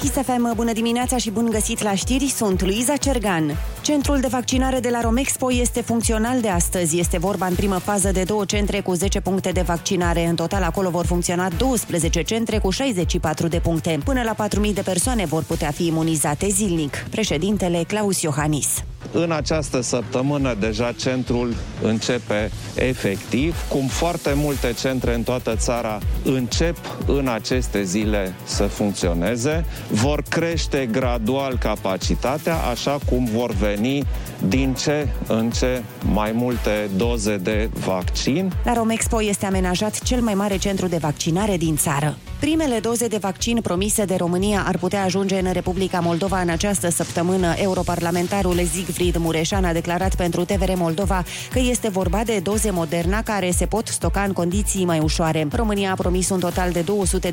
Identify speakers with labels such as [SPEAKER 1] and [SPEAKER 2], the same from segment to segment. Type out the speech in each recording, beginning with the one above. [SPEAKER 1] Kiss FM, bună dimineața și bun găsit la știri, sunt Luiza Cergan. Centrul de vaccinare de la Romexpo este funcțional de astăzi. Este vorba în primă fază de două centre cu 10 puncte de vaccinare. În total acolo vor funcționa 12 centre cu 64 de puncte. Până la 4.000 de persoane vor putea fi imunizate zilnic. Președintele Claus Iohannis.
[SPEAKER 2] În această săptămână deja centrul începe efectiv, cum foarte multe centre în toată țara încep în aceste zile să funcționeze, vor crește gradual capacitatea, așa cum vor veni din ce în ce mai multe doze de vaccin.
[SPEAKER 1] La Romexpo este amenajat cel mai mare centru de vaccinare din țară. Primele doze de vaccin promise de România ar putea ajunge în Republica Moldova în această săptămână. Europarlamentarul Siegfried Mureșan a declarat pentru TVR Moldova că este vorba de doze Moderna care se pot stoca în condiții mai ușoare. România a promis un total de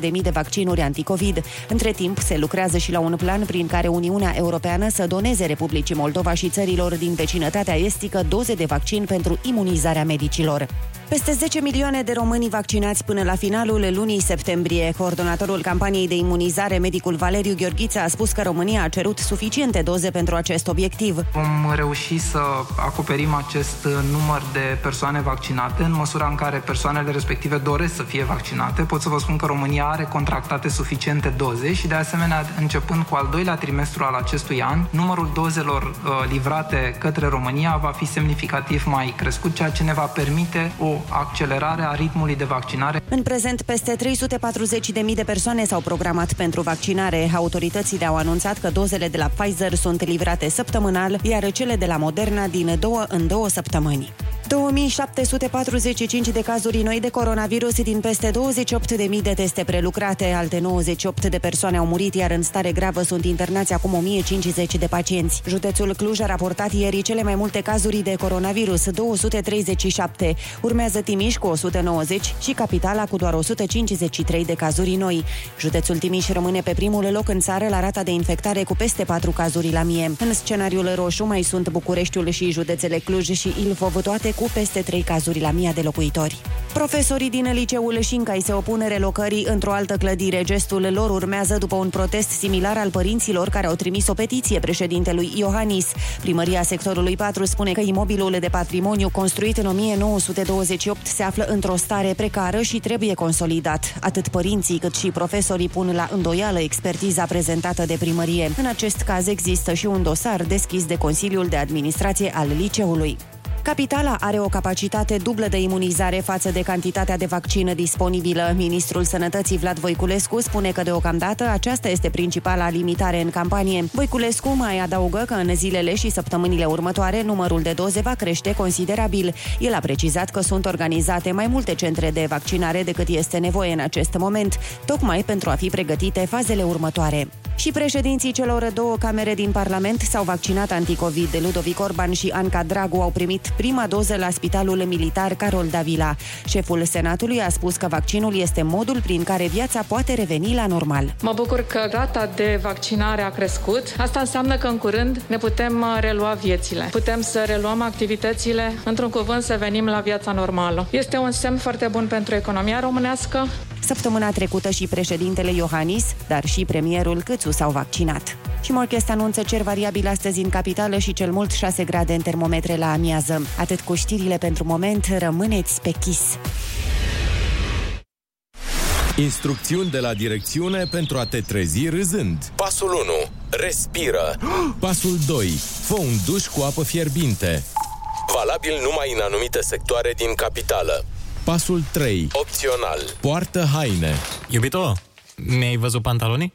[SPEAKER 1] 200.000 de vaccinuri anticovid. Între timp, se lucrează și la un plan prin care Uniunea Europeană să doneze Republicii Moldova și țărilor din vecinătatea estică doze de vaccin pentru imunizarea medicilor. Peste 10 milioane de români vaccinați până la finalul lunii septembrie. Coordonatorul campaniei de imunizare, medicul Valeriu Gheorghiță, a spus că România a cerut suficiente doze pentru acest obiectiv.
[SPEAKER 3] Vom reuși să acoperim acest uh, număr de persoane vaccinate în măsura în care persoanele respective doresc să fie vaccinate. Pot să vă spun că România are contractate suficiente doze și de asemenea, începând cu al doilea trimestru al acestui an, numărul dozelor uh, livrate către România va fi semnificativ mai crescut, ceea ce ne va permite o accelerare a ritmului de vaccinare.
[SPEAKER 1] În prezent, peste 340.000 de persoane s-au programat pentru vaccinare. Autoritățile au anunțat că dozele de la Pfizer sunt livrate săptămânal, iar cele de la Moderna din două în două săptămâni. 2745 de cazuri noi de coronavirus din peste 28.000 de teste prelucrate. Alte 98 de persoane au murit, iar în stare gravă sunt internați acum 1050 de pacienți. Județul Cluj a raportat ieri cele mai multe cazuri de coronavirus, 237. Urmează Timiș cu 190 și capitala cu doar 153 de cazuri noi. Județul Timiș rămâne pe primul loc în țară la rata de infectare cu peste 4 cazuri la mie. În scenariul roșu mai sunt Bucureștiul și județele Cluj și Ilfov, toate cu peste 3 cazuri la mie de locuitori. Profesorii din liceul Șincai se opun relocării într-o altă clădire. Gestul lor urmează după un protest similar al părinților care au trimis o petiție președintelui Iohannis. Primăria sectorului 4 spune că imobilul de patrimoniu construit în 1928 se află într-o stare precară și trebuie consolidat. Atât părinții cât și profesorii pun la îndoială expertiza prezentată de primărie. În acest caz există și un dosar deschis de Consiliul de Administrație al liceului. Capitala are o capacitate dublă de imunizare față de cantitatea de vaccin disponibilă. Ministrul Sănătății Vlad Voiculescu spune că deocamdată aceasta este principala limitare în campanie. Voiculescu mai adaugă că în zilele și săptămânile următoare numărul de doze va crește considerabil. El a precizat că sunt organizate mai multe centre de vaccinare decât este nevoie în acest moment, tocmai pentru a fi pregătite fazele următoare. Și președinții celor două camere din Parlament s-au vaccinat anticovid. Ludovic Orban și Anca Dragu au primit prima doză la Spitalul Militar Carol Davila. Șeful Senatului a spus că vaccinul este modul prin care viața poate reveni la normal.
[SPEAKER 4] Mă bucur că rata de vaccinare a crescut. Asta înseamnă că în curând ne putem uh, relua viețile. Putem să reluăm activitățile, într-un cuvânt să venim la viața normală. Este un semn foarte bun pentru economia românească.
[SPEAKER 1] Săptămâna trecută și președintele Iohannis, dar și premierul Câțu s-au vaccinat. Și Morchest anunță cer variabil astăzi în capitală și cel mult 6 grade în termometre la amiază. Atât cu știrile pentru moment, rămâneți pe chis.
[SPEAKER 5] Instrucțiuni de la direcțiune pentru a te trezi râzând.
[SPEAKER 6] Pasul 1. Respiră.
[SPEAKER 5] Pasul 2. Fă un duș cu apă fierbinte.
[SPEAKER 6] Valabil numai în anumite sectoare din capitală.
[SPEAKER 5] Pasul 3.
[SPEAKER 6] Opțional.
[SPEAKER 5] Poartă haine.
[SPEAKER 7] Iubito, mi-ai văzut pantalonii?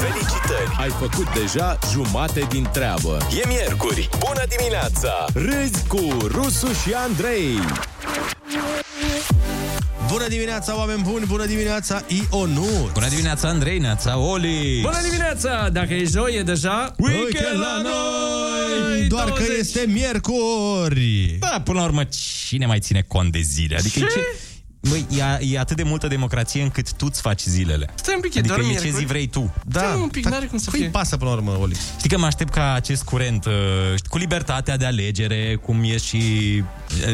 [SPEAKER 6] Felicitări!
[SPEAKER 5] Ai făcut deja jumate din treabă.
[SPEAKER 6] E miercuri. Bună dimineața!
[SPEAKER 5] Râzi cu Rusu și Andrei.
[SPEAKER 8] Bună dimineața, oameni buni! Bună dimineața, Ionu!
[SPEAKER 7] Bună dimineața, Andrei, neața, Oli!
[SPEAKER 9] Bună dimineața! Dacă e joi, e deja...
[SPEAKER 8] Weekend la noi! Doar că
[SPEAKER 9] 20.
[SPEAKER 8] este miercuri!
[SPEAKER 7] Da, până la urmă, cine mai ține cont de zile? Adică ce?
[SPEAKER 9] Ce?
[SPEAKER 7] ce? Băi, e, a- e atât de multă democrație încât tu îți faci zilele.
[SPEAKER 9] Stai un pic, e
[SPEAKER 7] adică
[SPEAKER 9] doar
[SPEAKER 7] e ce
[SPEAKER 9] miercuri.
[SPEAKER 7] zi vrei tu.
[SPEAKER 8] Da,
[SPEAKER 9] Stai un pic,
[SPEAKER 8] dar
[SPEAKER 9] n-are cum să
[SPEAKER 8] cui
[SPEAKER 9] fie.
[SPEAKER 8] pasă până la urmă, Oli?
[SPEAKER 7] Știi că mă aștept ca acest curent uh, cu libertatea de alegere, cum e și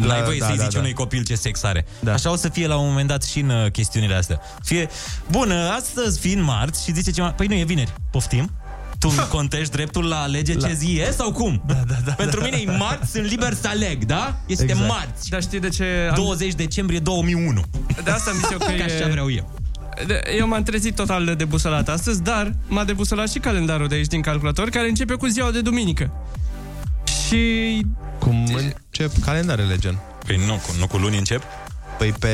[SPEAKER 7] la, n-ai voie da, să-i da, zici da. unui copil ce sex are. Da. Așa o să fie la un moment dat și în uh, chestiunile astea. Fie, bună, astăzi fiind marți și zice ceva, păi nu, e vineri, poftim? Tu îmi contești dreptul la alege la. ce zi e sau cum? Da, da, da, Pentru mine e marți, sunt liber să aleg, da? Este exact.
[SPEAKER 8] Exact.
[SPEAKER 7] marți.
[SPEAKER 9] Dar știi de ce... am-
[SPEAKER 7] 20 decembrie 2001.
[SPEAKER 9] De asta am zis eu că
[SPEAKER 7] Ca așa
[SPEAKER 9] e...
[SPEAKER 7] vreau eu.
[SPEAKER 9] de- Eu m-am trezit total debusolat astăzi, dar m-a debusolat și calendarul de aici din calculator, care începe cu ziua de duminică. Și
[SPEAKER 8] Cum încep calendarele, gen?
[SPEAKER 7] Păi nu, cu, nu cu luni încep?
[SPEAKER 8] Păi pe...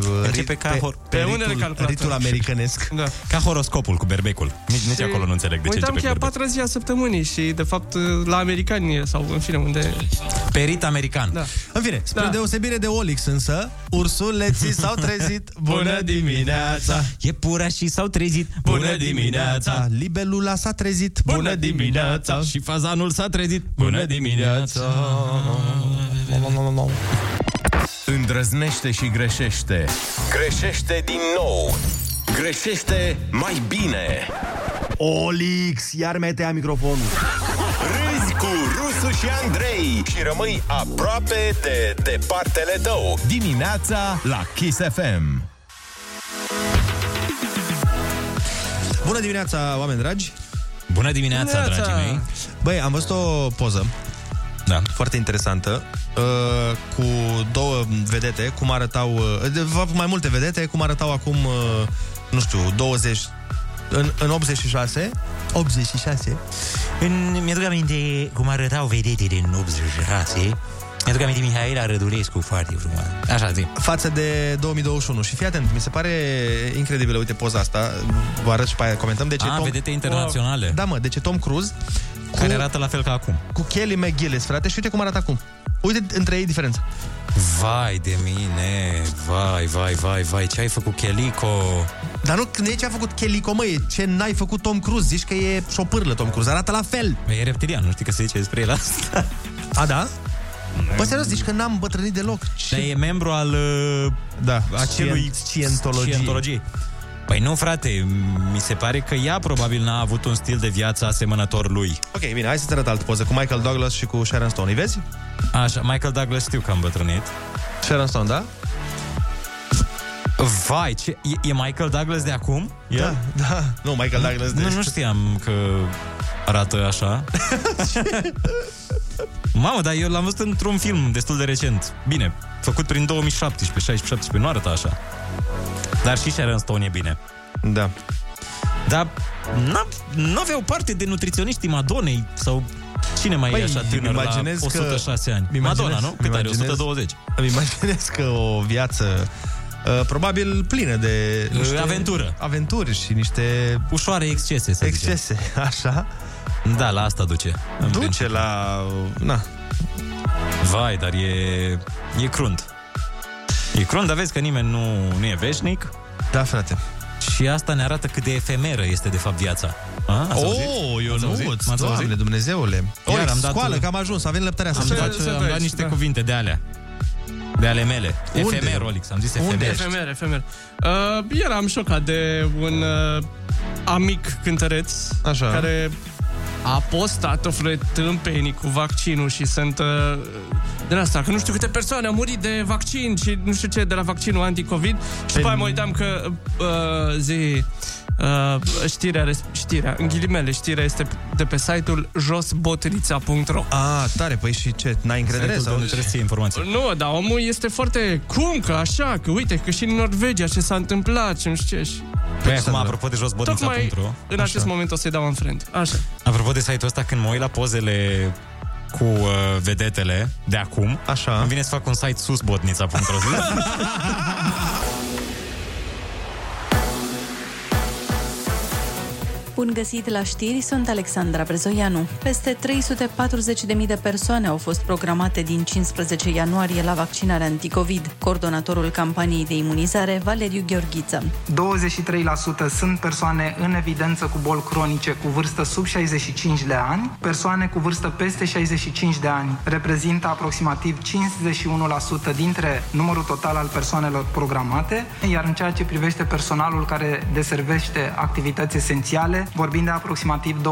[SPEAKER 8] uh,
[SPEAKER 7] Începe
[SPEAKER 8] rit-
[SPEAKER 7] ca hor-
[SPEAKER 8] pe,
[SPEAKER 9] pe unele
[SPEAKER 8] ritul,
[SPEAKER 9] calculatoare.
[SPEAKER 8] ritul americanesc.
[SPEAKER 9] Da.
[SPEAKER 7] Ca horoscopul cu berbecul. Nici, nici
[SPEAKER 9] Și
[SPEAKER 7] acolo nu înțeleg de ce
[SPEAKER 9] Uitam
[SPEAKER 7] începe
[SPEAKER 9] că e a
[SPEAKER 7] cu
[SPEAKER 9] patra zi a săptămânii și, de fapt, la americani e, sau în fine, unde...
[SPEAKER 7] berbec. Perit american.
[SPEAKER 9] Da.
[SPEAKER 8] În fine, spre
[SPEAKER 9] Da.
[SPEAKER 8] da. deosebire de Olix însă, ursuleții s-au trezit. Bună dimineața!
[SPEAKER 7] E pura și s-au trezit.
[SPEAKER 9] Bună dimineața!
[SPEAKER 8] Libelula s-a trezit.
[SPEAKER 9] Bună dimineața!
[SPEAKER 7] Și fazanul s-a trezit.
[SPEAKER 8] Bună dimineața!
[SPEAKER 5] Îndrăznește și greșește.
[SPEAKER 6] Greșește din nou. Greșește mai bine.
[SPEAKER 10] Olix, iar metea microfonul.
[SPEAKER 6] Râzi cu Rusu și Andrei și rămâi aproape de departele tău.
[SPEAKER 5] Dimineața la Kiss FM.
[SPEAKER 8] Bună dimineața, oameni dragi!
[SPEAKER 7] Bună dimineața,
[SPEAKER 9] Dimineața!
[SPEAKER 7] dragii mei.
[SPEAKER 8] Băi, am văzut o poză
[SPEAKER 7] Da.
[SPEAKER 8] foarte interesantă uh, cu două vedete, cum arătau, uh, de fapt mai multe vedete, cum arătau acum, uh, nu știu, 20, în, în 86, 86,
[SPEAKER 7] În, mi-aduc aminte cum arătau vedetele în 86. Mi-aduc aminte Mihaela Rădulescu foarte frumos. Așa zi.
[SPEAKER 8] față de 2021. Și fii atent, mi se pare incredibilă, uite poza asta, vă arăt și pe aia, comentăm. Deci e
[SPEAKER 7] Ah,
[SPEAKER 8] Tom...
[SPEAKER 7] vedete internaționale.
[SPEAKER 8] Da, mă, deci e Tom Cruise cu,
[SPEAKER 7] Care arată la fel ca acum.
[SPEAKER 8] cu Kelly McGillis, frate, și uite cum arată acum. Uite între ei diferența.
[SPEAKER 7] Vai de mine, vai, vai, vai, vai, ce ai făcut, Chelico?
[SPEAKER 8] Dar nu, nu e ce a făcut Kelly Comă, e ce n-ai făcut Tom Cruise. Zici că e șopârlă Tom Cruise, arată la fel.
[SPEAKER 7] E reptilian, nu știi că se zice despre el asta? Păi
[SPEAKER 8] A, da? Mm. Bă, serios, zici că n-am bătrânit deloc.
[SPEAKER 7] Dar
[SPEAKER 8] Ce...
[SPEAKER 7] e membru al uh,
[SPEAKER 8] Da,
[SPEAKER 7] acelui
[SPEAKER 8] Scientologie.
[SPEAKER 7] Scientologie. Păi nu, frate, mi se pare că ea probabil n-a avut un stil de viață asemănător lui.
[SPEAKER 8] Ok, bine, hai să-ți arăt altă poză cu Michael Douglas și cu Sharon Stone. Îi vezi?
[SPEAKER 7] Așa, Michael Douglas știu că am bătrânit.
[SPEAKER 8] Sharon Stone, da?
[SPEAKER 7] Vai, ce, e, e Michael Douglas de acum? El?
[SPEAKER 8] Da, da. Nu, Michael Douglas.
[SPEAKER 7] Nu,
[SPEAKER 8] deci.
[SPEAKER 7] nu știam că arată așa. Mamă, dar eu l-am văzut într-un film destul de recent. Bine, făcut prin 2017, 16, nu arăta așa. Dar și Sharon Stone e bine.
[SPEAKER 8] Da.
[SPEAKER 7] Dar n- nu aveau parte de nutriționiștii Madonei sau cine mai e
[SPEAKER 8] Păi,
[SPEAKER 7] așa tânăr
[SPEAKER 8] îmi imaginez
[SPEAKER 7] la
[SPEAKER 8] că-
[SPEAKER 7] 106 ani?
[SPEAKER 8] îmi imaginez-
[SPEAKER 7] Madonna, nu? Cât
[SPEAKER 8] îmi
[SPEAKER 7] are?
[SPEAKER 8] imaginez-
[SPEAKER 7] 120.
[SPEAKER 8] Îmi imaginez că o viață uh, probabil plină de niște
[SPEAKER 7] Aventură.
[SPEAKER 8] aventuri și niște
[SPEAKER 7] Ușoare excese, să Exces.
[SPEAKER 8] excese, așa,
[SPEAKER 7] zicem. Da, la asta duce. în
[SPEAKER 8] duce
[SPEAKER 7] principiu.
[SPEAKER 8] la... uh, Na,
[SPEAKER 7] Vai, dar e, e crunt. E crunt, dar vezi că nimeni nu, nu e veșnic
[SPEAKER 8] da, frate.
[SPEAKER 7] și asta ne arată cât de efemeră este de fapt viața. A, ați auzit?
[SPEAKER 8] eu
[SPEAKER 7] Ați auzit? M-ați
[SPEAKER 8] Oh, Doamne,
[SPEAKER 7] auzit?
[SPEAKER 8] Dumnezeule. Ori,
[SPEAKER 7] am dat- uh,
[SPEAKER 8] scoală, că am ajuns, avem lăptarea
[SPEAKER 7] Am
[SPEAKER 8] să
[SPEAKER 7] dat, uh,
[SPEAKER 9] să
[SPEAKER 7] am
[SPEAKER 9] vezi,
[SPEAKER 7] dat niște
[SPEAKER 9] da.
[SPEAKER 7] cuvinte de alea. De ale mele.
[SPEAKER 8] Unde?
[SPEAKER 7] Efemer, Olix, am zis
[SPEAKER 8] Unde
[SPEAKER 7] efemer.
[SPEAKER 8] ești?
[SPEAKER 9] Efemer, efemer. Uh, eram șocat de un uh, amic cântăreț
[SPEAKER 8] Așa.
[SPEAKER 9] care a postat o tâmpenii cu vaccinul și sunt uh, din asta, că nu știu câte persoane au murit de vaccin și nu știu ce, de la vaccinul anticovid și după aia mă uitam că uh, zi uh, știrea, res- știrea, în ghilimele, știrea este de pe site-ul josbotrița.ro
[SPEAKER 8] A, tare, păi și ce, n-ai încredere?
[SPEAKER 7] Efemer.
[SPEAKER 8] Sau?
[SPEAKER 7] Unde trebuie să iei informații.
[SPEAKER 9] nu, dar omul este foarte cum că așa, că uite, că și în Norvegia ce s-a întâmplat și nu știu ce. Și...
[SPEAKER 7] Păi
[SPEAKER 8] da.
[SPEAKER 7] acum, apropo de
[SPEAKER 9] Tocmai
[SPEAKER 7] josbotnița.ro
[SPEAKER 9] în acest moment o să-i dau în friend. Așa.
[SPEAKER 7] Apropo de site-ul ăsta, când mă uit la pozele cu uh, vedetele de acum,
[SPEAKER 8] Așa.
[SPEAKER 7] îmi vine să fac un site susbotnița.ro
[SPEAKER 11] Bun găsit la știri, sunt Alexandra Brezoianu. Peste 340.000 de persoane au fost programate din 15 ianuarie la vaccinarea anticovid. Coordonatorul campaniei de imunizare, Valeriu Gheorghiță.
[SPEAKER 3] 23% sunt persoane în evidență cu boli cronice cu vârstă sub 65 de ani. Persoane cu vârstă peste 65 de ani reprezintă aproximativ 51% dintre numărul total al persoanelor programate, iar în ceea ce privește personalul care deservește activități esențiale, vorbim de aproximativ 26%.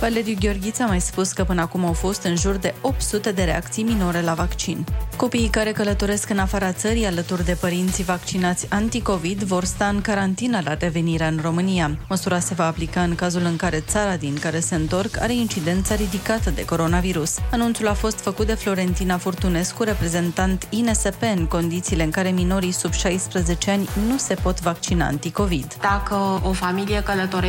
[SPEAKER 11] Valeriu Păi, Gheorghiță a mai spus că până acum au fost în jur de 800 de reacții minore la vaccin. Copiii care călătoresc în afara țării alături de părinții vaccinați anticovid vor sta în carantină la revenirea în România. Măsura se va aplica în cazul în care țara din care se întorc are incidența ridicată de coronavirus. Anunțul a fost făcut de Florentina Furtunescu, reprezentant INSP, în condițiile în care minorii sub 16 ani nu se pot vaccina anticovid.
[SPEAKER 12] Dacă o familie călătorește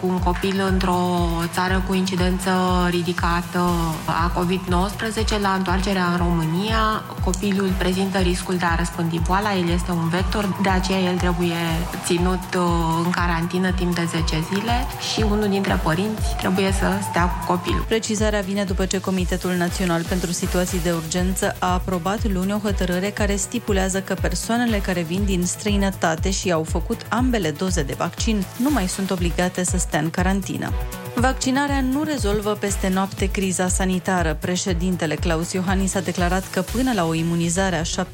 [SPEAKER 12] cu un copil într-o țară cu incidență ridicată a COVID-19, la întoarcerea în România, copilul prezintă riscul de a răspândi boala, el este un vector, de aceea el trebuie ținut uh, în carantină timp de 10 zile și unul dintre părinți trebuie să stea cu copilul.
[SPEAKER 11] Precizarea vine după ce Comitetul Național pentru Situații de Urgență a aprobat luni o hotărâre care stipulează că persoanele care vin din străinătate și au făcut ambele doze de vaccin nu mai sunt obligate să stea în carantină. Vaccinarea nu rezolvă peste noapte criza sanitară. Președintele Claus Iohannis a declarat că până la o imunizare a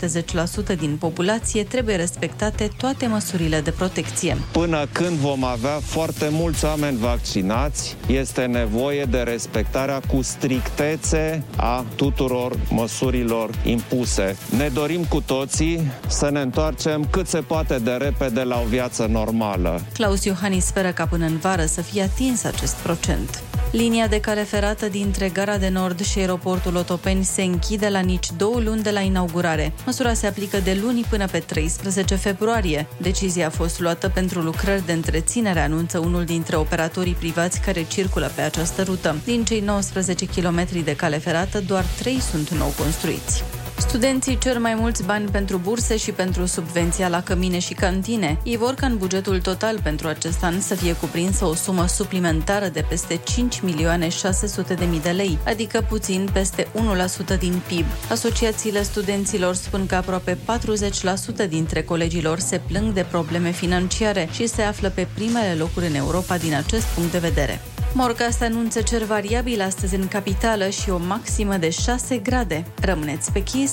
[SPEAKER 11] 70% din populație trebuie respectate toate măsurile de protecție.
[SPEAKER 2] Până când vom avea foarte mulți oameni vaccinați, este nevoie de respectarea cu strictețe a tuturor măsurilor impuse. Ne dorim cu toții să ne întoarcem cât se poate de repede la o viață normală.
[SPEAKER 11] Claus Iohannis speră ca până în vară să fie atins acest procent. Linia de cale ferată dintre Gara de Nord și aeroportul Otopeni se închide la nici două luni de la inaugurare. Măsura se aplică de luni până pe 13 februarie. Decizia a fost luată pentru lucrări de întreținere, anunță unul dintre operatorii privați care circulă pe această rută. Din cei 19 km de cale ferată, doar 3 sunt nou construiți. Studenții cer mai mulți bani pentru burse și pentru subvenția la cămine și cantine. Ei vor ca în bugetul total pentru acest an să fie cuprinsă o sumă suplimentară de peste 5 milioane 600 de mii de lei, adică puțin peste 1% din PIB. Asociațiile studenților spun că aproape 40% dintre colegilor se plâng de probleme financiare și se află pe primele locuri în Europa din acest punct de vedere. Morcast anunță cer variabil astăzi în capitală și o maximă de 6 grade. Rămâneți pe chis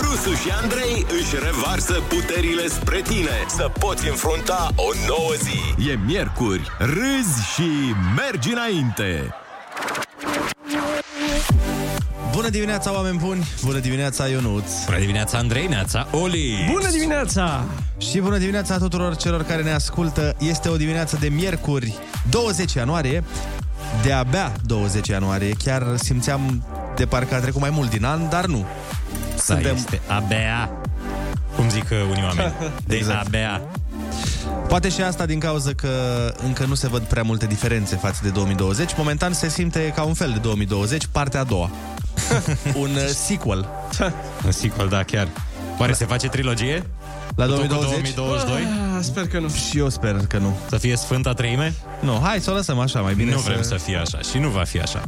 [SPEAKER 6] Rusu și Andrei își revarsă puterile spre tine Să poți înfrunta o nouă zi
[SPEAKER 5] E miercuri, râzi și mergi înainte!
[SPEAKER 8] Bună dimineața, oameni buni! Bună dimineața, Ionuț!
[SPEAKER 7] Bună dimineața, Andrei, neața, Oli!
[SPEAKER 8] Bună dimineața! Și bună dimineața tuturor celor care ne ascultă. Este o dimineață de miercuri, 20 ianuarie. De-abia 20 ianuarie. Chiar simțeam de parcă a trecut mai mult din an, dar nu.
[SPEAKER 7] Să Da, este abia, cum zic uh, unii oameni, de exact. abia.
[SPEAKER 8] Poate și asta din cauza că încă nu se văd prea multe diferențe față de 2020. Momentan se simte ca un fel de 2020, partea a doua. un uh, sequel.
[SPEAKER 7] Un sequel, da, chiar. Oare se face trilogie?
[SPEAKER 8] La
[SPEAKER 7] Cu tot cu
[SPEAKER 8] 2020?
[SPEAKER 7] 2022?
[SPEAKER 9] Ah, sper că nu.
[SPEAKER 8] Și eu sper că nu.
[SPEAKER 7] Să fie Sfânta Treime?
[SPEAKER 8] Nu, hai să o lăsăm așa mai bine.
[SPEAKER 7] nu vrem să fie așa și nu va fi așa.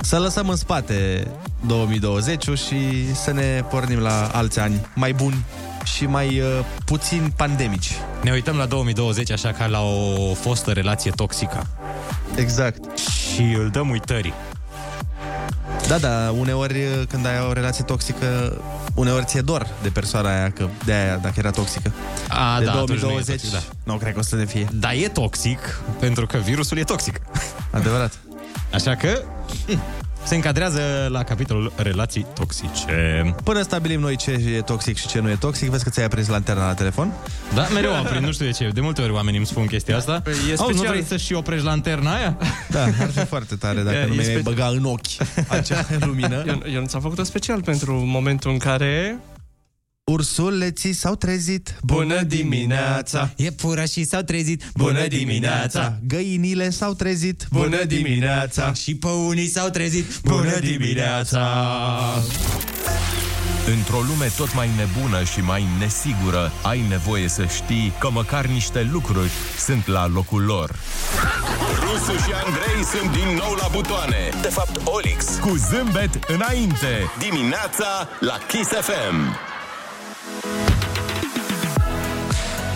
[SPEAKER 8] Să lăsăm în spate 2020 și să ne pornim la alți ani mai buni și mai uh, puțin pandemici.
[SPEAKER 7] Ne uităm la 2020 așa ca la o fostă relație toxică
[SPEAKER 8] Exact.
[SPEAKER 7] și îl dăm uitării.
[SPEAKER 8] Da, da, uneori uh, când ai o relație toxică, uneori ți-e dor de persoana aia, că de aia dacă era toxică.
[SPEAKER 7] A,
[SPEAKER 8] de
[SPEAKER 7] da, atunci nu e
[SPEAKER 8] 2020,
[SPEAKER 7] toxic,
[SPEAKER 8] nu cred că o să ne fie.
[SPEAKER 7] Dar e toxic pentru că virusul e toxic.
[SPEAKER 8] Adevărat.
[SPEAKER 7] Așa că Se încadrează la capitolul relații toxice.
[SPEAKER 8] Până stabilim noi ce e toxic și ce nu e toxic, vezi că ți-ai aprins lanterna la telefon?
[SPEAKER 7] Da, mereu aprind, nu știu de ce. De multe ori oamenii îmi spun chestia asta.
[SPEAKER 8] Păi e
[SPEAKER 7] Auzi, nu
[SPEAKER 8] special.
[SPEAKER 7] vrei să și oprești lanterna aia?
[SPEAKER 8] Da, ar fi foarte tare
[SPEAKER 9] E-
[SPEAKER 8] dacă nu
[SPEAKER 9] e
[SPEAKER 8] mi-ai
[SPEAKER 9] speci-
[SPEAKER 8] băga în ochi acea lumină.
[SPEAKER 9] Ion, Ion ți-a făcut-o special pentru momentul în care...
[SPEAKER 8] Ursuleții s-au trezit,
[SPEAKER 9] Bună dimineața!
[SPEAKER 7] E pura și s-au trezit,
[SPEAKER 8] Găinile s-au trezit,
[SPEAKER 7] Și pe unii s-au trezit,
[SPEAKER 8] Bună dimineața!
[SPEAKER 5] Într-o lume tot mai nebună și mai nesigură, ai nevoie să știi că măcar niște lucruri sunt la locul lor.
[SPEAKER 6] Rusu și Andrei sunt din nou la butoane. De fapt, Olix.
[SPEAKER 5] Cu zâmbet înainte!
[SPEAKER 6] Dimineața la Kiss FM.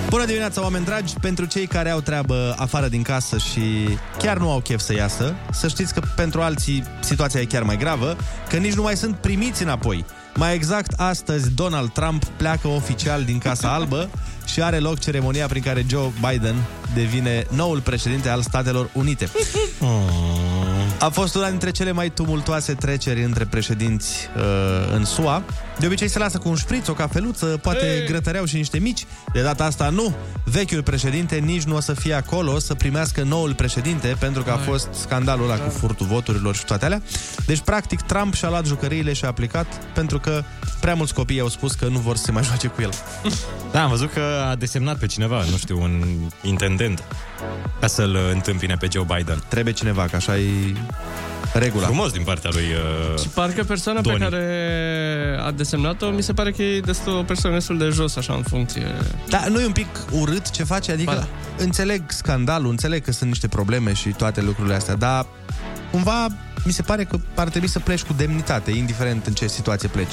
[SPEAKER 8] Bună dimineața, oameni dragi! Pentru cei care au treabă afară din casă și chiar nu au chef să iasă, să știți că pentru alții situația e chiar mai gravă, că nici nu mai sunt primiți înapoi. Mai exact, astăzi Donald Trump pleacă oficial din Casa Albă și are loc ceremonia prin care Joe Biden devine noul președinte al Statelor Unite. A fost una dintre cele mai tumultoase treceri între președinți uh, în SUA. De obicei se lasă cu un șpriț, o cafeluță, poate Ei. grătăreau și niște mici. De data asta nu. Vechiul președinte nici nu o să fie acolo să primească noul președinte, pentru că a fost scandalul ăla cu furtul voturilor și toate alea. Deci, practic, Trump și-a luat jucăriile și a plecat, pentru că prea mulți copii au spus că nu vor să se mai joace cu el.
[SPEAKER 7] Da, am văzut că a desemnat pe cineva, nu știu, un intendent, ca să-l întâmpine pe Joe Biden.
[SPEAKER 8] Trebuie cineva, că așa e regula.
[SPEAKER 7] Frumos din partea lui... Uh...
[SPEAKER 9] Și parcă persoana Doni.
[SPEAKER 7] Doni.
[SPEAKER 9] pe care a desemnat-o, mi se pare că e destul o persoană destul de jos, așa, în funcție.
[SPEAKER 8] Dar nu e Da, un pic urât ce face? Adică da. înțeleg scandalul, înțeleg că sunt niște probleme și toate lucrurile astea, dar cumva mi se pare că ar trebui să pleci cu demnitate, indiferent în ce situație pleci.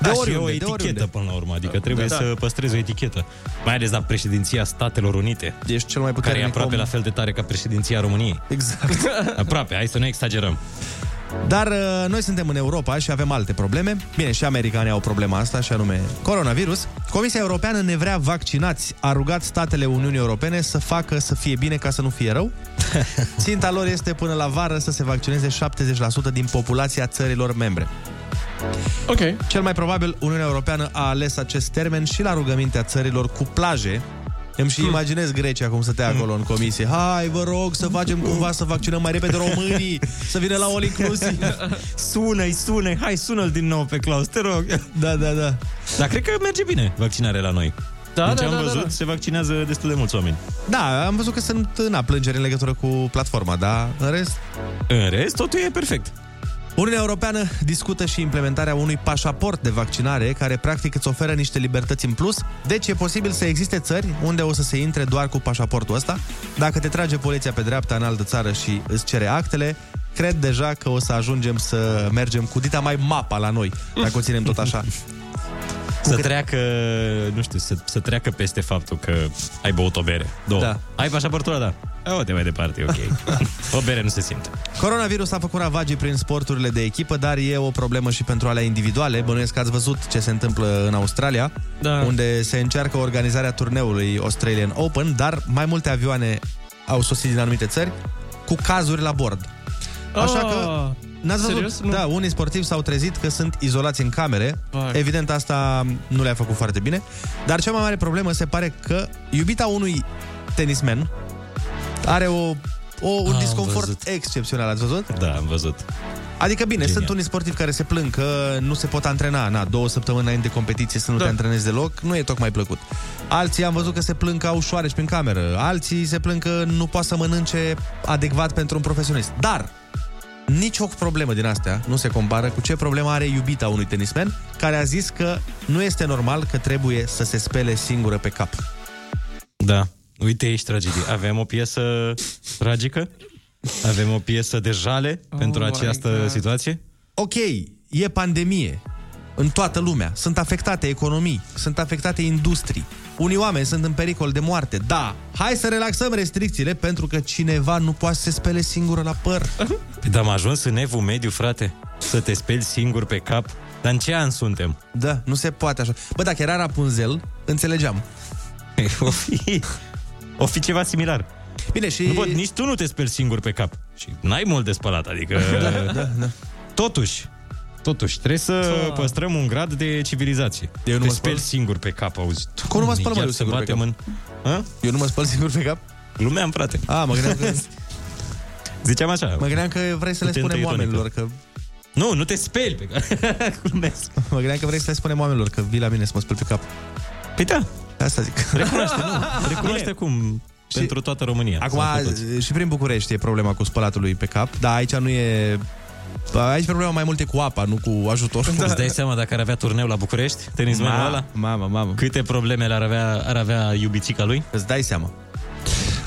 [SPEAKER 7] Da, și e o etichetă până la urmă, adică trebuie
[SPEAKER 8] Da.
[SPEAKER 7] să păstrezi o etichetă. Mai ales la președinția Statelor Unite.
[SPEAKER 8] Ești cel mai
[SPEAKER 7] Care e
[SPEAKER 8] puternic
[SPEAKER 7] aproape
[SPEAKER 8] om.
[SPEAKER 7] la fel de tare ca președinția României.
[SPEAKER 8] Exact.
[SPEAKER 7] aproape, hai să nu exagerăm.
[SPEAKER 8] Dar uh, noi suntem în Europa și avem alte probleme. Bine, și americanii au problema asta, și anume coronavirus. Comisia Europeană ne vrea vaccinați. A rugat statele Uniunii Europene să facă să fie bine ca să nu fie rău. Ținta lor este până la vară să se vaccineze 70% din populația țărilor membre.
[SPEAKER 9] Ok.
[SPEAKER 8] Cel mai probabil Uniunea Europeană a ales acest termen și la rugămintea țărilor cu plaje. Îmi și imaginez Grecia cum stătea acolo în comisie. Hai, vă rog să facem cumva să vaccinăm mai repede românii, să vină la all inclusive.
[SPEAKER 7] sună-i, sună-i, hai sună-l din nou pe Claus, te rog.
[SPEAKER 8] Da, da, da.
[SPEAKER 7] Dar cred că merge bine vaccinarea la noi.
[SPEAKER 9] Da,
[SPEAKER 7] Din
[SPEAKER 9] da,
[SPEAKER 7] ce
[SPEAKER 9] da,
[SPEAKER 7] am
[SPEAKER 9] da,
[SPEAKER 7] văzut,
[SPEAKER 9] da.
[SPEAKER 7] se vaccinează destul de mulți oameni.
[SPEAKER 8] Da, am văzut că sunt na, plângeri în legătură cu platforma, dar în rest...
[SPEAKER 7] În rest, totul e perfect.
[SPEAKER 8] Uniunea Europeană discută și implementarea unui pașaport de vaccinare care practic îți oferă niște libertăți în plus, deci e posibil să existe țări unde o să se intre doar cu pașaportul ăsta. Dacă te trage poliția pe dreapta în altă țară și îți cere actele, cred deja că o să ajungem să mergem cu dita mai mapa la noi, dacă o ținem tot așa.
[SPEAKER 7] Să treacă, nu știu, să, să treacă peste faptul că ai băut o bere. Două. Da. Ai pașaportul ăla, da. O, de mai departe, e ok. o bere nu se simte.
[SPEAKER 8] Coronavirus a făcut ravagii prin sporturile de echipă, dar e o problemă și pentru alea individuale. Bănuiesc că ați văzut ce se întâmplă în Australia,
[SPEAKER 9] da.
[SPEAKER 8] unde se încearcă organizarea turneului Australian Open, dar mai multe avioane au sosit din anumite țări cu cazuri la bord. Așa că N-ați văzut?
[SPEAKER 9] Ah, Serios? Nu.
[SPEAKER 8] Da, unii sportivi s-au trezit că sunt izolați în camere.
[SPEAKER 9] Vai.
[SPEAKER 8] Evident, asta nu le-a făcut foarte bine. Dar cea mai mare problemă se pare că iubita unui tenismen are o, o, un
[SPEAKER 7] Ah, Am
[SPEAKER 8] disconfort
[SPEAKER 7] văzut.
[SPEAKER 8] excepțional. Ați văzut?
[SPEAKER 7] Da, am văzut.
[SPEAKER 8] Adică bine,
[SPEAKER 7] Genial.
[SPEAKER 8] sunt unii sportivi care se plâng că nu se pot antrena, na, două săptămâni înainte de competiție să nu da. te antrenezi deloc, nu e tocmai plăcut. Alții am văzut că se plâng că au șoareci prin cameră, alții se plâng că nu poate să mănânce adecvat pentru un profesionist. Dar nicio problemă din astea nu se compară cu ce problemă are iubita unui tenismen care a zis că nu este normal că trebuie să se spele singură pe cap.
[SPEAKER 7] Da. Uite, ești tragedie. Avem o piesă tragică, avem o piesă de jale oh pentru
[SPEAKER 8] my
[SPEAKER 7] această
[SPEAKER 8] God.
[SPEAKER 7] situație.
[SPEAKER 8] ok, e pandemie în toată lumea, sunt afectate economii, sunt afectate industrii, unii oameni sunt în pericol de moarte, da, hai să relaxăm restricțiile pentru că cineva nu poate să se spele singură la păr.
[SPEAKER 7] Păi, Dar am ajuns în evul mediu, frate, să te speli singur pe cap. Dar în ce an suntem?
[SPEAKER 8] Da, nu se poate așa. Bă, dacă era Rapunzel, înțelegeam.
[SPEAKER 7] O fi, o fi ceva similar.
[SPEAKER 8] Bine, și...
[SPEAKER 7] Nu pot, nici tu nu te speli singur pe cap. Și n-ai mult de spălat, adică...
[SPEAKER 8] Da, da, da.
[SPEAKER 7] Totuși, totuși, trebuie să
[SPEAKER 8] Ah.
[SPEAKER 7] păstrăm un grad de civilizație. Eu nu
[SPEAKER 8] mă
[SPEAKER 7] Te
[SPEAKER 8] spăl.
[SPEAKER 7] speli singur pe cap, auzi.
[SPEAKER 8] Cum nu mă spăl, mă,
[SPEAKER 7] Iar
[SPEAKER 8] eu
[SPEAKER 7] să
[SPEAKER 8] singur pe
[SPEAKER 7] batem
[SPEAKER 8] cap?
[SPEAKER 7] În...
[SPEAKER 8] Eu nu mă spăl singur pe cap?
[SPEAKER 7] Glumeam, frate.
[SPEAKER 8] A, mă gândeam că...
[SPEAKER 7] Ziceam așa.
[SPEAKER 8] Mă gândeam că vrei să le
[SPEAKER 7] Putem
[SPEAKER 8] spunem
[SPEAKER 7] tăi
[SPEAKER 8] oamenilor
[SPEAKER 7] tonică.
[SPEAKER 8] că...
[SPEAKER 7] Nu, nu te speli pe cap. Glumesc.
[SPEAKER 8] Mă gândeam că vrei să le spunem oamenilor că vii la mine să mă spăl pe cap.
[SPEAKER 7] Păi da.
[SPEAKER 8] Asta zic.
[SPEAKER 7] Recunoaște, nu. Recunoaște cum și... pentru toată România.
[SPEAKER 8] Acum,
[SPEAKER 7] sau pentru toți.
[SPEAKER 8] și prin București e problema cu spălatului pe cap, dar aici nu e... Aici problema mai mult e cu apa, nu cu ajutorul.
[SPEAKER 7] Da. Îți dai seama dacă ar avea turneu la București? Tenismenul
[SPEAKER 8] Ma-
[SPEAKER 7] ăla?
[SPEAKER 8] Mamă, mamă.
[SPEAKER 7] Câte probleme ar avea, ar avea iubițica lui?
[SPEAKER 8] Îți dai seama.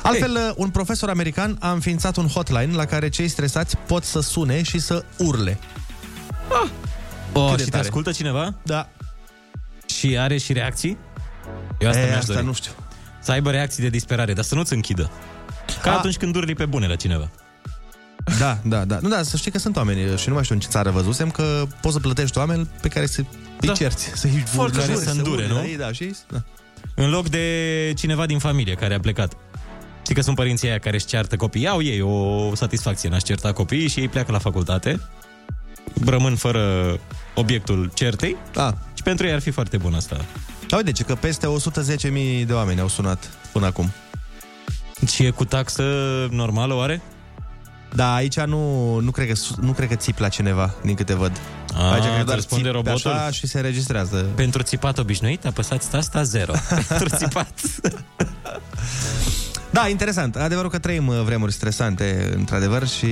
[SPEAKER 8] Altfel, uh, un profesor american a înființat un hotline la care cei stresați pot să sune și să urle.
[SPEAKER 7] O,
[SPEAKER 8] Cât de
[SPEAKER 7] și te
[SPEAKER 8] tare.
[SPEAKER 7] ascultă cineva?
[SPEAKER 8] Da.
[SPEAKER 7] Și are și reacții? Eu asta
[SPEAKER 8] E,
[SPEAKER 7] mi-aș
[SPEAKER 8] asta
[SPEAKER 7] dori.
[SPEAKER 8] nu știu.
[SPEAKER 7] Să aibă reacții de disperare, dar să nu-ți închidă. Ca
[SPEAKER 8] A-
[SPEAKER 7] atunci când urli pe bune la cineva.
[SPEAKER 8] Da, da, da. Nu, da, să știi că sunt oameni și nu mai știu în ce țară văzusem că poți să plătești oameni pe care să îi da. cerți, să îi
[SPEAKER 7] Foarte
[SPEAKER 8] urli,
[SPEAKER 7] ușor, să îndure,
[SPEAKER 8] urli
[SPEAKER 7] nu?
[SPEAKER 8] la ei, Da, și da.
[SPEAKER 7] În loc de cineva din familie care a plecat. Știi că sunt părinții aia care își ceartă copiii, au ei o satisfacție în a-și certa copiii și ei pleacă la facultate, rămân fără obiectul certei
[SPEAKER 8] da.
[SPEAKER 7] și pentru ei ar fi foarte bun asta.
[SPEAKER 8] Da, uite, ce că peste 110.000 de oameni au sunat până acum.
[SPEAKER 7] Și e cu taxă normală, oare?
[SPEAKER 8] Da, aici nu, nu, cred, că, su- nu cred că țip la cineva, din câte văd.
[SPEAKER 7] A,
[SPEAKER 8] aici
[SPEAKER 7] îți Ah, răspunde
[SPEAKER 8] țipi
[SPEAKER 7] robotul?
[SPEAKER 8] Așa și se registrează.
[SPEAKER 7] Pentru țipat obișnuit, apăsați tasta 0. pentru țipat.
[SPEAKER 8] Da, interesant. Adevărul că trăim uh, vremuri stresante, într-adevăr, și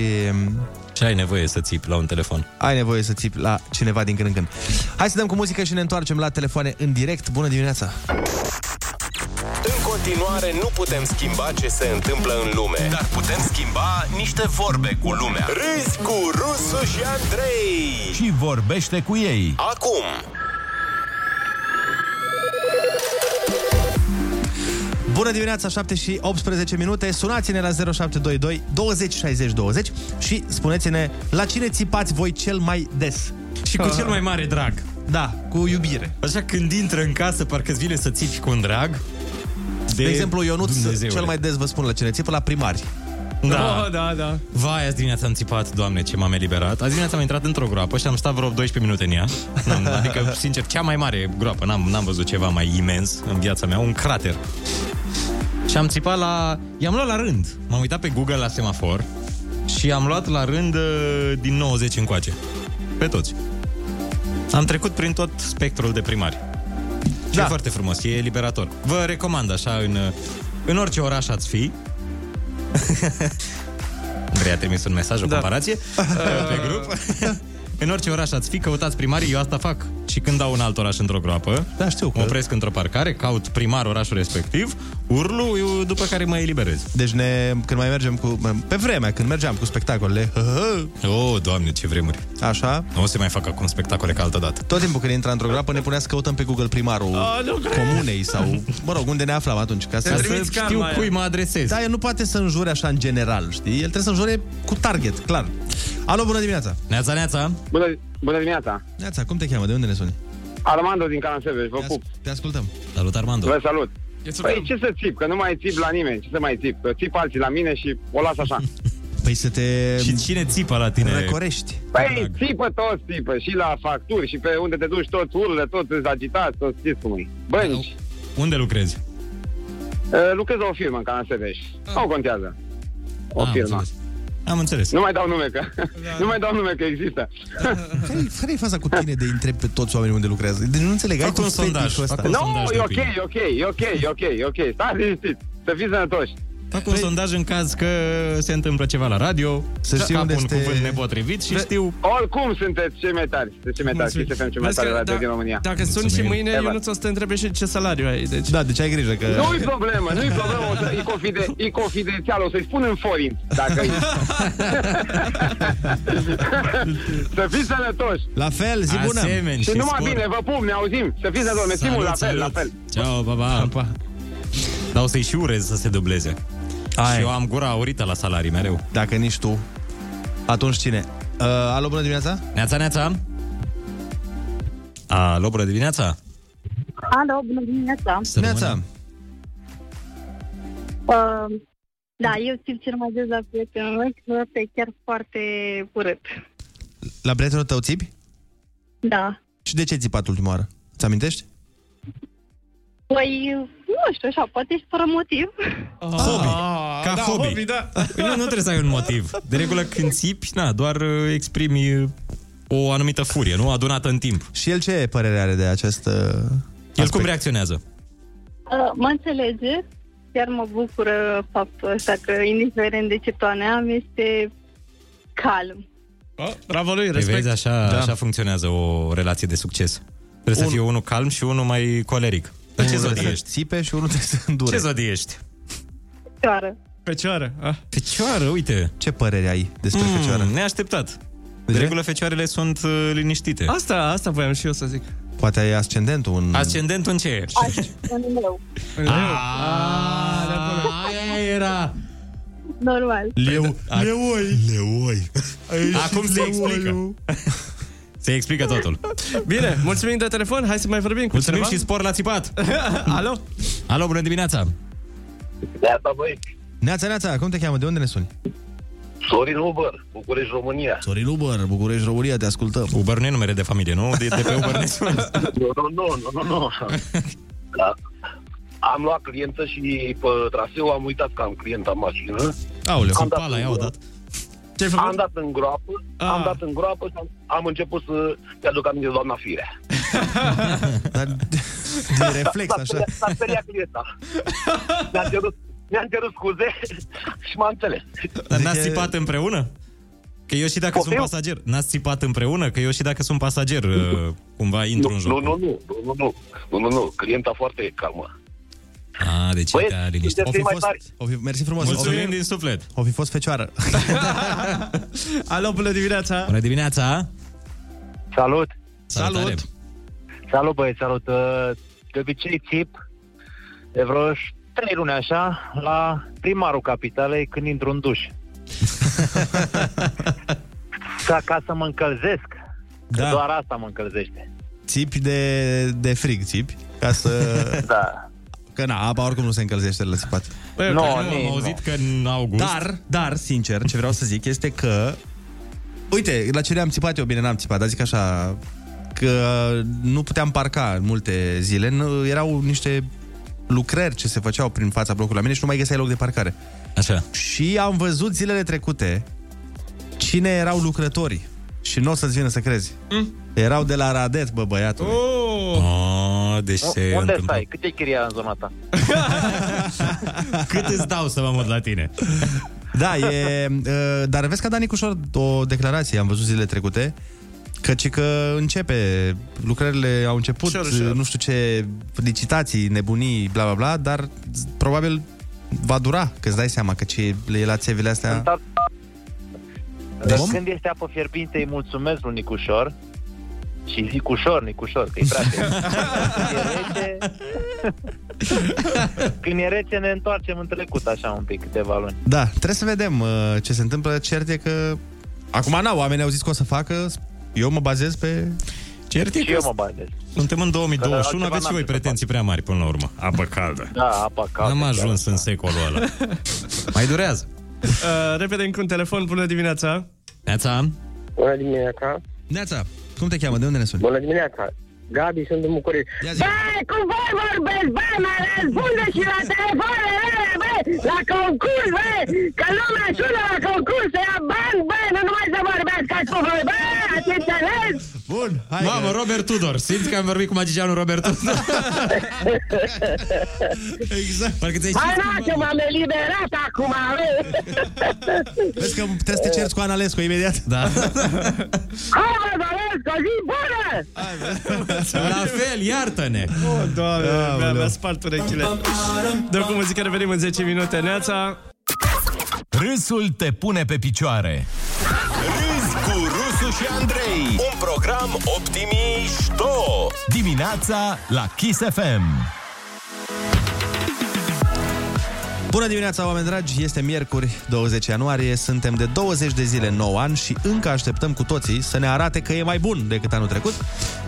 [SPEAKER 8] um,
[SPEAKER 7] Și ai nevoie să țipi la un telefon.
[SPEAKER 8] ai nevoie să țipi la cineva din când în când. Hai să dăm cu muzică și ne întoarcem la telefoane în direct. Bună dimineața!
[SPEAKER 6] În continuare nu putem schimba ce se întâmplă în lume, dar putem schimba niște vorbe cu lumea. Râzi cu Rusu și Andrei.
[SPEAKER 5] Și vorbește cu ei.
[SPEAKER 6] Acum,
[SPEAKER 8] Bună dimineața, 7 și 18 minute. Sunați-ne la 0722 20 60 20 și spuneți-ne la cine țipați voi cel mai des.
[SPEAKER 7] Și cu cel mai mare drag.
[SPEAKER 8] Da, cu iubire.
[SPEAKER 7] Ah. Așa când intră în casă, parcă îți vine să țipi cu un drag.
[SPEAKER 8] De, de exemplu, Ionuț,
[SPEAKER 7] Dumnezeule.
[SPEAKER 8] cel mai des vă spun la cine țipă, la primari.
[SPEAKER 7] Da.
[SPEAKER 9] Oh, da, da.
[SPEAKER 7] Vai, azi dimineața am țipat, doamne, ce m-am eliberat. Azi dimineața am intrat într-o groapă și am stat vreo 12 minute în ea. N-am, adică, sincer, cea mai mare groapă. N-am, n-am văzut ceva mai imens în viața mea, un crater. Și am țipat la... I-am luat la rând. M-am uitat pe Google la semafor și am luat la rând uh, din 90 încoace. Pe toți. Am trecut prin tot spectrul de primari. Și da. e foarte frumos, e liberator. Vă recomand așa în, uh, în orice oraș ați fi. Andrei a trimis un mesaj, o da. comparație uh, pe grup. în orice oraș ați fi, căutați primarii, eu asta fac. Și când dau un alt oraș într-o groapă,
[SPEAKER 8] da, știu
[SPEAKER 7] mă opresc într-o parcare, caut primar orașul respectiv, urlu, eu, după care mă eliberez.
[SPEAKER 8] Deci ne, când mai mergem cu... Pe vremea, când mergeam cu spectacolele,
[SPEAKER 7] Oh, doamne, ce vremuri!
[SPEAKER 8] Așa.
[SPEAKER 7] Nu o să mai fac acum spectacole ca altă dată.
[SPEAKER 8] Tot timpul când intra într-o groapă ne punea să căutăm pe Google primarul comunei sau, mă rog, unde ne aflam atunci. Ca
[SPEAKER 7] Ca să știu cui mă adresez.
[SPEAKER 8] Da, el nu poate să înjure așa în general, știi? El trebuie să înjure cu target, clar. Alo, bună dimineața!
[SPEAKER 7] Neața, neața!
[SPEAKER 13] Bună, bună dimineața!
[SPEAKER 8] Neața, cum te cheamă? De unde ne suni?
[SPEAKER 13] Armando din Calansebeș, vă pup!
[SPEAKER 8] Te ascultăm.
[SPEAKER 7] Salut, Armando!
[SPEAKER 13] Vă salut! Păi ce să țip, că nu mai țip la nimeni, ce să mai țip? Că Țip alții la mine și o las așa.
[SPEAKER 8] Păi să te...
[SPEAKER 7] Și cine țipă la tine?
[SPEAKER 8] Recorești.
[SPEAKER 13] Păi țipă toți țipă, și la facturi, și pe unde te duci toți urlă, toți îți agitați, toți știți cum e. Bănci,
[SPEAKER 7] Unde lucrezi?
[SPEAKER 13] uh, lucrez la o firmă în Calansebeș, nu contează. O
[SPEAKER 7] Ah. Am
[SPEAKER 13] firmă.
[SPEAKER 7] înțeles. Am înțeles. Da.
[SPEAKER 13] Nu mai dau nume că, nu mai dau nume că există.
[SPEAKER 8] Care-i, care-i faza cu tine de întrebi pe toți oamenii unde lucrează? Deci nu înțeleg, ai
[SPEAKER 13] Fac
[SPEAKER 8] tu
[SPEAKER 13] un sondaj,
[SPEAKER 8] fetișul ăsta.
[SPEAKER 13] Nu, e ok, e ok, e ok, e ok, e ok, stați liniștiți, să fiți sănătoși.
[SPEAKER 7] Fac un sondaj în caz că se întâmplă ceva la radio,
[SPEAKER 8] Păi- Să știi
[SPEAKER 7] scap
[SPEAKER 8] unde
[SPEAKER 7] un
[SPEAKER 8] este-
[SPEAKER 7] cuvânt nepotrivit și știu...
[SPEAKER 13] Oricum sunteți cei mai tari, sunteți cei mai tari,
[SPEAKER 9] Mulțumim.
[SPEAKER 13] știți ce cei mai
[SPEAKER 9] Vezi
[SPEAKER 13] tari
[SPEAKER 9] că
[SPEAKER 13] la
[SPEAKER 9] da-
[SPEAKER 13] radio din România.
[SPEAKER 9] Dacă suni și mâine, eu nu o să te întrebe și ce salariu ai. Deci...
[SPEAKER 8] Da, deci ai grijă că...
[SPEAKER 13] Nu-i problemă, nu-i problemă, o să, e, confide, e confidențial, o să-i spun în forin, dacă e. să fiți sănătoși!
[SPEAKER 8] La fel, zi bună!
[SPEAKER 7] Asemeni
[SPEAKER 13] și
[SPEAKER 7] și
[SPEAKER 13] numai
[SPEAKER 7] spor.
[SPEAKER 13] bine, vă pup, ne auzim, să fiți sănătoși, ne simul, la fel, la fel.
[SPEAKER 7] Ceau, pa, pa. pa. Dar o să-i și urez să se dubleze. Ai. Și eu am gura aurită la salarii mereu.
[SPEAKER 8] Dacă nici tu, atunci cine? Uh, alo, bună dimineața!
[SPEAKER 7] Neața, neața! Alo, bună dimineața!
[SPEAKER 14] Alo, bună dimineața!
[SPEAKER 8] Neața!
[SPEAKER 14] Uh, da, eu țip cel mai des la prietenul meu că pe chiar foarte urât.
[SPEAKER 8] la prietenul tău țipi?
[SPEAKER 14] Da.
[SPEAKER 8] Și de ce ai țipat ultima oară? Îți amintești?
[SPEAKER 14] Păi, nu știu, așa, poate și fără motiv.
[SPEAKER 13] Ah.
[SPEAKER 7] Hobby. Ca
[SPEAKER 14] da,
[SPEAKER 7] hobby.
[SPEAKER 14] hobby, da.
[SPEAKER 7] Păi Nu, nu trebuie să ai un motiv. De regulă când țipi, na, doar uh, exprimi uh, o anumită furie, nu? Adunată în timp.
[SPEAKER 8] Și el ce părere are de acest uh,
[SPEAKER 7] El cum reacționează?
[SPEAKER 14] Uh, Mă înțelege, chiar mă bucură faptul ăsta că, indiferent de ce toane am, este calm.
[SPEAKER 9] Oh, bravo lui,
[SPEAKER 7] Păi
[SPEAKER 9] respect.
[SPEAKER 7] vezi, așa, da. așa funcționează o relație de succes. Trebuie un... să fie unul calm și unul mai coleric. Dar ce zodie ești?
[SPEAKER 8] Țipe și unul trebuie să îndure.
[SPEAKER 7] Ce zodie ești?
[SPEAKER 14] Cioară.
[SPEAKER 9] Fecioară. Ah.
[SPEAKER 7] Fecioară, uite.
[SPEAKER 8] Ce părere ai despre
[SPEAKER 7] mm,
[SPEAKER 8] fecioară?
[SPEAKER 7] Neașteptat. De, de regulă, fecioarele sunt uh, liniștite.
[SPEAKER 9] Asta, asta voiam și eu să zic.
[SPEAKER 8] Poate ai ascendentul un...
[SPEAKER 7] Ascendentul în ce e?
[SPEAKER 14] În meu.
[SPEAKER 7] Ah! Aia era.
[SPEAKER 14] Normal.
[SPEAKER 7] Leu,
[SPEAKER 8] leoi. Leoi.
[SPEAKER 7] Acum se explică. Se explică totul.
[SPEAKER 9] Bine, mulțumim de telefon, hai să mai vorbim cu
[SPEAKER 7] Mulțumim
[SPEAKER 9] cineva.
[SPEAKER 7] și spor la țipat.
[SPEAKER 9] Alo?
[SPEAKER 7] Alo, bună dimineața.
[SPEAKER 13] Da,
[SPEAKER 15] Neața, băi.
[SPEAKER 8] Neața, Neața, cum te cheamă? De unde ne suni?
[SPEAKER 15] Sorin Uber, București, România.
[SPEAKER 8] Sorin Uber, București, România, te ascultăm.
[SPEAKER 7] Uber nu e numere de familie, nu? De, de pe Uber ne
[SPEAKER 15] Nu, nu, nu, nu, nu, nu. Da. Am luat clientă și pe traseu am uitat că am client am mașină.
[SPEAKER 7] Aoleu, cu
[SPEAKER 15] am
[SPEAKER 7] pala,
[SPEAKER 15] în
[SPEAKER 7] i-au dat.
[SPEAKER 15] Ce am dat în groapă,
[SPEAKER 7] Ah.
[SPEAKER 15] am dat în groapă și am, am început să i-aduc aminte de doamna Firea.
[SPEAKER 8] Din reflex, așa.
[SPEAKER 15] S-a speriat clienta. Mi-a cerut, mi-a cerut scuze și m-a înțeles.
[SPEAKER 7] Dar n-ați țipat împreună? Că eu și dacă sunt pasager. N-ați țipat împreună? Că eu și dacă sunt pasager, uh, cumva intru în joc.
[SPEAKER 15] Nu, nu, nu, nu, nu, nu, nu, nu, clienta foarte calmă.
[SPEAKER 7] A, deci
[SPEAKER 15] Băieți,
[SPEAKER 7] te-a liniștit.
[SPEAKER 15] sunteți cei mai tari.
[SPEAKER 8] O fi, mersi frumos.
[SPEAKER 7] Mulțumim
[SPEAKER 8] O fi-
[SPEAKER 7] din suflet.
[SPEAKER 8] O fi fost fecioară.
[SPEAKER 9] Alo, bună dimineața.
[SPEAKER 7] Bună dimineața.
[SPEAKER 16] Salut!
[SPEAKER 7] Salutare.
[SPEAKER 16] Salut, băieți, salut! Uh, De obicei țip de vreo trei luni așa la primarul capitalei când intru în duș. Ca, ca să mă încălzesc. Da.
[SPEAKER 8] Da.
[SPEAKER 16] Doar asta mă încălzește.
[SPEAKER 8] Țipi de, de frig, țipi, ca să...
[SPEAKER 16] da.
[SPEAKER 8] Că na, apa oricum nu se încălzește la țipat.
[SPEAKER 16] Băi, eu Nu, cred că nu, am nu. auzit
[SPEAKER 7] că în august...
[SPEAKER 8] Dar, dar, sincer, ce vreau să zic este că... Uite, la cele am țipat eu, bine, n-am țipat, dar zic așa că nu puteam parca în multe zile, nu, erau niște lucrări ce se făceau prin fața blocului la mine și nu mai găseai loc de parcare.
[SPEAKER 7] Așa.
[SPEAKER 8] Și am văzut zilele trecute cine erau lucrătorii. Și nu o să-ți vină să crezi. Mm. Erau de la Radet, bă, băiatul.
[SPEAKER 9] Oh.
[SPEAKER 7] Oh, deci
[SPEAKER 16] O-
[SPEAKER 7] se
[SPEAKER 16] Unde
[SPEAKER 7] întâmplă.
[SPEAKER 16] stai? Cât e chiria în zona ta?
[SPEAKER 7] Cât îți dau să mă mut la tine?
[SPEAKER 8] Da, e, uh, dar vezi că a dat Nicușor o declarație, am văzut zilele trecute, căci că începe, lucrările au început,
[SPEAKER 9] Ușor, ușor.
[SPEAKER 8] nu știu ce, licitații, nebunii, bla bla bla, dar z- probabil va dura, că îți dai seama că ce e la țevile astea.
[SPEAKER 16] Sunt
[SPEAKER 9] Da.
[SPEAKER 8] Deci-
[SPEAKER 16] Om? Când este apă fierbinte, îi mulțumesc lui Nicușor. Și zic ușor, Nicușor, că-i frate. Când e rece- Când e rece, ne întoarcem în trecut așa un pic, câteva luni.
[SPEAKER 8] Da, trebuie să vedem uh, ce se întâmplă. Cert e că... Acum, na, oamenii au zis că o să facă, eu mă bazez pe...
[SPEAKER 7] Cert e
[SPEAKER 16] Și eu mă deci. bazez.
[SPEAKER 7] Suntem în 2021,
[SPEAKER 16] Altceva
[SPEAKER 7] aveți și
[SPEAKER 16] n-am
[SPEAKER 7] voi pretenții prea mari până la urmă. Apă caldă.
[SPEAKER 16] Da, apa caldă.
[SPEAKER 7] N-am ajuns în secolul ăla. Mai durează.
[SPEAKER 9] Uh, repede încă un telefon, bună dimineața.
[SPEAKER 7] Neața.
[SPEAKER 17] Bună dimineața.
[SPEAKER 8] Neața, cum te cheamă? De unde ne suni?
[SPEAKER 17] Bună dimineața. Gabi, sunt în București.
[SPEAKER 4] Băi, cum voi vorbesc, băi, mă răspunde și la telefoane, băi, la concurs, băi, că lumea sună la concurs să ia bani, băi, nu numai să vorbesc ca cu voi, băi, ați înțeles?
[SPEAKER 8] Bun, hai
[SPEAKER 7] Mamă, Robert Tudor. Simți că am vorbit cu magicianul Robert Tudor. exact. Parcă ți-ai
[SPEAKER 4] Hai, lasă, m-am eliberat acum, băi.
[SPEAKER 8] Vezi că trebuie să te ceri cu Analescu imediat.
[SPEAKER 7] Da.
[SPEAKER 4] Hai, mă, doresc, o zi bună!
[SPEAKER 7] La fel, iartă-ne.
[SPEAKER 9] Oh, doamne, mi-a, mi-a spart urechile. De cum zic că revenim în 10 minute, Neața.
[SPEAKER 18] Râsul te pune pe picioare.
[SPEAKER 6] Râzi cu Rusu și Andrei. Un program optimișto.
[SPEAKER 18] Dimineața la Kiss FM.
[SPEAKER 8] Bună dimineața, oameni dragi! Este miercuri, 20 ianuarie, suntem de 20 de zile în 9 ani și încă așteptăm cu toții să ne arate că e mai bun decât anul trecut.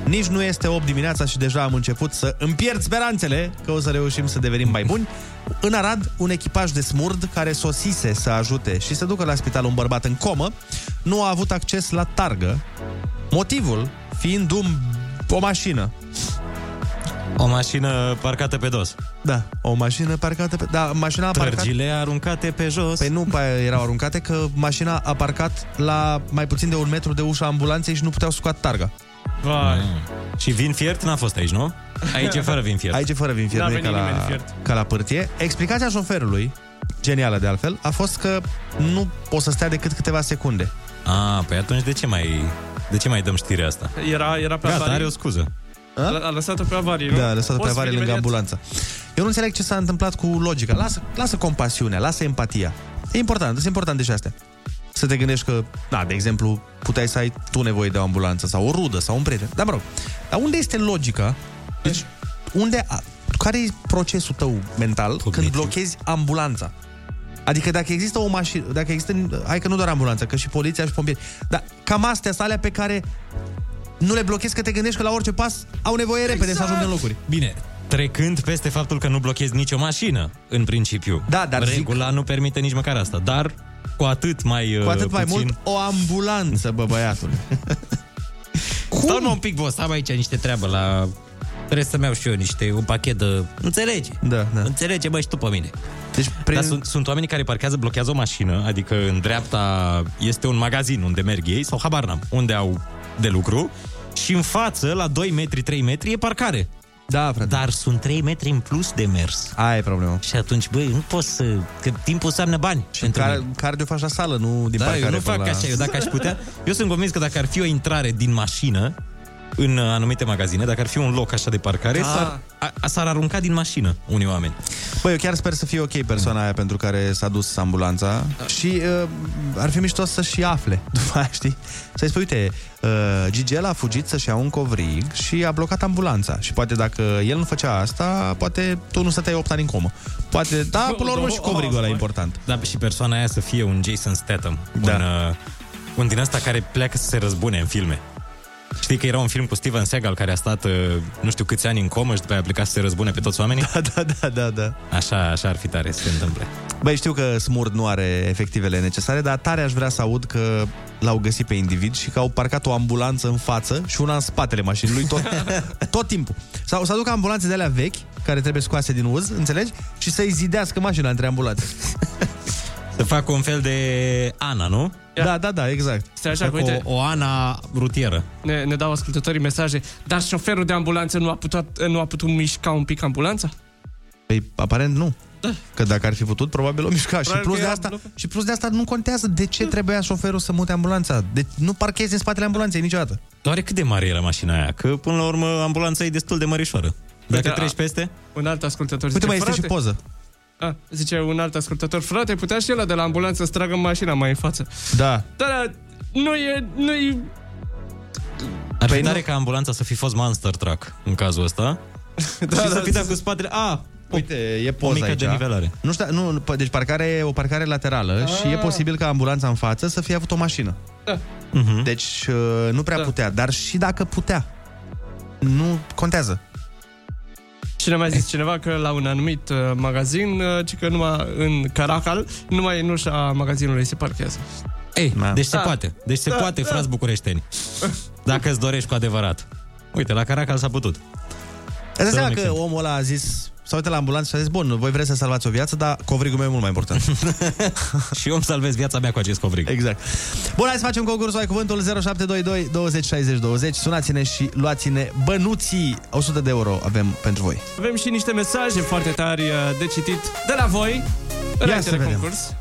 [SPEAKER 8] Nici nu este 8 dimineața și deja am început să îmi pierd speranțele că o să reușim să devenim mai buni. În Arad, un echipaj de smurd care sosise să ajute și să ducă la spital un bărbat în comă nu a avut acces la targă, motivul fiind un, o mașină.
[SPEAKER 7] O mașină parcată pe dos.
[SPEAKER 8] Da, o mașină parcată pe... Da, mașina a parcat...
[SPEAKER 7] Trăgile aruncate pe jos.
[SPEAKER 8] Păi nu pe aia erau aruncate, că mașina a parcat la mai puțin de un metru de ușa ambulanței și nu puteau scoate targa.
[SPEAKER 7] Vai. Și vin fiert n-a fost aici, nu? Aici e fără vin fiert.
[SPEAKER 8] Aici e fără vin fiert,
[SPEAKER 7] N-a
[SPEAKER 8] nu e ca
[SPEAKER 7] venit nimeni de
[SPEAKER 8] la,
[SPEAKER 7] fiert.
[SPEAKER 8] ca la pârtie. Explicația șoferului, genială de altfel, a fost că nu o să stea decât câteva secunde.
[SPEAKER 7] A, păi atunci de ce mai, de ce mai dăm știrea asta?
[SPEAKER 9] Era, era pe
[SPEAKER 7] Gata,
[SPEAKER 9] avarie.
[SPEAKER 7] are o scuză.
[SPEAKER 9] A? A lăsat-o pe avarie, nu?
[SPEAKER 8] Da, a lăsat-o pe
[SPEAKER 9] Poți
[SPEAKER 8] avare
[SPEAKER 9] veni
[SPEAKER 8] lângă
[SPEAKER 9] imediat.
[SPEAKER 8] ambulanță. Eu nu înțeleg ce s-a întâmplat cu logica. Lasă, lasă compasiunea, lasă empatia. E important, sunt important deși astea. Să te gândești că, da, de exemplu, puteai să ai tu nevoie de o ambulanță sau o rudă sau un prieten. Dar mă rog, dar unde este logica? Deci, unde, a, care e procesul tău mental când blochezi ambulanța? Adică dacă există o mașină, dacă există, hai că nu doar ambulanța, că și poliția și pompieri, dar cam astea sunt alea pe care nu le blochezi că te gândești că la orice pas au nevoie exact. repede să ajungă în locuri.
[SPEAKER 7] Bine, trecând peste faptul că nu blochezi nicio mașină, în principiu.
[SPEAKER 8] Da, dar zic-
[SPEAKER 7] Regula nu permite nici măcar asta, dar cu atât mai
[SPEAKER 8] Cu
[SPEAKER 7] uh,
[SPEAKER 8] atât mai
[SPEAKER 7] puțin...
[SPEAKER 8] mult o ambulanță, bă, băiatul.
[SPEAKER 19] Stau mă un pic, boss, am aici niște treabă la... Trebuie să-mi iau și eu niște, un pachet de... Înțelegi?
[SPEAKER 8] Da, da.
[SPEAKER 19] Înțelege, bă, și tu pe mine.
[SPEAKER 8] Deci,
[SPEAKER 7] prin... Dar sunt, sunt oamenii care parchează, blochează o mașină, adică în dreapta este un magazin unde merg ei, sau habar n-am, unde au de lucru, și în față, la 2 metri, 3 metri, e parcare.
[SPEAKER 8] Da, frate.
[SPEAKER 19] Dar sunt 3 metri în plus de mers.
[SPEAKER 8] Aia e problema.
[SPEAKER 19] Și atunci, băi, nu poți să... Că timpul înseamnă bani. Și
[SPEAKER 8] Care, care de faci la sală, nu din
[SPEAKER 19] da,
[SPEAKER 8] parcare.
[SPEAKER 19] eu nu
[SPEAKER 8] până
[SPEAKER 19] fac
[SPEAKER 8] la...
[SPEAKER 19] așa, eu dacă aș putea... Eu sunt convins că dacă ar fi o intrare din mașină în uh, anumite magazine, dacă ar fi un loc așa de parcare,
[SPEAKER 7] Da.
[SPEAKER 19] s-ar, a, s-ar arunca din mașină unii oameni.
[SPEAKER 8] Băi, eu chiar sper să fie ok persoana aia pentru care s-a dus ambulanța și uh, ar fi mișto să și afle după aia, știi? Să-i spui, uite, uh, Gigel a fugit să-și ia un covrig și a blocat ambulanța și poate dacă el nu făcea asta, poate tu nu stăteai 8 ani în comă. Poate, da, până la urmă și covrigul ăla e important.
[SPEAKER 7] Da, și persoana aia să fie un Jason Statham. Da. Un, uh, un din ăsta care pleacă să se răzbune în filme. Știi că era un film cu Steven Seagal care a stat uh, nu știu câți ani în comă și după aia a plecat să se răzbune pe toți oamenii?
[SPEAKER 8] Da, da, da, da, da.
[SPEAKER 7] Așa, așa ar fi tare să se întâmple.
[SPEAKER 8] Băi, știu că Smurd nu are efectivele necesare, dar tare aș vrea să aud că l-au găsit pe individ și că au parcat o ambulanță în față și una în spatele mașinii lui tot, tot timpul. Sau să aducă ambulanțe de alea vechi, care trebuie scoase din uz, înțelegi? Și să-i zidească mașina între ambulanțe.
[SPEAKER 7] Să facă un fel de Ana, nu?
[SPEAKER 8] Da, da, da, exact.
[SPEAKER 9] Stai așa,
[SPEAKER 7] Fac
[SPEAKER 9] că uite-
[SPEAKER 7] o, o Ana rutieră.
[SPEAKER 9] Ne, ne dau ascultătorii mesaje. Dar șoferul de ambulanță nu a putut, nu a putut mișca un pic ambulanța?
[SPEAKER 8] Păi, aparent nu.
[SPEAKER 7] Da.
[SPEAKER 8] Că dacă ar fi putut, probabil o mișca.
[SPEAKER 9] Probabil
[SPEAKER 8] și, plus
[SPEAKER 9] că
[SPEAKER 8] de
[SPEAKER 9] era
[SPEAKER 8] asta, și plus de asta nu contează de
[SPEAKER 7] Da.
[SPEAKER 8] ce trebuia șoferul să mute ambulanța. Deci nu parchezi în spatele ambulanței niciodată.
[SPEAKER 7] Doar cât de mare era mașina aia? Că până la urmă ambulanța e destul de mărișoară. Dacă
[SPEAKER 9] Uite,
[SPEAKER 7] treci
[SPEAKER 9] a-
[SPEAKER 7] peste...
[SPEAKER 9] Da, Un alt ascultător
[SPEAKER 7] Uite,
[SPEAKER 9] zice,
[SPEAKER 7] Păi mai este și
[SPEAKER 9] "Frate."
[SPEAKER 7] poză.
[SPEAKER 9] A, zice un alt ascultător, frate, putea și el de la ambulanță să tragă mașina mai în față.
[SPEAKER 8] Da.
[SPEAKER 9] Dar a, nu e, nu e...
[SPEAKER 7] Ar
[SPEAKER 9] Păi
[SPEAKER 7] fi tare ca ambulanța să fi fost Monster Truck în cazul ăsta.
[SPEAKER 8] Da,
[SPEAKER 7] și să
[SPEAKER 8] da,
[SPEAKER 7] fi dat cu spatele... A,
[SPEAKER 8] Uite, e
[SPEAKER 7] o
[SPEAKER 8] poza
[SPEAKER 7] mică
[SPEAKER 8] aici.
[SPEAKER 7] denivelare.
[SPEAKER 8] Nu știu, nu, p- deci parcare e o parcare laterală ah. și e posibil ca ambulanța în față să fie avut o mașină.
[SPEAKER 9] Da.
[SPEAKER 7] Mhm.
[SPEAKER 8] Uh-huh. Deci uh, nu prea da. putea, dar și dacă putea, nu contează.
[SPEAKER 9] Cine mai zis cineva că la un anumit uh, magazin, uh, ci că numai în Caracal, numai în ușa magazinului se parchează.
[SPEAKER 7] Ei,
[SPEAKER 9] Da.
[SPEAKER 7] deci se
[SPEAKER 9] Da.
[SPEAKER 7] poate. Deci se
[SPEAKER 9] Da,
[SPEAKER 7] poate,
[SPEAKER 9] da.
[SPEAKER 7] frați bucureșteni. Dacă îți dorești cu adevărat. Uite, la Caracal s-a putut.
[SPEAKER 8] Îți dai
[SPEAKER 7] Să
[SPEAKER 8] seama
[SPEAKER 7] luăm
[SPEAKER 8] că
[SPEAKER 7] exemplu.
[SPEAKER 8] omul ăla a zis, s-a uitat la ambulanță și a zis, bun, voi vreți să salvați o viață, dar covrigul meu e mult mai important.
[SPEAKER 7] și eu îmi salvez viața mea cu acest covrig.
[SPEAKER 8] Exact. Bun, hai să facem concursul, ai cuvântul 0722 20 60 20. Sunați-ne și luați-ne bănuții. 100 de euro avem pentru voi.
[SPEAKER 9] Avem și niște mesaje foarte tari uh, de citit de la voi, înainte
[SPEAKER 8] să
[SPEAKER 9] de
[SPEAKER 8] vedem.
[SPEAKER 9] concurs.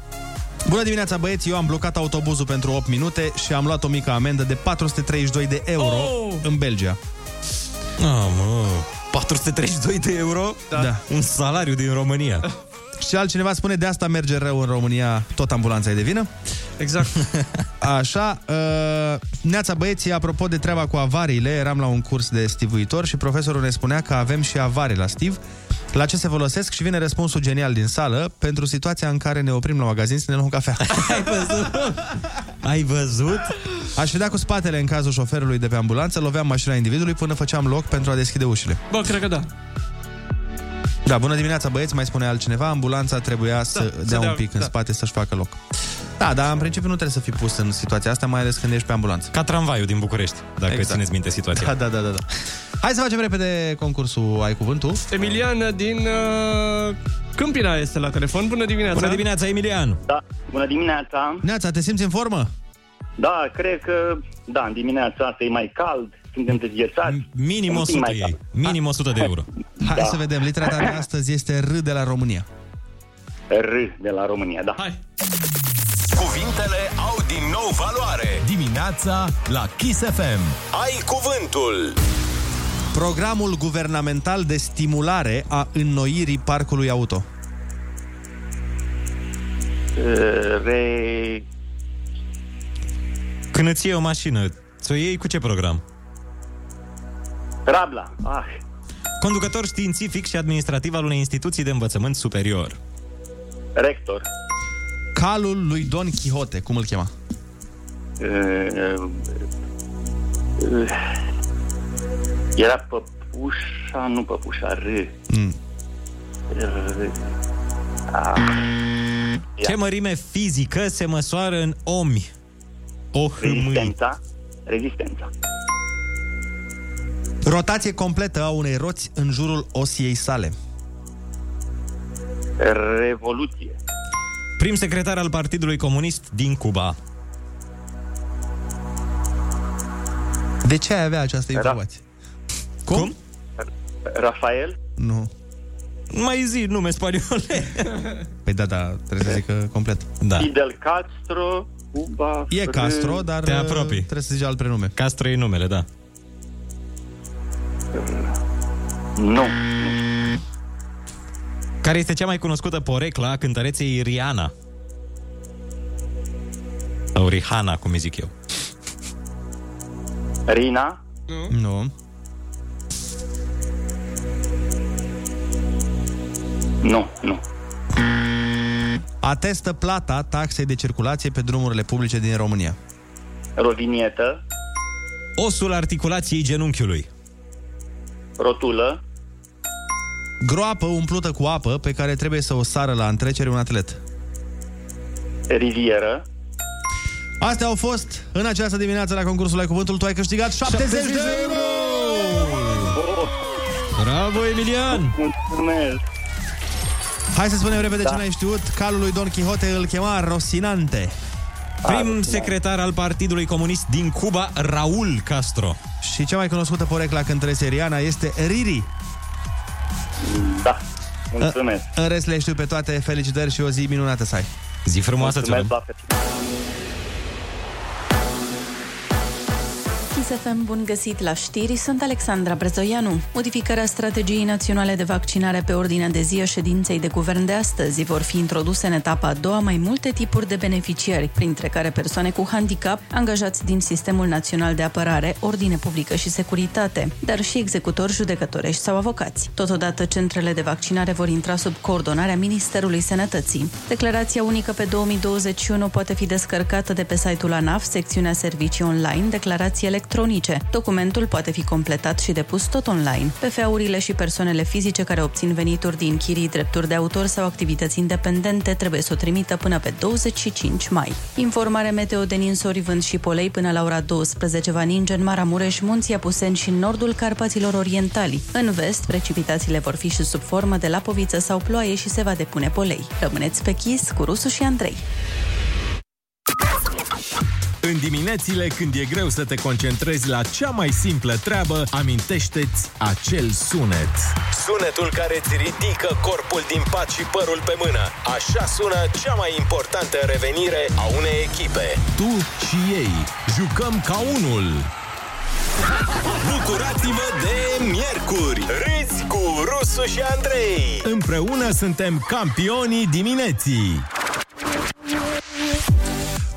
[SPEAKER 8] Bună dimineața, băieți! Eu am blocat autobuzul pentru 8 minute și am luat o mică amendă de 432 de euro oh! în Belgia.
[SPEAKER 7] Ah, mă, 432 de euro? Da. da. Un salariu din România.
[SPEAKER 8] Și altcineva spune, de asta merge rău în România, tot ambulanța e de vină.
[SPEAKER 9] Exact.
[SPEAKER 8] Așa, uh, neața băieții, apropo de treaba cu avariile, eram la un curs de stivuitor și profesorul ne spunea că avem și avarii la stiv, la ce se folosesc și vine răspunsul genial din sală pentru situația în care ne oprim la magazin să ne luăm cafea.
[SPEAKER 7] Ai văzut? Ai văzut?
[SPEAKER 8] Aș vedea cu spatele în cazul șoferului de pe ambulanță, loveam mașina individului până făceam loc pentru a deschide ușile.
[SPEAKER 9] Bă, cred că da.
[SPEAKER 8] Da, bună dimineața băieți, mai spune altcineva, ambulanța trebuia să,
[SPEAKER 9] să
[SPEAKER 8] dea,
[SPEAKER 9] dea-
[SPEAKER 8] un pic în
[SPEAKER 9] da.
[SPEAKER 8] spate să-și facă loc. Da, dar în principiu nu trebuie să fii pus în situația asta, mai ales când ești pe ambulanță.
[SPEAKER 7] Ca tramvaiul din București, dacă
[SPEAKER 8] Exact.
[SPEAKER 7] țineți minte situația.
[SPEAKER 8] Da, da, da, da. da. Hai să facem repede concursul Ai Cuvântul.
[SPEAKER 9] Emilian din uh, Câmpina este la telefon. Bună dimineața!
[SPEAKER 8] Bună dimineața,
[SPEAKER 7] Emilian!
[SPEAKER 20] Da, bună dimineața!
[SPEAKER 8] Neața, te simți în formă?
[SPEAKER 20] Da, cred că, da, în dimineața asta e mai cald, suntem dezghețați.
[SPEAKER 7] Minim
[SPEAKER 20] Un pic
[SPEAKER 7] 100
[SPEAKER 20] mai
[SPEAKER 7] ei. Minim 100 de euro.
[SPEAKER 8] Hai da. să vedem, litera ta de astăzi este R de la România.
[SPEAKER 20] cald. R de la România, da.
[SPEAKER 9] Hai.
[SPEAKER 6] Cuvintele au din nou valoare.
[SPEAKER 5] Dimineața la Kiss FM.
[SPEAKER 6] Ai cuvântul.
[SPEAKER 8] Programul guvernamental de stimulare a înnoirii parcului auto.
[SPEAKER 20] Uh, Re...
[SPEAKER 7] Când îți iei o mașină, ți-o iei cu ce program?
[SPEAKER 20] Rabla. Ah,
[SPEAKER 7] Conducător științific și administrativ al unei instituții de învățământ superior.
[SPEAKER 20] rector.
[SPEAKER 8] Calul lui Don Quixote, cum îl chema?
[SPEAKER 20] E, e, uh, Era păpușa, nu păpușa, R.
[SPEAKER 8] Mm.
[SPEAKER 20] R. Ah.
[SPEAKER 7] Ce mărime fizică se măsoară în omi? O
[SPEAKER 20] Rezistența. Rezistența.
[SPEAKER 8] Rotație completă a unei roți în jurul osiei sale.
[SPEAKER 20] Revoluție.
[SPEAKER 7] Prim secretar al Partidului Comunist din Cuba.
[SPEAKER 8] De ce ai avea această informație?
[SPEAKER 7] Cum? Cum?
[SPEAKER 20] Rafael.
[SPEAKER 8] Nu.
[SPEAKER 7] Mai zi nume spaniole.
[SPEAKER 8] Păi da, da, trebuie să zic complet.
[SPEAKER 7] Da.
[SPEAKER 20] Fidel Castro. Cuba.
[SPEAKER 8] E
[SPEAKER 20] R.
[SPEAKER 8] Castro, dar
[SPEAKER 7] Te apropii.
[SPEAKER 8] trebuie să zici alt prenume.
[SPEAKER 7] Castro e numele, da.
[SPEAKER 20] Nu.
[SPEAKER 7] Care este cea mai cunoscută poreclă a cântăreței Rihanna? Sau Rihanna, cum îi zic eu.
[SPEAKER 20] Rina.
[SPEAKER 8] Nu.
[SPEAKER 20] Nu, nu.
[SPEAKER 8] Atestă plata taxei de circulație pe drumurile publice din România.
[SPEAKER 20] Rovinietă.
[SPEAKER 7] Osul articulației genunchiului.
[SPEAKER 20] Rotulă.
[SPEAKER 8] Groapă umplută cu apă pe care trebuie să o sară la întrecere un atlet.
[SPEAKER 20] Rivieră.
[SPEAKER 8] Astea au fost în această dimineață la concursul Ai Cuvântul. Tu ai câștigat 70 de euro!
[SPEAKER 7] Bravo, Emilian!
[SPEAKER 20] Mulțumesc!
[SPEAKER 8] Hai să spunem repede da. ce n-ai știut. Calul lui Don Quixote îl chema Rosinante.
[SPEAKER 20] Ah,
[SPEAKER 7] Prim
[SPEAKER 20] da.
[SPEAKER 7] secretar al Partidului Comunist din Cuba, Raul Castro.
[SPEAKER 8] Și cea mai cunoscută poreclă a cântăreței Rihanna este Riri.
[SPEAKER 20] Da. Mulțumesc.
[SPEAKER 8] În- În rest le știu pe toate. Felicitări și o zi minunată să ai.
[SPEAKER 7] Zi
[SPEAKER 8] frumoasă,
[SPEAKER 20] Mulțumesc,
[SPEAKER 8] ți-o
[SPEAKER 20] la fel.
[SPEAKER 11] ISFM, bun găsit la știri, sunt Alexandra Brezoianu. Modificarea strategiei naționale de vaccinare pe ordinea de zi a ședinței de guvern de astăzi vor fi introduse în etapa a doua mai multe tipuri de beneficiari, printre care persoane cu handicap, angajați din Sistemul Național de Apărare, Ordine Publică și Securitate, dar și executori, judecătorești sau avocați. Totodată, centrele de vaccinare vor intra sub coordonarea Ministerului Sănătății. Declarația unică pe 2021 poate fi descărcată de pe site-ul ANAF, secțiunea Servicii Online, declarații electronice. Documentul poate fi completat și depus tot online. PFA-urile și persoanele fizice care obțin venituri din chirii, drepturi de autor sau activități independente trebuie să o trimită până pe 25 mai. Informare meteo de ninsori, vânt și polei până la ora 12 va ninge în Maramureș, Munții Apuseni și în nordul Carpaților Orientali. În vest, precipitațiile vor fi și sub formă de lapoviță sau ploaie și se va depune polei. Rămâneți pe chis cu Rusu și Andrei.
[SPEAKER 5] În diminețile când e greu să te concentrezi la cea mai simplă treabă, amintește-ți acel sunet.
[SPEAKER 6] Sunetul care îți ridică corpul din pat și părul pe mână. Așa sună cea mai importantă revenire a unei echipe.
[SPEAKER 5] Tu și ei jucăm ca unul.
[SPEAKER 6] Bucurați-vă de miercuri! Râzi cu Rusu și Andrei!
[SPEAKER 5] Împreună suntem campionii dimineții.
[SPEAKER 20] da.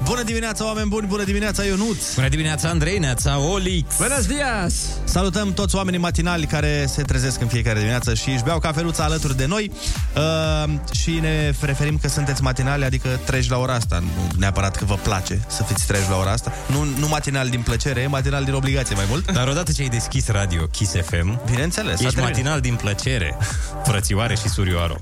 [SPEAKER 8] Bună dimineața, oameni buni! Bună dimineața, Ionuț!
[SPEAKER 7] Bună dimineața, Andrei, neața, Olix!
[SPEAKER 8] Buenos dias! Salutăm toți oamenii matinali care se trezesc în fiecare dimineață și își beau cafeluța alături de noi uh, și ne referim că sunteți matinali, adică treci la ora asta. Nu neapărat că vă place să fiți treji la ora asta. Nu, nu matinal din plăcere, matinal din obligație mai mult.
[SPEAKER 7] Dar odată ce ai deschis radio Kiss FM,
[SPEAKER 8] Bineînțeles,
[SPEAKER 7] ești
[SPEAKER 8] s-a terminat.
[SPEAKER 7] matinal din plăcere, frățioare și surioaro.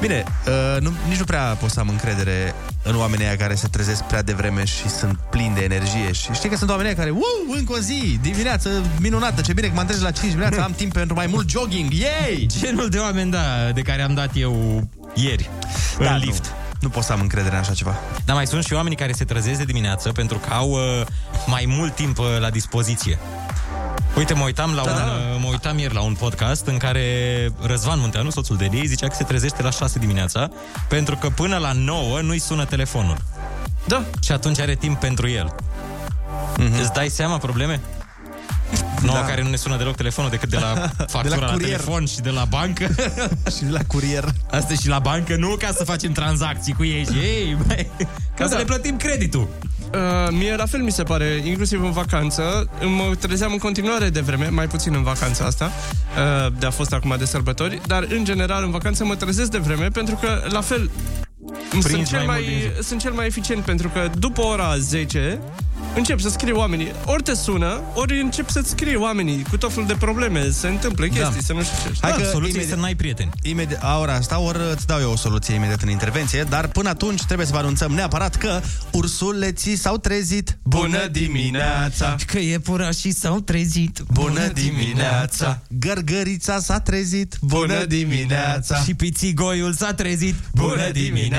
[SPEAKER 8] Bine, uh, nu, nici nu prea pot să am încredere în oamenii aia care se trezesc prea devreme și sunt plini de energie. Și știi că sunt oameni care, wow, încă o zi, dimineață minunată, ce bine că mă trezi la 5 dimineața, am timp pentru mai mult jogging, yay!
[SPEAKER 7] Genul de oameni, da, de care am dat eu ieri da, în lift. Nu.
[SPEAKER 8] nu pot să am încredere în așa ceva.
[SPEAKER 7] Dar mai sunt și oamenii care se trezesc de dimineață pentru că au uh, mai mult timp uh, la dispoziție. Uite, mă uitam, la da. un, mă uitam ieri la un podcast în care Răzvan Munteanu, soțul de ei, zicea că se trezește la 6 dimineața pentru că până la 9 nu-i sună telefonul. Da. Și atunci are timp pentru el. Mm-hmm. Îți dai seama probleme? Nouă da. care nu ne sună deloc telefonul decât de la factura de la, la
[SPEAKER 8] curier.
[SPEAKER 7] telefon și de la bancă.
[SPEAKER 8] și la curier.
[SPEAKER 7] Asta e și la bancă, nu ca să facem tranzacții cu ei și ei, băi, ca da. să le plătim creditul.
[SPEAKER 9] Uh, mie la fel mi se pare, inclusiv în vacanță, mă trezeam în continuare de vreme, mai puțin în vacanța asta, uh, de a fost acum de sărbători, dar în general în vacanță mă trezesc de vreme pentru că la fel
[SPEAKER 7] Prinzi
[SPEAKER 9] sunt cel
[SPEAKER 7] mai
[SPEAKER 9] mai,
[SPEAKER 7] mult din zi.
[SPEAKER 9] sunt cel mai eficient pentru că după ora 10 încep să scrii oamenii. Ori te sună, ori încep să-ți scrii oamenii cu tot felul de probleme, se întâmplă chestii, da. să nu știu ce.
[SPEAKER 8] Hai că
[SPEAKER 9] soluția
[SPEAKER 8] imediat-
[SPEAKER 7] n-ai prieteni.
[SPEAKER 8] Imediat, a, ora asta, ori îți dau eu o soluție imediat în intervenție, dar până atunci trebuie să vă anunțăm neapărat că ursuleții s-au trezit.
[SPEAKER 19] Că e și s-au trezit
[SPEAKER 8] Bună dimineața! Gărgărița s-a trezit. Bună dimineața!
[SPEAKER 19] Și pițigoiul s-a trezit
[SPEAKER 8] Bună dimineața!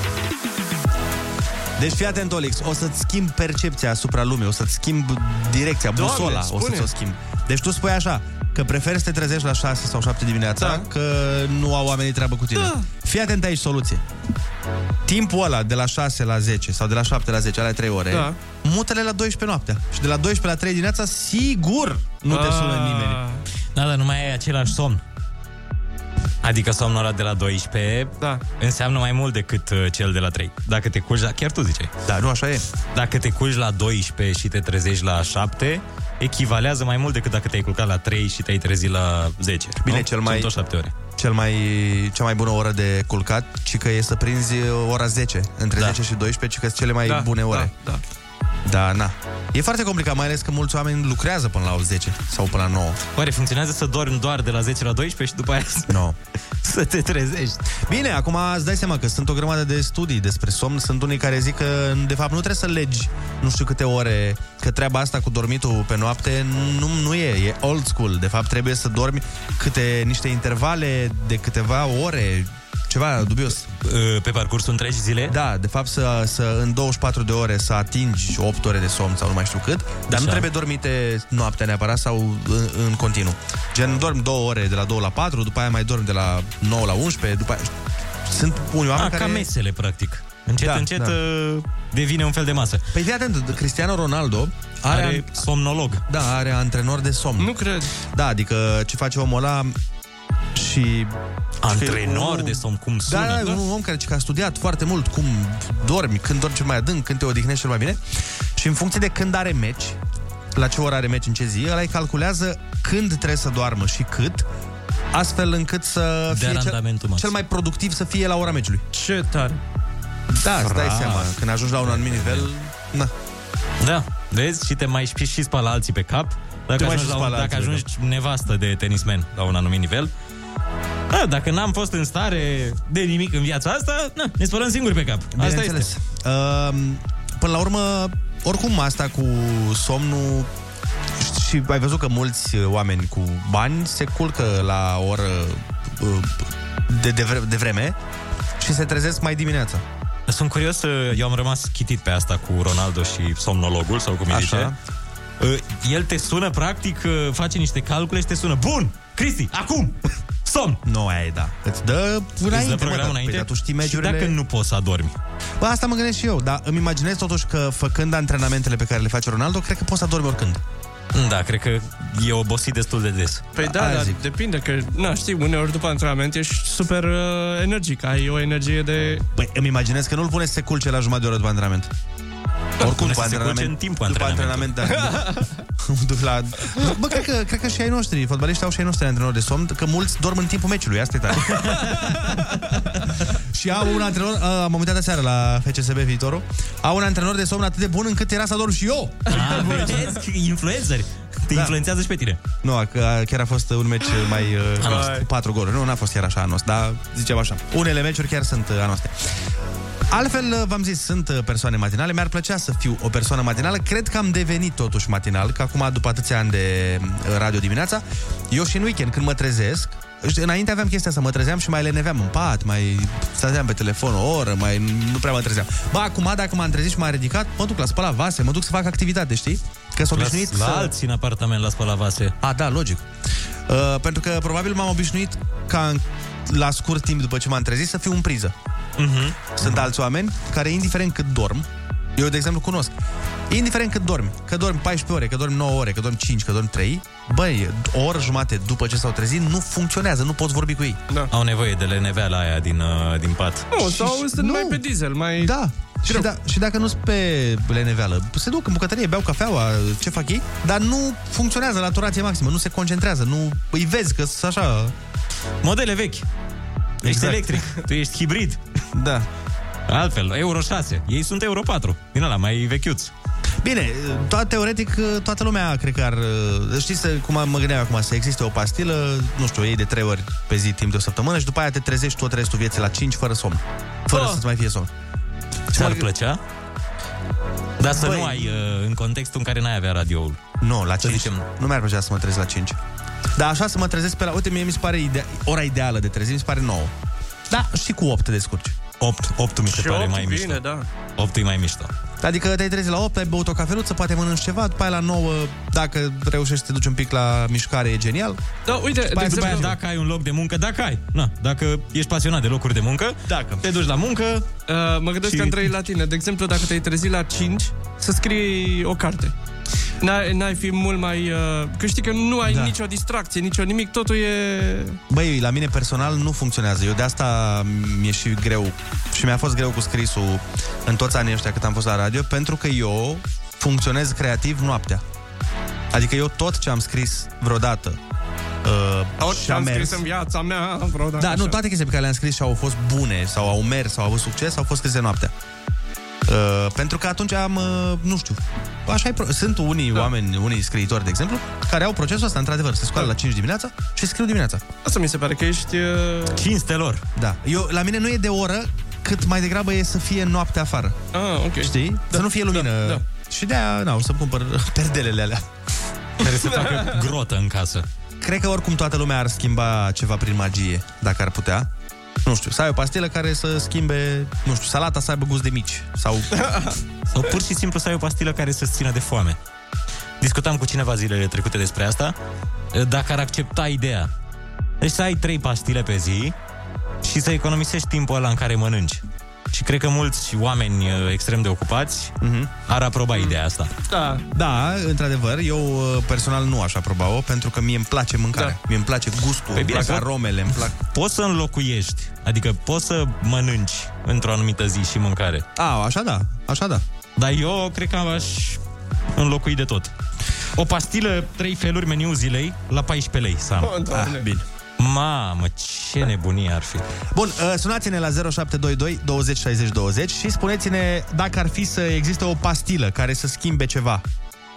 [SPEAKER 8] Deci fii atent, Olix, o să-ți schimb percepția asupra lumii, o să-ți schimb direcția,
[SPEAKER 6] Doamne,
[SPEAKER 8] busola, o
[SPEAKER 6] spune.
[SPEAKER 8] să-ți o schimb. Deci tu spui așa, că preferi să te trezești la 6 sau 7 dimineața, da. că nu au oamenii treabă cu tine. Da. Fii atent aici soluție. Timpul ăla de la 6 la 10 sau de la 7 la 10, alea 3 ore,
[SPEAKER 9] Da.
[SPEAKER 8] da. mută-le la 12 noaptea. Și de la 12 la 3 dimineața, sigur nu te sună nimeni.
[SPEAKER 19] Ah.
[SPEAKER 7] Da, dar nu mai ai același somn. Adică somnul ăla de la 12 da. înseamnă mai mult decât uh, cel de la 3. Dacă te culci, la... chiar tu ziceai.
[SPEAKER 8] Da, nu așa e.
[SPEAKER 7] Dacă te culci la 12 și te trezești la 7, echivalează mai mult decât dacă te-ai culcat la 3 și te-ai trezit la 10.
[SPEAKER 8] Bine,
[SPEAKER 7] nu?
[SPEAKER 8] cel mai-
[SPEAKER 7] Sunt tot 7 ore.
[SPEAKER 8] Cel mai, cea mai bună oră de culcat, ci că e să prinzi ora 10, între da. 10 și 12, ci că sunt cele mai da, bune ore.
[SPEAKER 9] Da, da.
[SPEAKER 8] Da, na. E foarte complicat, mai ales că mulți oameni lucrează până la 10 sau până la 9.
[SPEAKER 7] Oare funcționează să dormi doar de la 10 la 12 și după aia să,
[SPEAKER 8] no.
[SPEAKER 7] să te trezești?
[SPEAKER 8] Bine, acum îți dai seama că sunt o grămadă de studii despre somn. Sunt unii care zic că, de fapt, nu trebuie să legi nu știu câte ore, că treaba asta cu dormitul pe noapte nu, nu e, e old school. De fapt, trebuie să dormi câte niște intervale de câteva ore, ceva dubios.
[SPEAKER 7] Pe parcursul întregi zile?
[SPEAKER 8] Da, de fapt să, să în 24 de ore să atingi 8 ore de somn sau nu mai știu cât, dar nu
[SPEAKER 7] Așa.
[SPEAKER 8] trebuie dormite noaptea neapărat sau în, în continuu. Gen, dormi 2 ore de la 2 la 4, după aia mai dormi de la 9 la 11, după aia... Sunt unii oameni
[SPEAKER 7] A,
[SPEAKER 8] care...
[SPEAKER 7] ca mesele, practic. Ah, Încet,
[SPEAKER 8] Da,
[SPEAKER 7] încet
[SPEAKER 8] da.
[SPEAKER 7] uh, devine un fel de masă.
[SPEAKER 8] Păi fii atent, Cristiano Ronaldo are,
[SPEAKER 7] Are somnolog.
[SPEAKER 8] Da, are antrenor de somn. Nu
[SPEAKER 9] cred.
[SPEAKER 8] Da, adică ce face omul ăla și...
[SPEAKER 7] Antrenor
[SPEAKER 8] și-
[SPEAKER 7] de somn, cum sună.
[SPEAKER 8] Da, da,
[SPEAKER 7] Da.
[SPEAKER 8] un om care, că a studiat foarte mult cum dormi, când dormi cel mai adânc, când te odihnești cel mai bine. Și în funcție de când are meci, la ce oră are meci în ce zi, ăla îi calculează când trebuie să doarmă și cât, astfel încât să
[SPEAKER 7] Dea
[SPEAKER 8] fie cel,
[SPEAKER 7] randamentul maxim.
[SPEAKER 8] cel mai productiv să fie la ora meciului.
[SPEAKER 9] Ce tare!
[SPEAKER 8] Da, îți dai
[SPEAKER 7] Frate.
[SPEAKER 8] seama, când ajungi la un anumit nivel, na,
[SPEAKER 7] Da, vezi? Și te mai și, și spală alții pe cap. Dacă
[SPEAKER 8] mai
[SPEAKER 7] ajungi,
[SPEAKER 8] și
[SPEAKER 7] la un,
[SPEAKER 8] spală
[SPEAKER 7] dacă
[SPEAKER 8] alții pe
[SPEAKER 7] ajungi nevastă de tenismen la un anumit nivel, da, dacă n-am fost în stare de nimic în viața asta, na, ne spălăm singuri pe cap. Asta este.
[SPEAKER 8] Bineînțeles. Uh, până la urmă, oricum asta cu somnul și- și ai văzut că mulți uh, oameni cu bani se culcă la o oră uh, de, de, vre- de vreme și se trezesc mai dimineața.
[SPEAKER 7] Sunt curios, uh, eu am rămas chitit pe asta cu Ronaldo și somnologul, sau cum îi zice. Uh, El te sună, practic, uh, face niște calcule și te sună. Bun! Cristi, acum! Somn!
[SPEAKER 8] Nu, aia e, da. Îți dă
[SPEAKER 7] Îți dă
[SPEAKER 8] înainte, mă,
[SPEAKER 7] programul
[SPEAKER 8] dar-
[SPEAKER 7] înainte?
[SPEAKER 8] păi, dar tu știi
[SPEAKER 7] și
[SPEAKER 8] meciurile-
[SPEAKER 7] dacă nu poți să adormi?
[SPEAKER 8] Bă, asta mă gândesc și eu, dar îmi imaginez totuși că făcând antrenamentele pe care le face Ronaldo, cred că poți să adormi oricând.
[SPEAKER 7] Da, cred că e obosit destul de des.
[SPEAKER 9] Păi da,
[SPEAKER 7] Aia
[SPEAKER 9] dar
[SPEAKER 7] zic.
[SPEAKER 9] depinde că, na, știi, uneori după antrenament ești super uh, energic, ai o energie de...
[SPEAKER 8] Păi îmi imaginez că nu-l pune să se culce la jumătate de oră după antrenament. Oricum,
[SPEAKER 9] Pune
[SPEAKER 8] după
[SPEAKER 9] să se culce
[SPEAKER 8] antrenament.
[SPEAKER 9] în timpul
[SPEAKER 8] după antrenament, da. Duc la... Bă, cred că, cred că și ai noștri, fotbaliști au și ai noștri antrenori de somn, că mulți dorm în timpul meciului, asta e tare. și au un antrenor, a, am uitat aseară la FCSB viitorul, au un antrenor de somn atât de bun încât era să dorm și eu.
[SPEAKER 7] A, Ah, vedeți? Influenceri.
[SPEAKER 8] Da.
[SPEAKER 7] Te influențează și pe tine.
[SPEAKER 8] Nu, că chiar a fost un meci mai uh,
[SPEAKER 7] Anost.
[SPEAKER 8] cu patru goluri. Nu, n-a fost chiar așa anost, dar zicem așa. Unele meciuri chiar sunt uh, anoste. Altfel, uh, v-am zis, sunt uh, persoane matinale. Mi-ar plăcea să fiu o persoană matinală. Cred că am devenit totuși matinal, că acum, după atâția ani de uh, radio dimineața, eu și în weekend, când mă trezesc, știi, Înainte aveam chestia să mă trezeam și mai leneveam în pat, mai stăteam pe telefon o oră, mai nu prea mă trezeam. Ba, acum, dacă m-am trezit și m-am ridicat, mă duc la spălat vase, mă duc să fac activitate, știi? Că s-a
[SPEAKER 7] La,
[SPEAKER 8] obișnuit
[SPEAKER 7] la
[SPEAKER 8] să...
[SPEAKER 7] alții în apartament la spăla vase.
[SPEAKER 8] A, da, logic. Uh, pentru că probabil m-am obișnuit ca în, la scurt timp după ce m-am trezit să fiu în priză.
[SPEAKER 19] Mhm.
[SPEAKER 8] Uh-huh. Sunt alți oameni care, indiferent cât dorm, eu, de exemplu, cunosc, indiferent cât dormi, că dormi 14 ore, că dormi 9 ore, că dormi 5, că dormi 3, băi, o oră jumate după ce s-au trezit, nu funcționează, nu poți vorbi cu ei.
[SPEAKER 9] Da.
[SPEAKER 7] Au nevoie de leneveala aia din, uh, din pat.
[SPEAKER 9] Nu, sau sunt mai pe diesel, mai...
[SPEAKER 8] Da. Și, da, și dacă nu sunt pe leneveală, se duc în bucătărie, beau cafeaua, ce fac ei, dar nu funcționează la turație maximă, nu se concentrează, nu îi vezi că sunt așa...
[SPEAKER 7] Modele vechi. Ești
[SPEAKER 8] Exact.
[SPEAKER 7] electric, tu ești hibrid.
[SPEAKER 8] Da.
[SPEAKER 7] Altfel, Euro 6. Ei sunt Euro 4. Din ala mai vechiuți.
[SPEAKER 8] Bine, toată, teoretic, toată lumea cred că ar... Știi să, cum am- mă gândeam acum, să existe o pastilă, nu știu, ei de trei ori pe zi timp de o săptămână și după aia te trezești tot restul vieții la 5 fără somn. Fără
[SPEAKER 7] Oh.
[SPEAKER 8] oh. să-ți mai fie somn.
[SPEAKER 7] Ți-ar plăcea? Dar să
[SPEAKER 8] Băi.
[SPEAKER 7] nu ai uh, în contextul în care n-ai avea radioul.
[SPEAKER 8] Nu, la 5. Nu mi-ar plăcea să mă trezesc la 5. Dar așa să mă trezesc pe la... Uite, mie mi se pare ide- ora ideală de trezire, mi se pare 9. Da, și cu 8 te descurci.
[SPEAKER 7] 8, 8 mi se
[SPEAKER 8] Și
[SPEAKER 7] pare
[SPEAKER 8] opt,
[SPEAKER 7] mai
[SPEAKER 8] bine,
[SPEAKER 7] mișto.
[SPEAKER 9] da.
[SPEAKER 7] 8 e mai mișto.
[SPEAKER 8] Adică te-ai trezit la 8, ai băut o cafeluță, poate mănânci ceva, după aia la 9, dacă reușești să te duci un pic la mișcare, e genial.
[SPEAKER 9] Da, uite,
[SPEAKER 7] După aia, după aia, dacă ai un loc de muncă, dacă ai, na, dacă ești pasionat de locuri de muncă, dacă. te duci la muncă,
[SPEAKER 9] Uh, mă gândesc
[SPEAKER 7] Și-
[SPEAKER 9] și... că între la tine. De exemplu, dacă te-ai trezit la 5, să scrii o carte. N-ai, n-ai fi mult mai... Uh, că știi că nu ai da. nicio distracție, nicio nimic, totul e...
[SPEAKER 8] Băi, la mine personal nu funcționează. Eu de asta mi-e și greu și mi-a fost greu cu scrisul în toți anii ăștia cât am fost la radio, pentru că eu funcționez creativ noaptea. Adică eu tot ce am scris vreodată uh,
[SPEAKER 9] Tot ce
[SPEAKER 8] și-a
[SPEAKER 9] am
[SPEAKER 8] mers-
[SPEAKER 9] scris în viața mea, vreodată.
[SPEAKER 8] da, nu, toate chestiile pe care le-am scris și au fost bune sau au mers sau au avut succes, au fost scrise noaptea. Uh, pentru că atunci am, uh, nu știu, așa e pro- sunt unii da. oameni, unii scriitori, de exemplu, care au procesul ăsta, într-adevăr, se scoală da. la 5 dimineața și scriu dimineața.
[SPEAKER 9] Asta mi se pare că ești... Uh...
[SPEAKER 7] Cinstelor.
[SPEAKER 8] Da. Eu, la mine nu e de oră, cât mai degrabă e să fie noapte afară.
[SPEAKER 9] Ah, ok.
[SPEAKER 8] Știi? Da. Să nu fie lumină. Da. Da. Și de-aia, na, o să-mi cumpăr perdelele alea.
[SPEAKER 7] care să facă grotă în casă.
[SPEAKER 8] Cred că oricum toată lumea ar schimba ceva prin magie, dacă ar putea. Nu știu, să ai o pastilă care să schimbe, nu știu, salata să aibă gust de mici. Sau...
[SPEAKER 7] Sau pur și simplu să ai o pastilă care să-ți țină de foame. Discutam cu cineva zilele trecute despre asta, dacă ar accepta ideea. Deci să ai trei pastile pe zi și să economisești timpul ăla în care mănânci. Și cred că mulți oameni uh, extrem de ocupați
[SPEAKER 8] Mhm.
[SPEAKER 7] mm-hmm. ar aproba ideea asta.
[SPEAKER 9] Da.
[SPEAKER 8] Da, într-adevăr, eu uh, personal nu aș aproba-o, pentru că mie îmi place mâncarea. Da. Mie îmi place gustul, îmi plac
[SPEAKER 7] pot-
[SPEAKER 8] aromele, îmi plac...
[SPEAKER 7] Poți să înlocuiești, adică poți să mănânci într-o anumită zi și mâncare.
[SPEAKER 8] A, așa da, așa da.
[SPEAKER 7] Dar eu cred că aș înlocui de tot. O pastilă, trei feluri, meniu zilei, la 14 lei, Sam. Ah,
[SPEAKER 8] Oh, Doamne.
[SPEAKER 7] bine. Mamă, ce nebunie ar fi.
[SPEAKER 8] Bun, uh, sunați-ne la 0722 20 60 20 și spuneți-ne dacă ar fi să existe o pastilă care să schimbe ceva.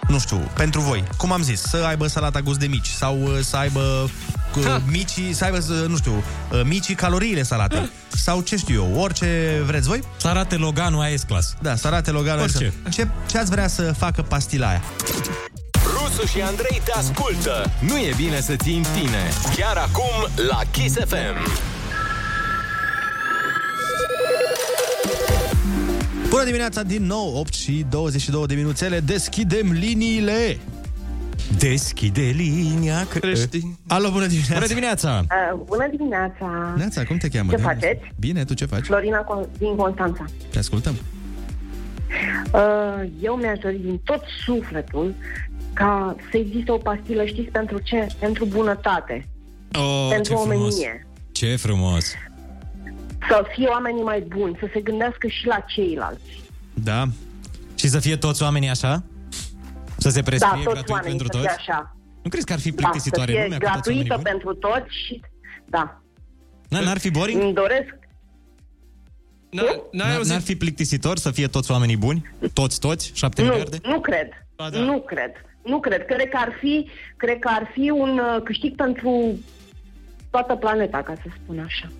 [SPEAKER 8] Nu știu, pentru voi. Cum am zis, să aibă salata gust de mici sau uh, să aibă uh, micii, să aibă, uh, nu știu, uh, micii caloriile salate. Sau ce știu eu, orice vreți voi.
[SPEAKER 7] Să arate Loganul AS Class.
[SPEAKER 8] Da, să arate Loganul AS
[SPEAKER 6] Orice.
[SPEAKER 8] Class. Ce, ce ați vrea să facă pastila aia?
[SPEAKER 6] Rusu și Andrei te ascultă. Nu e bine să ții în tine. Chiar acum la Kiss FM.
[SPEAKER 8] Bună dimineața din nou, 8 și 22 de minuțele, deschidem liniile!
[SPEAKER 7] Deschide linia creștin.
[SPEAKER 8] Alo, bună dimineața!
[SPEAKER 7] Bună dimineața!
[SPEAKER 4] Uh, bună dimineața!
[SPEAKER 8] Neața, da. cum te cheamă?
[SPEAKER 4] Ce
[SPEAKER 8] De unde
[SPEAKER 4] faceți?
[SPEAKER 8] ești? Bine, tu ce faci?
[SPEAKER 4] Florina Con- din Constanța.
[SPEAKER 8] Te ascultăm.
[SPEAKER 4] Uh, Eu mi-aș dori din tot sufletul ca să existe o pastilă, știți pentru ce? Pentru bunătate,
[SPEAKER 7] Oh,
[SPEAKER 4] pentru
[SPEAKER 7] ce frumos.
[SPEAKER 4] omenie.
[SPEAKER 7] Ce frumos.
[SPEAKER 4] Să fie oamenii mai buni, să se gândească și la ceilalți.
[SPEAKER 7] Da. Și să fie toți oamenii așa? Să se prescrie
[SPEAKER 4] da, toți
[SPEAKER 7] gratuit
[SPEAKER 4] oamenii
[SPEAKER 7] pentru
[SPEAKER 4] să fie
[SPEAKER 7] toți?
[SPEAKER 4] așa.
[SPEAKER 7] Nu crezi că ar fi
[SPEAKER 4] Da, să
[SPEAKER 7] plictisitoare
[SPEAKER 4] fie
[SPEAKER 7] lumea cu toți oamenii
[SPEAKER 4] gratuită
[SPEAKER 7] buni?
[SPEAKER 4] pentru toți și... Da.
[SPEAKER 7] Na, n-ar fi boring?
[SPEAKER 4] Îmi doresc
[SPEAKER 7] N-ar, n-ar fi plictisitor să fie toți oamenii buni? Toți, toți? Șapte
[SPEAKER 4] nu,
[SPEAKER 7] miliarde?
[SPEAKER 4] Nu cred. da. Nu cred. Nu cred. Cred că ar fi, cred că ar fi un uh, câștig pentru toată planeta, ca să spun așa.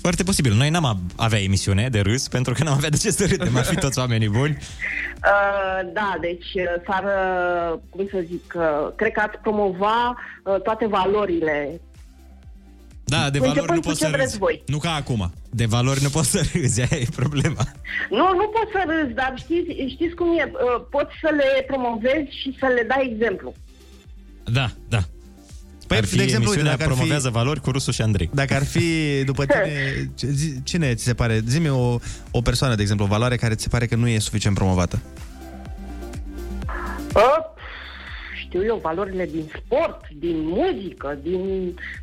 [SPEAKER 7] Foarte posibil. Noi n-am a- avea emisiune de râs pentru că n-am avea de ce să râdem. Ar fi toți oamenii buni.
[SPEAKER 4] Uh, da, deci uh, s-ar, uh, cum să zic, uh, cred că ați promova uh, toate valorile.
[SPEAKER 7] Da, de valori nu
[SPEAKER 4] Începând cu
[SPEAKER 7] poți
[SPEAKER 4] ce
[SPEAKER 7] să
[SPEAKER 4] vreți
[SPEAKER 7] râzi.
[SPEAKER 4] voi.
[SPEAKER 7] Nu ca acum. De valori nu poți să râzi, aia e problema.
[SPEAKER 4] Nu, nu poți să râzi, dar știți, știți cum e, uh, poți să le promovezi și să le dai exemplu.
[SPEAKER 7] Da, da. Păi, ar fi
[SPEAKER 8] de exemplu, uite,
[SPEAKER 7] emisiunea
[SPEAKER 8] dacă ar fi-
[SPEAKER 7] promovează valori cu Rusu și Andrei.
[SPEAKER 8] Dacă ar fi după tine, ce- zi- cine ți se pare? Zi-mi o, o persoană, de exemplu, o valoare care ți se pare că nu e suficient promovată.
[SPEAKER 4] Uh, știu eu, valorile din sport, din muzică, din...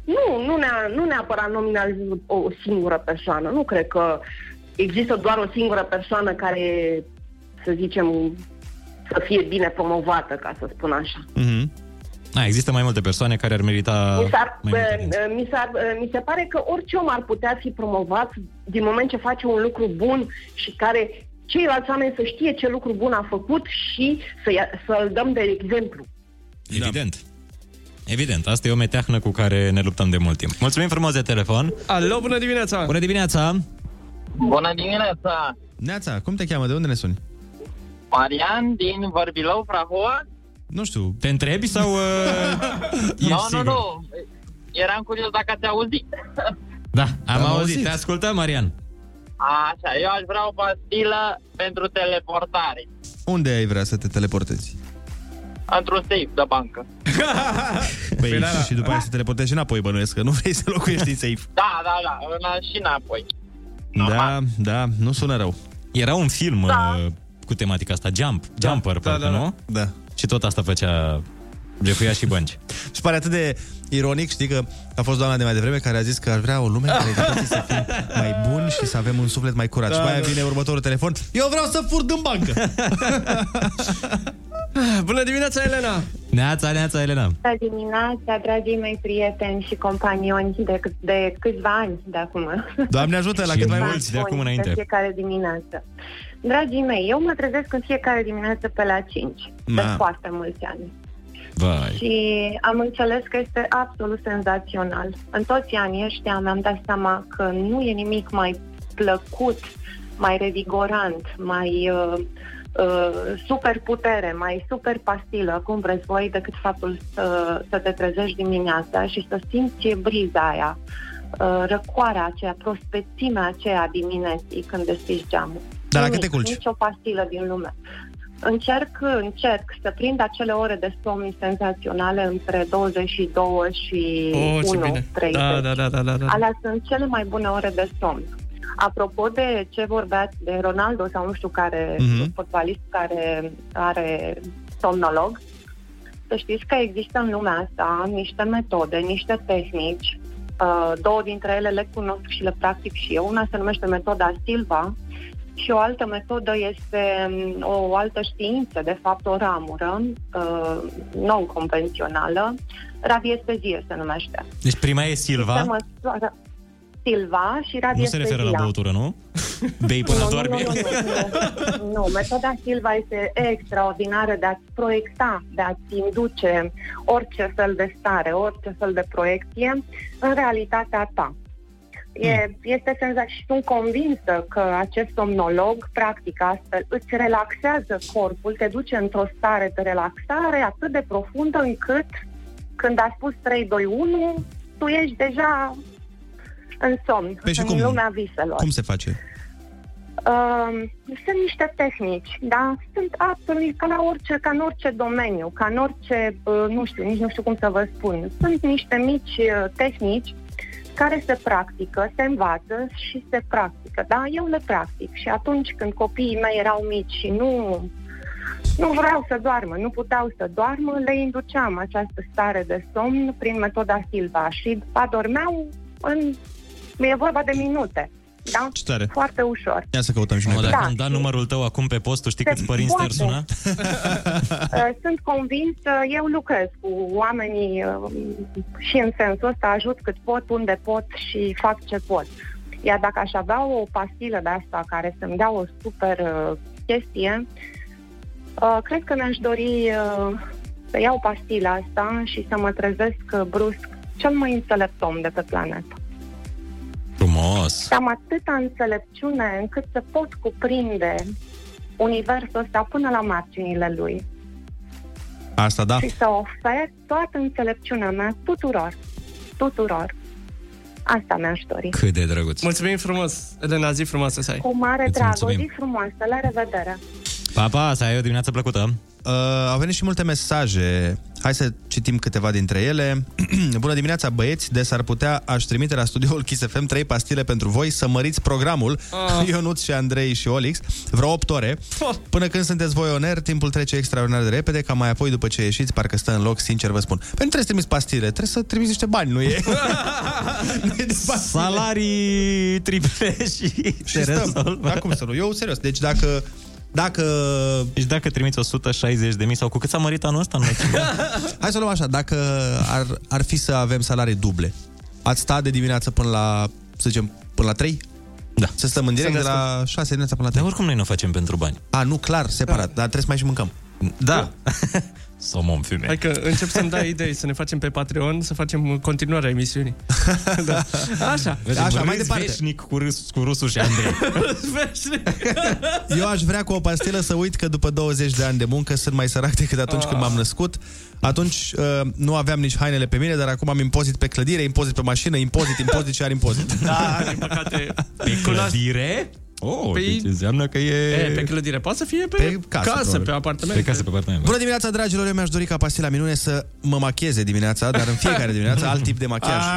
[SPEAKER 4] Nu, nu, ne nu neapărat nominalizez o, o singură persoană. Nu cred că există doar o singură persoană care, să zicem, să fie bine promovată, ca să spun așa.
[SPEAKER 7] Mm-hmm. A, există mai multe persoane care ar merita...
[SPEAKER 4] Mi, s-ar,
[SPEAKER 7] Ah, mai multe.
[SPEAKER 4] uh, mi, s-ar, uh, mi se pare că orice om ar putea fi promovat din moment ce face un lucru bun și care ceilalți oameni să știe ce lucru bun a făcut și să ia, să-l dăm de exemplu.
[SPEAKER 7] Evident. Da. Evident, asta e o meteahnă cu care ne luptăm de mult timp. Mulțumim frumos de telefon.
[SPEAKER 9] Alo, bună dimineața!
[SPEAKER 7] Bună dimineața!
[SPEAKER 21] Bună dimineața!
[SPEAKER 8] Neața, cum te cheamă? De unde ne suni?
[SPEAKER 21] Marian din Vorbilou, Prahova.
[SPEAKER 8] Nu știu.
[SPEAKER 7] Te întrebi sau... uh,
[SPEAKER 21] Nu, nu, nu. Eram curios dacă ați auzit.
[SPEAKER 7] Da, am, am auzit. Te ascultăm, Marian.
[SPEAKER 21] Așa, eu aș vrea o pastilă pentru teleportare.
[SPEAKER 8] Unde ai vrea să te teleportezi?
[SPEAKER 21] Într-un safe de bancă.
[SPEAKER 8] Păi,
[SPEAKER 7] da.
[SPEAKER 8] și după aia să te teleportezi și înapoi, bănuiesc, că nu vrei să locuiești în safe.
[SPEAKER 21] Da, da, da, în, și înapoi.
[SPEAKER 8] Da, da, nu sună rău.
[SPEAKER 7] Era un film da. cu tematica asta, Jump, da, Jumper, da, parcă, da, nu?
[SPEAKER 8] Da.
[SPEAKER 7] Și tot asta făcea jefuia și bănci.
[SPEAKER 8] Și pare atât de ironic, știi că a fost doamna de mai devreme care a zis că ar vrea o lume care cu toții să fim mai bun și să avem un suflet mai curat.
[SPEAKER 10] Da,
[SPEAKER 8] și pe aia
[SPEAKER 10] da.
[SPEAKER 8] vine următorul telefon. Eu vreau să fur din bancă.
[SPEAKER 9] Bună dimineața, Elena!
[SPEAKER 7] Neața, neața, Elena.
[SPEAKER 22] Bună dimineața, dragii mei prieteni și companioni de, câ- de câțiva ani de acum.
[SPEAKER 8] Doamne ajută, la cât mai
[SPEAKER 22] Câțiva
[SPEAKER 8] mulți de
[SPEAKER 22] ani
[SPEAKER 8] acum
[SPEAKER 22] buni,
[SPEAKER 8] înainte.
[SPEAKER 22] În fiecare dimineață. Dragii mei, eu mă trezesc în fiecare dimineață pe la 5, de
[SPEAKER 8] Da.
[SPEAKER 23] Ma.
[SPEAKER 22] foarte mulți ani.
[SPEAKER 7] Vai.
[SPEAKER 22] Și am înțeles că este absolut senzațional. În toți anii ăștia mi-am dat seama că nu e nimic mai plăcut, mai revigorant, mai uh, uh, super putere, mai super pastilă, cum vreți voi, decât faptul să, să te trezești dimineața și să simți briza aia, uh, răcoarea aceea, prospețimea aceea dimineții când deschizi geamul.
[SPEAKER 8] Dar la
[SPEAKER 22] Nimic,
[SPEAKER 8] cât te culci?
[SPEAKER 22] Nici o pastilă din lume. Încerc, încerc să prind acele ore de somn senzaționale între 22 și
[SPEAKER 9] Oh, ce
[SPEAKER 22] 1,
[SPEAKER 9] bine!
[SPEAKER 22] 30.
[SPEAKER 9] Da, da, da, da, da, da.
[SPEAKER 22] Alea sunt cele mai bune ore de somn. Apropo de ce vorbeați de Ronaldo sau nu știu care
[SPEAKER 24] Mhm.
[SPEAKER 22] mm-hmm. fotbalist care are somnolog, să știți că există în lumea asta niște metode, niște tehnici. Uh, două dintre ele le cunosc și le practic și eu. Una se numește metoda Silva și o altă metodă este um, o altă știință, de fapt o ramură uh, non-convențională. Radiestezie se numește.
[SPEAKER 7] Deci prima e Silva,
[SPEAKER 22] Se măsoară Silva și
[SPEAKER 7] nu se
[SPEAKER 22] radiestesia.
[SPEAKER 7] referă la băutură, nu? Bei până doarme.
[SPEAKER 22] Nu, nu, metoda Silva este extraordinară de a-ți proiecta, de a-ți induce orice fel de stare, orice fel de proiecție în realitatea ta.
[SPEAKER 8] Hmm.
[SPEAKER 22] E, este senzația și sunt convinsă că acest somnolog, practic astfel, îți relaxează corpul, te duce într-o stare de relaxare atât de profundă încât când a spus 3, 2, 1, tu ești deja în somn,
[SPEAKER 8] Păi și
[SPEAKER 22] în
[SPEAKER 8] cum-
[SPEAKER 22] lumea viselor.
[SPEAKER 8] Cum se face?
[SPEAKER 22] Um, sunt niște tehnici, da? Sunt absolut ca la orice, ca în orice domeniu, ca în orice, uh, nu știu, nici nu știu cum să vă spun. Sunt niște mici uh, tehnici care se practică, se învață și se practică. Da, eu le practic și atunci când copiii mei erau mici și nu nu vreau să doarmă, nu puteau să doarmă, le induceam această stare de somn prin metoda Silva și adormeau în... e vorba de minute, da?
[SPEAKER 8] Ce tare.
[SPEAKER 22] Foarte ușor.
[SPEAKER 8] Ia să căutăm și
[SPEAKER 7] Mă,
[SPEAKER 8] noi.
[SPEAKER 7] dacă
[SPEAKER 22] Da,
[SPEAKER 7] îmi da
[SPEAKER 22] și-
[SPEAKER 7] numărul tău acum pe post, tu știi
[SPEAKER 22] Se
[SPEAKER 7] câți părinți te-ar
[SPEAKER 22] poate.
[SPEAKER 7] suna?
[SPEAKER 22] Uh, Sunt convins, uh, eu lucrez cu oamenii uh, și în sensul ăsta ajut cât pot, unde pot și fac ce pot. Iar dacă aș avea o pastilă de asta care să-mi dea o super uh, chestie, uh, cred că mi-aș dori uh, să iau pastila asta și să mă trezesc uh, brusc cel mai înțelept om de pe planetă.
[SPEAKER 7] Frumos!
[SPEAKER 22] Și am atâta înțelepciune încât să pot cuprinde universul ăsta până la marginile lui
[SPEAKER 8] Asta da.
[SPEAKER 22] și să ofer toată înțelepciunea mea tuturor. Tuturor. Asta mi-aș dori.
[SPEAKER 7] Cât de drăguț.
[SPEAKER 9] Mulțumim frumos, Elena, zi frumoasă să ai.
[SPEAKER 22] Cu mare
[SPEAKER 9] Îți
[SPEAKER 22] drag, o
[SPEAKER 9] mulțumim.
[SPEAKER 22] zi frumoasă, la revedere!
[SPEAKER 7] Pa, pa, să ai o dimineață plăcută.
[SPEAKER 8] Uh, au venit și multe mesaje. Hai să citim câteva dintre ele. Bună dimineața, băieți! De s-ar putea aș trimite la studioul Kiss FM 3 pastile pentru voi să măriți programul.
[SPEAKER 6] Ah.
[SPEAKER 8] Ionuț și Andrei și Olix. Vreo 8 ore. Până când sunteți voi on air, timpul trece extraordinar de repede, ca mai apoi după ce ieșiți, parcă stă în loc, sincer vă spun. Păi nu trebuie să trimiți pastile, trebuie să trimiți niște bani, nu e?
[SPEAKER 7] Salarii triple și,
[SPEAKER 8] Deci și stăm. Dar cum să nu? Eu, serios, deci dacă... Dacă...
[SPEAKER 7] Deci dacă trimiți 160 de mii sau cu cât s-a mărit anul ăsta? Nu știu.
[SPEAKER 8] Hai să o luăm așa, dacă ar, ar fi să avem salarii duble, ați sta de dimineață până la, să zicem, până la 3?
[SPEAKER 7] Da.
[SPEAKER 8] Să stăm în direct
[SPEAKER 7] Să
[SPEAKER 8] de
[SPEAKER 7] ne
[SPEAKER 8] la 6 dimineața până la 3.
[SPEAKER 7] Dar oricum noi nu o facem pentru bani.
[SPEAKER 8] A, nu, clar, separat, dar trebuie să mai și mâncăm.
[SPEAKER 7] Da. Sau mom fiume.
[SPEAKER 9] Hai că încep să-mi dai idei, să ne facem pe Patreon, să facem continuarea emisiunii. da. Așa.
[SPEAKER 8] Așa, mai departe.
[SPEAKER 7] Veșnic cu, râs, cu rusul și Andrei.
[SPEAKER 8] Eu aș vrea cu o pastilă să uit că după 20 de ani de muncă sunt mai sărac decât atunci când
[SPEAKER 7] Ah.
[SPEAKER 8] m-am născut. Atunci uh, nu aveam nici hainele pe mine, dar acum am impozit pe clădire, impozit pe mașină, impozit, impozit și ar impozit.
[SPEAKER 9] Da, din păcate.
[SPEAKER 7] Pe clădire? Oh,
[SPEAKER 9] Pe-
[SPEAKER 7] deci înseamnă că e...
[SPEAKER 9] E, pe clădire. Poate să fie pe,
[SPEAKER 8] Pe
[SPEAKER 9] casă,
[SPEAKER 8] casă,
[SPEAKER 9] casă
[SPEAKER 8] probabil.
[SPEAKER 9] pe apartament.
[SPEAKER 7] Pe casă, pe apartament.
[SPEAKER 8] Bună dimineața, dragilor! Eu mi-aș dori ca pastila minune să mă macheze dimineața, dar în fiecare dimineață alt tip de machiaj.
[SPEAKER 9] A,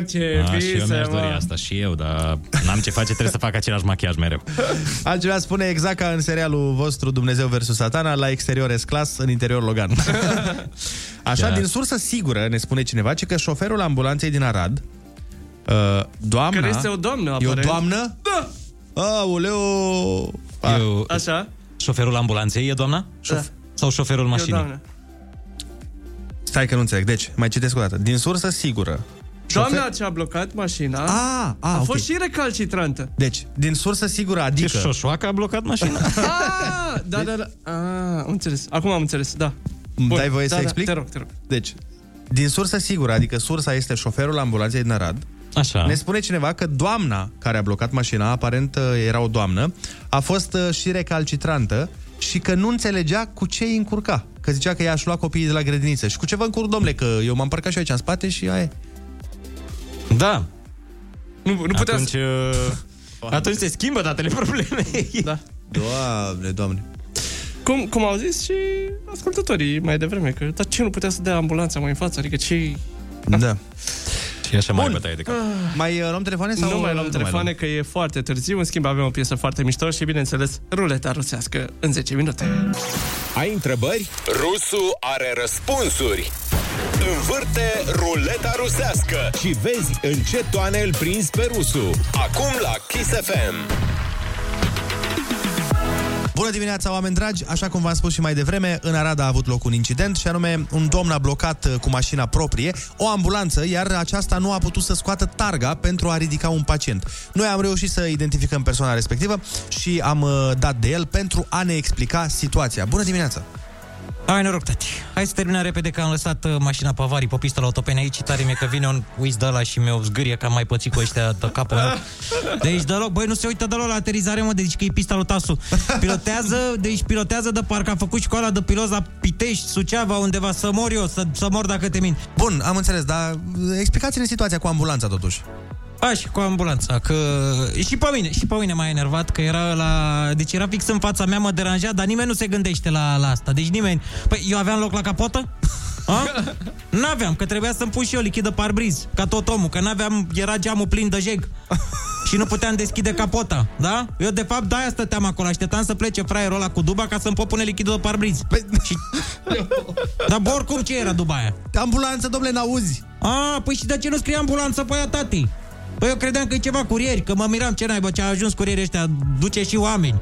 [SPEAKER 9] Ah, ce
[SPEAKER 7] A, Ah, și eu
[SPEAKER 9] vise,
[SPEAKER 7] mi-aș
[SPEAKER 9] mă.
[SPEAKER 7] dori asta și eu, dar n-am ce face, trebuie să fac același machiaj mereu.
[SPEAKER 8] Altceva spune exact ca în serialul vostru Dumnezeu versus Satana, la exterior S-Class, în interior Logan. Așa,
[SPEAKER 6] Chiar.
[SPEAKER 8] din sursă sigură ne spune cineva ce că șoferul ambulanței din Arad, uh, doamna...
[SPEAKER 9] Care este o doamnă,
[SPEAKER 8] E o
[SPEAKER 9] aparent.
[SPEAKER 8] doamnă?
[SPEAKER 9] Da!
[SPEAKER 8] Aoleu!
[SPEAKER 7] Eu,
[SPEAKER 9] Așa? Da.
[SPEAKER 7] Șoferul ambulanței e doamna?
[SPEAKER 8] Șof-
[SPEAKER 7] Sau șoferul mașinii?
[SPEAKER 9] doamnă.
[SPEAKER 8] Stai că nu înțeleg. Deci, mai citesc o dată. Din sursă sigură.
[SPEAKER 9] Doamna ce a blocat mașina
[SPEAKER 8] A,
[SPEAKER 7] Ah,
[SPEAKER 8] a,
[SPEAKER 9] a
[SPEAKER 8] ok.
[SPEAKER 9] fost și recalcitrantă.
[SPEAKER 8] Deci, din sursă sigură, adică...
[SPEAKER 7] Ce șoșoacă a blocat mașina?
[SPEAKER 9] Ah, da, da, da. Ah, am înțeles. Acum am înțeles, da.
[SPEAKER 8] Îmi
[SPEAKER 9] Bun,
[SPEAKER 8] dai voie
[SPEAKER 9] da,
[SPEAKER 8] să
[SPEAKER 9] da,
[SPEAKER 8] explic?
[SPEAKER 9] Te rog, te rog.
[SPEAKER 8] Deci, din sursă sigură, adică sursa este șoferul ambulanței din Arad,
[SPEAKER 7] Așa.
[SPEAKER 8] ne spune cineva că doamna care a blocat mașina, aparent uh, era o doamnă, a fost uh, și recalcitrantă și că nu înțelegea cu ce îi încurca. Că zicea că ea aș lua copiii de la grădiniță. Și cu ce vă încurc, domnule, că eu m-am parcat și eu aici în spate și aia e.
[SPEAKER 7] Da.
[SPEAKER 9] Nu, nu puteam
[SPEAKER 7] atunci, să... atunci se schimbă datele problemei.
[SPEAKER 9] Da.
[SPEAKER 8] Doamne, doamne.
[SPEAKER 9] Cum, cum au zis și ascultătorii mai devreme, că dar ce nu putea să dea ambulanța mai în față? Adică ce...
[SPEAKER 8] Da.
[SPEAKER 7] Și așa mai bătaie de cap.
[SPEAKER 8] Mai uh, luăm telefoane sau...
[SPEAKER 9] Ah. Nu mai luăm telefoane,
[SPEAKER 8] luăm?
[SPEAKER 9] că e foarte târziu. În schimb, avem o piesă foarte mișto și, bineînțeles, ruleta rusească în 10 minute.
[SPEAKER 6] Ai întrebări? Rusu are răspunsuri. Învârte ruleta rusească și vezi în ce toane îl prinzi pe rusu. Acum la Kiss FM.
[SPEAKER 8] Bună dimineața, oameni dragi! Așa cum v-am spus și mai devreme, în Arada a avut loc un incident și anume un domn a blocat uh, cu mașina proprie o ambulanță, iar aceasta nu a putut să scoată targa pentru a ridica un pacient. Noi am reușit să identificăm persoana respectivă și am uh, dat de el pentru a ne explica situația. Bună dimineața!
[SPEAKER 7] Hai noroc,
[SPEAKER 19] tati. Hai să terminăm repede că am lăsat uh, mașina pe avarii pe pista la autopene aici. Tare mi că vine un uiz de ăla și mi-o zgârie că am mai pățit cu ăștia de capul meu. Deci deloc, băi, nu se uită deloc la aterizare, mă, deci că e pista lui Tasu. Pilotează, deci pilotează de parcă a făcut școala de pilot la Pitești, Suceava, undeva, să mor eu, să, să mor dacă te mint.
[SPEAKER 8] Bun, am înțeles, dar uh, explicați-ne situația cu ambulanța totuși.
[SPEAKER 19] Așa, cu ambulanța, că... uh, Și pe mine, și pe mine m-a enervat că era la... Deci era fix în fața mea, mă deranja, dar nimeni nu se gândește la, la asta. Deci nimeni... Păi eu aveam loc la capotă? A? N-aveam, că trebuia să-mi pun și eu lichidă parbriz, ca tot omul, că n-aveam, era geamul plin de jeg. și nu puteam deschide capota, da? Eu, de fapt, de-aia stăteam acolo, așteptam să plece fraierul ăla cu duba ca să-mi pot pune lichidul de parbriz. Și... Dar bă, oricum ce era duba aia? Ambulanță, domnule, n-auzi. A, păi și de ce nu scrie ambulanță pe aia, tati? Păi eu credeam că e ceva curieri, că mă miram ce naibă, ce a ajuns curierii ăștia, duce și oameni.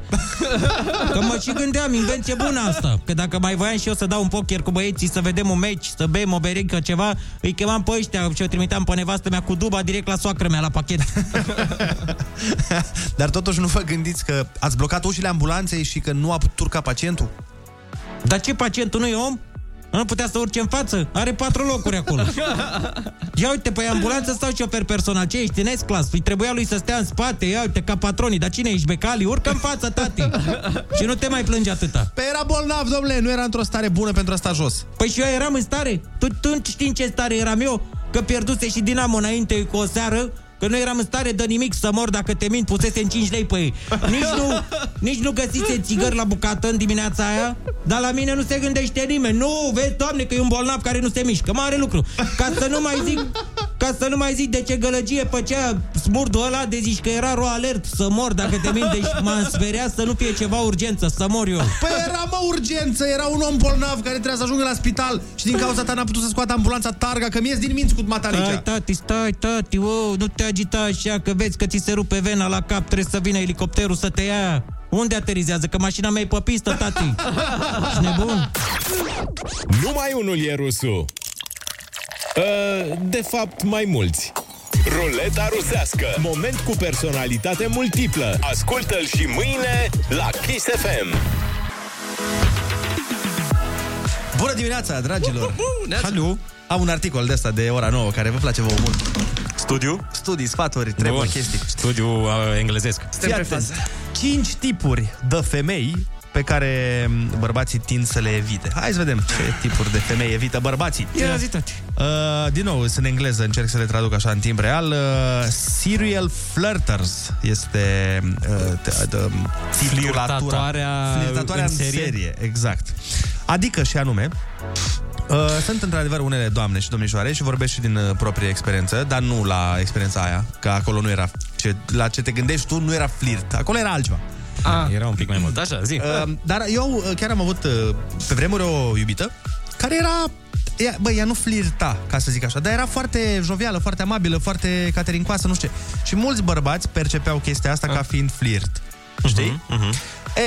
[SPEAKER 19] Că mă și gândeam, invenție bună asta. Că dacă mai voiam și eu să dau un poker cu băieții, să vedem un meci, să bem o berică, ceva, îi chemam pe ăștia și o trimiteam pe nevastă mea cu duba direct la soacră mea, la pachet.
[SPEAKER 8] Dar totuși nu vă gândiți că ați blocat ușile ambulanței și că nu a putut urca pacientul?
[SPEAKER 19] Dar ce pacientul nu e om? Nu putea să urce în față? Are patru locuri acolo. Ia uite, pe ambulanță stau șofer personal. Ce ești, în S-class? Îi trebuia lui să stea în spate. Ia uite, ca patronii. Dar cine ești, becali? Urcă în față, tati. Și nu te mai plânge atâta.
[SPEAKER 8] Pe Păi era bolnav, domnule, nu era într-o stare bună pentru a sta jos.
[SPEAKER 19] Păi și eu eram în stare? Tu, tu nu știi în ce stare eram eu? Că pierduse și Dinamo înainte cu o seară Că nu eram în stare de nimic să mor dacă te mint pusese în 5 lei pe ei. Nici nu, nici nu găsise țigări la bucată în dimineața aia, dar la mine nu se gândește nimeni. Nu, vezi, doamne, că e un bolnav care nu se mișcă. Mare lucru. Ca să nu mai zic, ca să nu mai zic de ce gălăgie făcea smurdul ăla de zici că era ro alert să mor dacă te mint, deci m-am speriat să nu fie ceva urgență, să mor eu.
[SPEAKER 8] Păi era, mă, urgență, era un om bolnav care trebuia să ajungă la spital și din cauza ta n-a putut să scoată ambulanța targa, că mi din minți cu
[SPEAKER 19] Stai,
[SPEAKER 8] matalicea.
[SPEAKER 19] tati, stai, tati, wow, nu te agita așa, că vezi că ți se rupe vena la cap, trebuie să vină elicopterul să te ia. Unde aterizează? Că mașina mea e pe pistă, tati. Ești nebun?
[SPEAKER 6] Numai unul e rusul. Uh, De fapt, mai mulți. Ruleta rusească. Moment cu personalitate multiplă. Ascultă-l și mâine la Kiss FM.
[SPEAKER 8] Bună dimineața, dragilor! Salut! Am un articol de asta de ora 9 care vă place vouă mult.
[SPEAKER 7] Studiu?
[SPEAKER 8] Studii, sfaturi, treburi,
[SPEAKER 7] Bun.
[SPEAKER 8] chestii.
[SPEAKER 7] Studiu uh, englezesc.
[SPEAKER 8] Fii atent. Cinci tipuri de femei pe care m, bărbații tind să le evite. Hai să vedem ce tipuri de femei evită bărbații.
[SPEAKER 9] Ia zi, tati.
[SPEAKER 8] Uh, din nou, sunt în engleză, încerc să le traduc așa în timp real. Uh, serial flirters este uh, te- de- titulatura.
[SPEAKER 7] Flirtatoarea
[SPEAKER 8] Flirtatoarea
[SPEAKER 7] în
[SPEAKER 8] în,
[SPEAKER 7] serie.
[SPEAKER 8] serie. exact. Adică și anume, uh, sunt într-adevăr unele doamne și domnișoare și vorbesc și din uh, proprie experiență, dar nu la experiența aia, că acolo nu era ce, la ce te gândești tu nu era flirt, acolo era altceva.
[SPEAKER 7] A. Era un pic mai mult. Ah. Așa, zi.
[SPEAKER 8] Uh, dar eu uh, chiar am avut uh, pe vremuri o iubită care era ea, bă, ea nu flirta, ca să zic așa, dar era foarte jovială, foarte amabilă, foarte caterincoasă, nu știu ce. Și mulți bărbați percepeau chestia asta
[SPEAKER 7] Ah.
[SPEAKER 8] ca fiind flirt. Știi?
[SPEAKER 9] Mm-hmm. Mhm.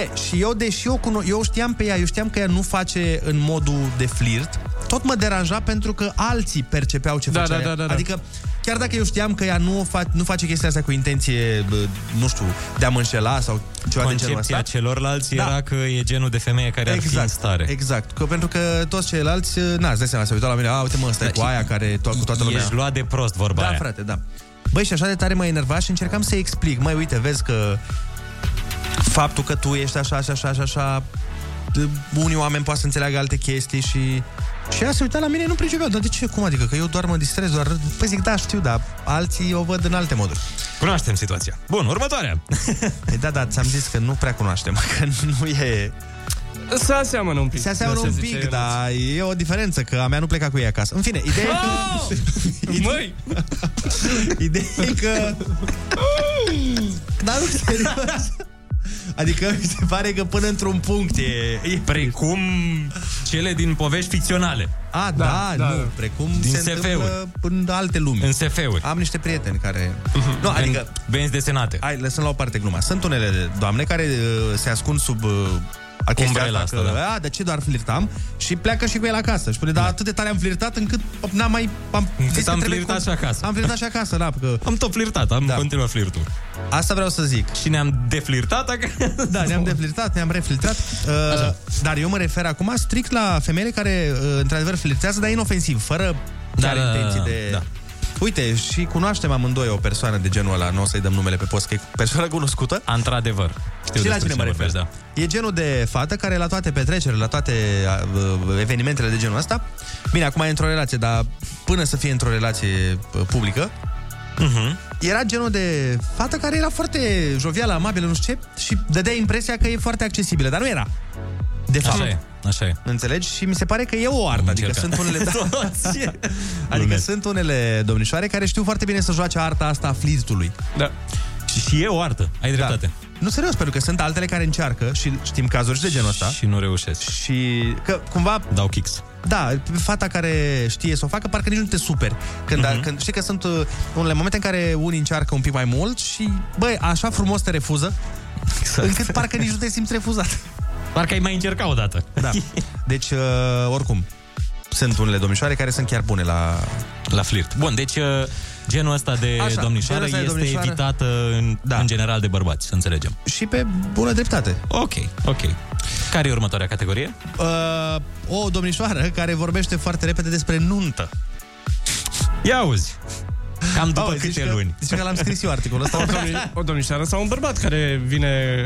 [SPEAKER 8] E, și eu, deși eu, cuno- eu știam pe ea, eu știam că ea nu face în modul de flirt, tot mă deranja pentru că alții percepeau ce
[SPEAKER 9] Da,
[SPEAKER 8] făcea
[SPEAKER 9] da,
[SPEAKER 8] ea.
[SPEAKER 9] da, da, da.
[SPEAKER 8] Adică, chiar dacă eu știam că ea nu, o fa- nu face chestia asta cu intenție, bă, nu știu, de a mă înșela sau ceva de genul
[SPEAKER 7] Concepția
[SPEAKER 8] ăsta.
[SPEAKER 7] celorlalți
[SPEAKER 8] Da.
[SPEAKER 7] era că e genul de femeie care ar fi în stare.
[SPEAKER 8] Exact, că, pentru că toți ceilalți, eh, na, îți dai seama, se uitau la mine, a, uite mă, ăsta e cu aia care to- cu toată lumea.
[SPEAKER 7] Da, Ești luat de prost vorba
[SPEAKER 8] da,
[SPEAKER 7] aia.
[SPEAKER 8] frate, da. Băi, și așa de tare m-a enervat și încercam să-i explic. Mai uite, vezi că faptul că tu ești așa, așa, așa, așa, așa d- unii oameni poate să înțeleagă alte chestii și... Și ea se uita la mine, nu pricepea, dar de ce, cum adică, că eu doar mă distrez, doar... râd?" Păi zic, da, știu, dar alții o văd în alte moduri.
[SPEAKER 7] Cunoaștem situația. Bun, următoarea.
[SPEAKER 8] Păi da, da, ți-am zis că nu prea cunoaștem, că nu e...
[SPEAKER 9] Se aseamănă un pic.
[SPEAKER 8] Se aseamănă un pic, dar e o diferență, că a mea nu pleca cu ei acasă. În fine, ideea e
[SPEAKER 14] Ah,
[SPEAKER 8] că...
[SPEAKER 7] Oh!
[SPEAKER 9] Măi!
[SPEAKER 8] Ideea e că... Dar nu, serios. Adică mi se pare că până într-un punct e... e...
[SPEAKER 7] Precum cele din povești ficționale.
[SPEAKER 8] A, da, da, da, nu, precum
[SPEAKER 7] din
[SPEAKER 8] se
[SPEAKER 7] SF-uri.
[SPEAKER 8] întâmplă în alte lumi.
[SPEAKER 7] În SF-uri.
[SPEAKER 8] Am niște prieteni care... Nu, adică...
[SPEAKER 7] Benzi desenate.
[SPEAKER 8] Hai, lăsăm la o parte gluma. Sunt unele doamne care uh, se ascund sub uh, chestia
[SPEAKER 7] Umbrela
[SPEAKER 8] asta,
[SPEAKER 7] asta,
[SPEAKER 8] că,
[SPEAKER 7] da.
[SPEAKER 8] A, de ce doar flirtam? Și pleacă și cu el acasă. Și spune, da, atât de tare am flirtat încât n-am mai... Am, zis că
[SPEAKER 7] am
[SPEAKER 8] trebuie
[SPEAKER 7] flirtat și acasă.
[SPEAKER 8] Am flirtat și acasă, da, că...
[SPEAKER 7] Am tot flirtat, am da. continuat flirtul.
[SPEAKER 8] Asta vreau să zic.
[SPEAKER 7] Și ne-am deflirtat acasă.
[SPEAKER 8] Da, ne-am deflirtat, ne-am reflirtat. Uh, dar eu mă refer acum strict la femeile care, uh, într-adevăr, flirtează, dar inofensiv, fără
[SPEAKER 7] Da,
[SPEAKER 8] chiar
[SPEAKER 7] da, da,
[SPEAKER 8] intenții
[SPEAKER 7] da,
[SPEAKER 8] de...
[SPEAKER 7] da.
[SPEAKER 8] Uite, și cunoaștem amândoi o persoană de genul ăla, nu o să-i dăm numele pe post, că e persoană cunoscută.
[SPEAKER 7] Într-adevăr. Știu
[SPEAKER 8] și la
[SPEAKER 7] despre
[SPEAKER 8] cine mă
[SPEAKER 7] ce
[SPEAKER 8] refer?
[SPEAKER 7] vorbești, da.
[SPEAKER 8] E genul de fată care la toate petrecerile, la toate uh, evenimentele de genul ăsta, bine, acum e într-o relație, dar până să fie într-o relație uh, publică,
[SPEAKER 7] Mhm.
[SPEAKER 8] era genul de fată care era foarte jovială, amabilă, nu știu ce, și dădea impresia că e foarte accesibilă, dar nu era. De
[SPEAKER 7] Așa
[SPEAKER 8] fapt.
[SPEAKER 7] e. Așa e.
[SPEAKER 8] Înțelegi? Și mi se pare că e o artă. Adică
[SPEAKER 7] încercat.
[SPEAKER 8] sunt unele... adică sunt unele domnișoare care știu foarte bine să joace arta asta a flirtului.
[SPEAKER 7] Da. Și, și e o artă. Ai dreptate.
[SPEAKER 8] Da. Nu serios, pentru că sunt altele care încearcă și știm cazuri și de genul ăsta.
[SPEAKER 7] Și nu reușesc.
[SPEAKER 8] Și că cumva...
[SPEAKER 7] Dau kicks.
[SPEAKER 8] Da, fata care știe să o facă, parcă nici nu te superi. Când, mm-hmm. când știi că sunt uh, unele momente în care unii încearcă un pic mai mult și, băi, așa frumos te refuză, exact. încât parcă nici nu te simți refuzat.
[SPEAKER 7] Parcă ai mai încercat odată.
[SPEAKER 8] Da. Deci, uh, oricum, sunt unele domnișoare care sunt chiar bune la...
[SPEAKER 7] La flirt. Bun, deci uh, genul ăsta de
[SPEAKER 8] Așa,
[SPEAKER 7] Așa,
[SPEAKER 8] genul
[SPEAKER 7] domnișoară
[SPEAKER 8] ăsta
[SPEAKER 7] este
[SPEAKER 8] de domnișoară-
[SPEAKER 7] evitată în, da. în general de bărbați, să înțelegem.
[SPEAKER 8] Și pe bună dreptate.
[SPEAKER 7] Ok, ok. Care e următoarea categorie?
[SPEAKER 8] Uh, o domnișoară care vorbește foarte repede despre nuntă.
[SPEAKER 7] Ia uzi! Cam
[SPEAKER 9] după
[SPEAKER 8] Auzi,
[SPEAKER 9] câte
[SPEAKER 8] zici că-
[SPEAKER 9] luni?
[SPEAKER 8] Zici că l-am scris eu articolul
[SPEAKER 9] O,
[SPEAKER 8] ăsta.
[SPEAKER 9] domni- o domnișoară sau un bărbat care vine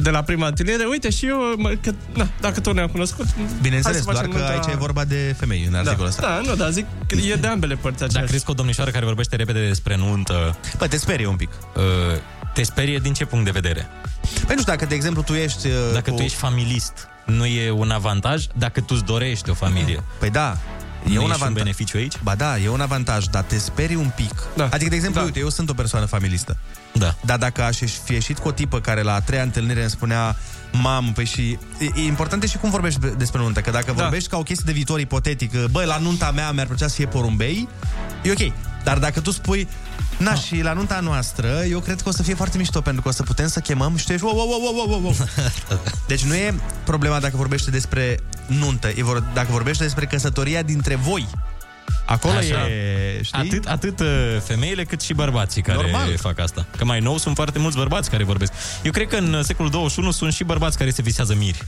[SPEAKER 9] de la prima ateliere. Uite și eu, mă, că, na, dacă tot ne-am cunoscut... hai
[SPEAKER 8] Bineînțeles,
[SPEAKER 9] să
[SPEAKER 8] doar
[SPEAKER 9] facem
[SPEAKER 8] că
[SPEAKER 9] nunta-
[SPEAKER 8] aici e vorba de femei în articolul ăsta.
[SPEAKER 9] Da, nu, dar zic că e de ambele părți
[SPEAKER 7] Dar
[SPEAKER 9] aceeași.
[SPEAKER 7] crezi că o domnișoară care vorbește repede despre nuntă... Uh,
[SPEAKER 8] Bă, te sperie un pic.
[SPEAKER 7] Te sperie din ce punct de vedere?
[SPEAKER 8] Păi nu știu, dacă, de exemplu, tu ești... uh,
[SPEAKER 7] Dacă cu... tu ești familist, nu e un avantaj dacă tu îți dorești o familie.
[SPEAKER 8] Păi da,
[SPEAKER 7] nu
[SPEAKER 8] E un
[SPEAKER 7] ești
[SPEAKER 8] avantaj.
[SPEAKER 7] beneficiu aici?
[SPEAKER 8] Ba da, e un avantaj, dar te sperii un pic. Da. Adică, de exemplu, da. uite, eu sunt o persoană familistă.
[SPEAKER 7] Da.
[SPEAKER 8] Dar dacă aș ieși- fi ieșit cu o tipă care la a treia întâlnire îmi spunea Mam, păi și... E, e important e și cum vorbești de- despre nuntă, că dacă da. vorbești ca o chestie de viitor ipotetic, bă, la nunta mea mi-ar plăcea să fie porumbei, e ok. Dar dacă tu spui, na, și la nunta noastră, eu cred că o să fie foarte mișto, pentru că o să putem să chemăm și tu ești, wow, wow, wow, wow, wow, wow. Deci nu e problema dacă vorbește despre nuntă, e vor, dacă vorbește despre căsătoria dintre voi. Acolo
[SPEAKER 7] Așa.
[SPEAKER 8] e, știi?
[SPEAKER 7] Atât, atât uh, femeile cât și bărbații care
[SPEAKER 8] Normal.
[SPEAKER 7] fac asta. Că mai nou sunt foarte mulți bărbați care vorbesc. Eu cred că în uh, secolul 21 sunt și bărbați care se visează miri.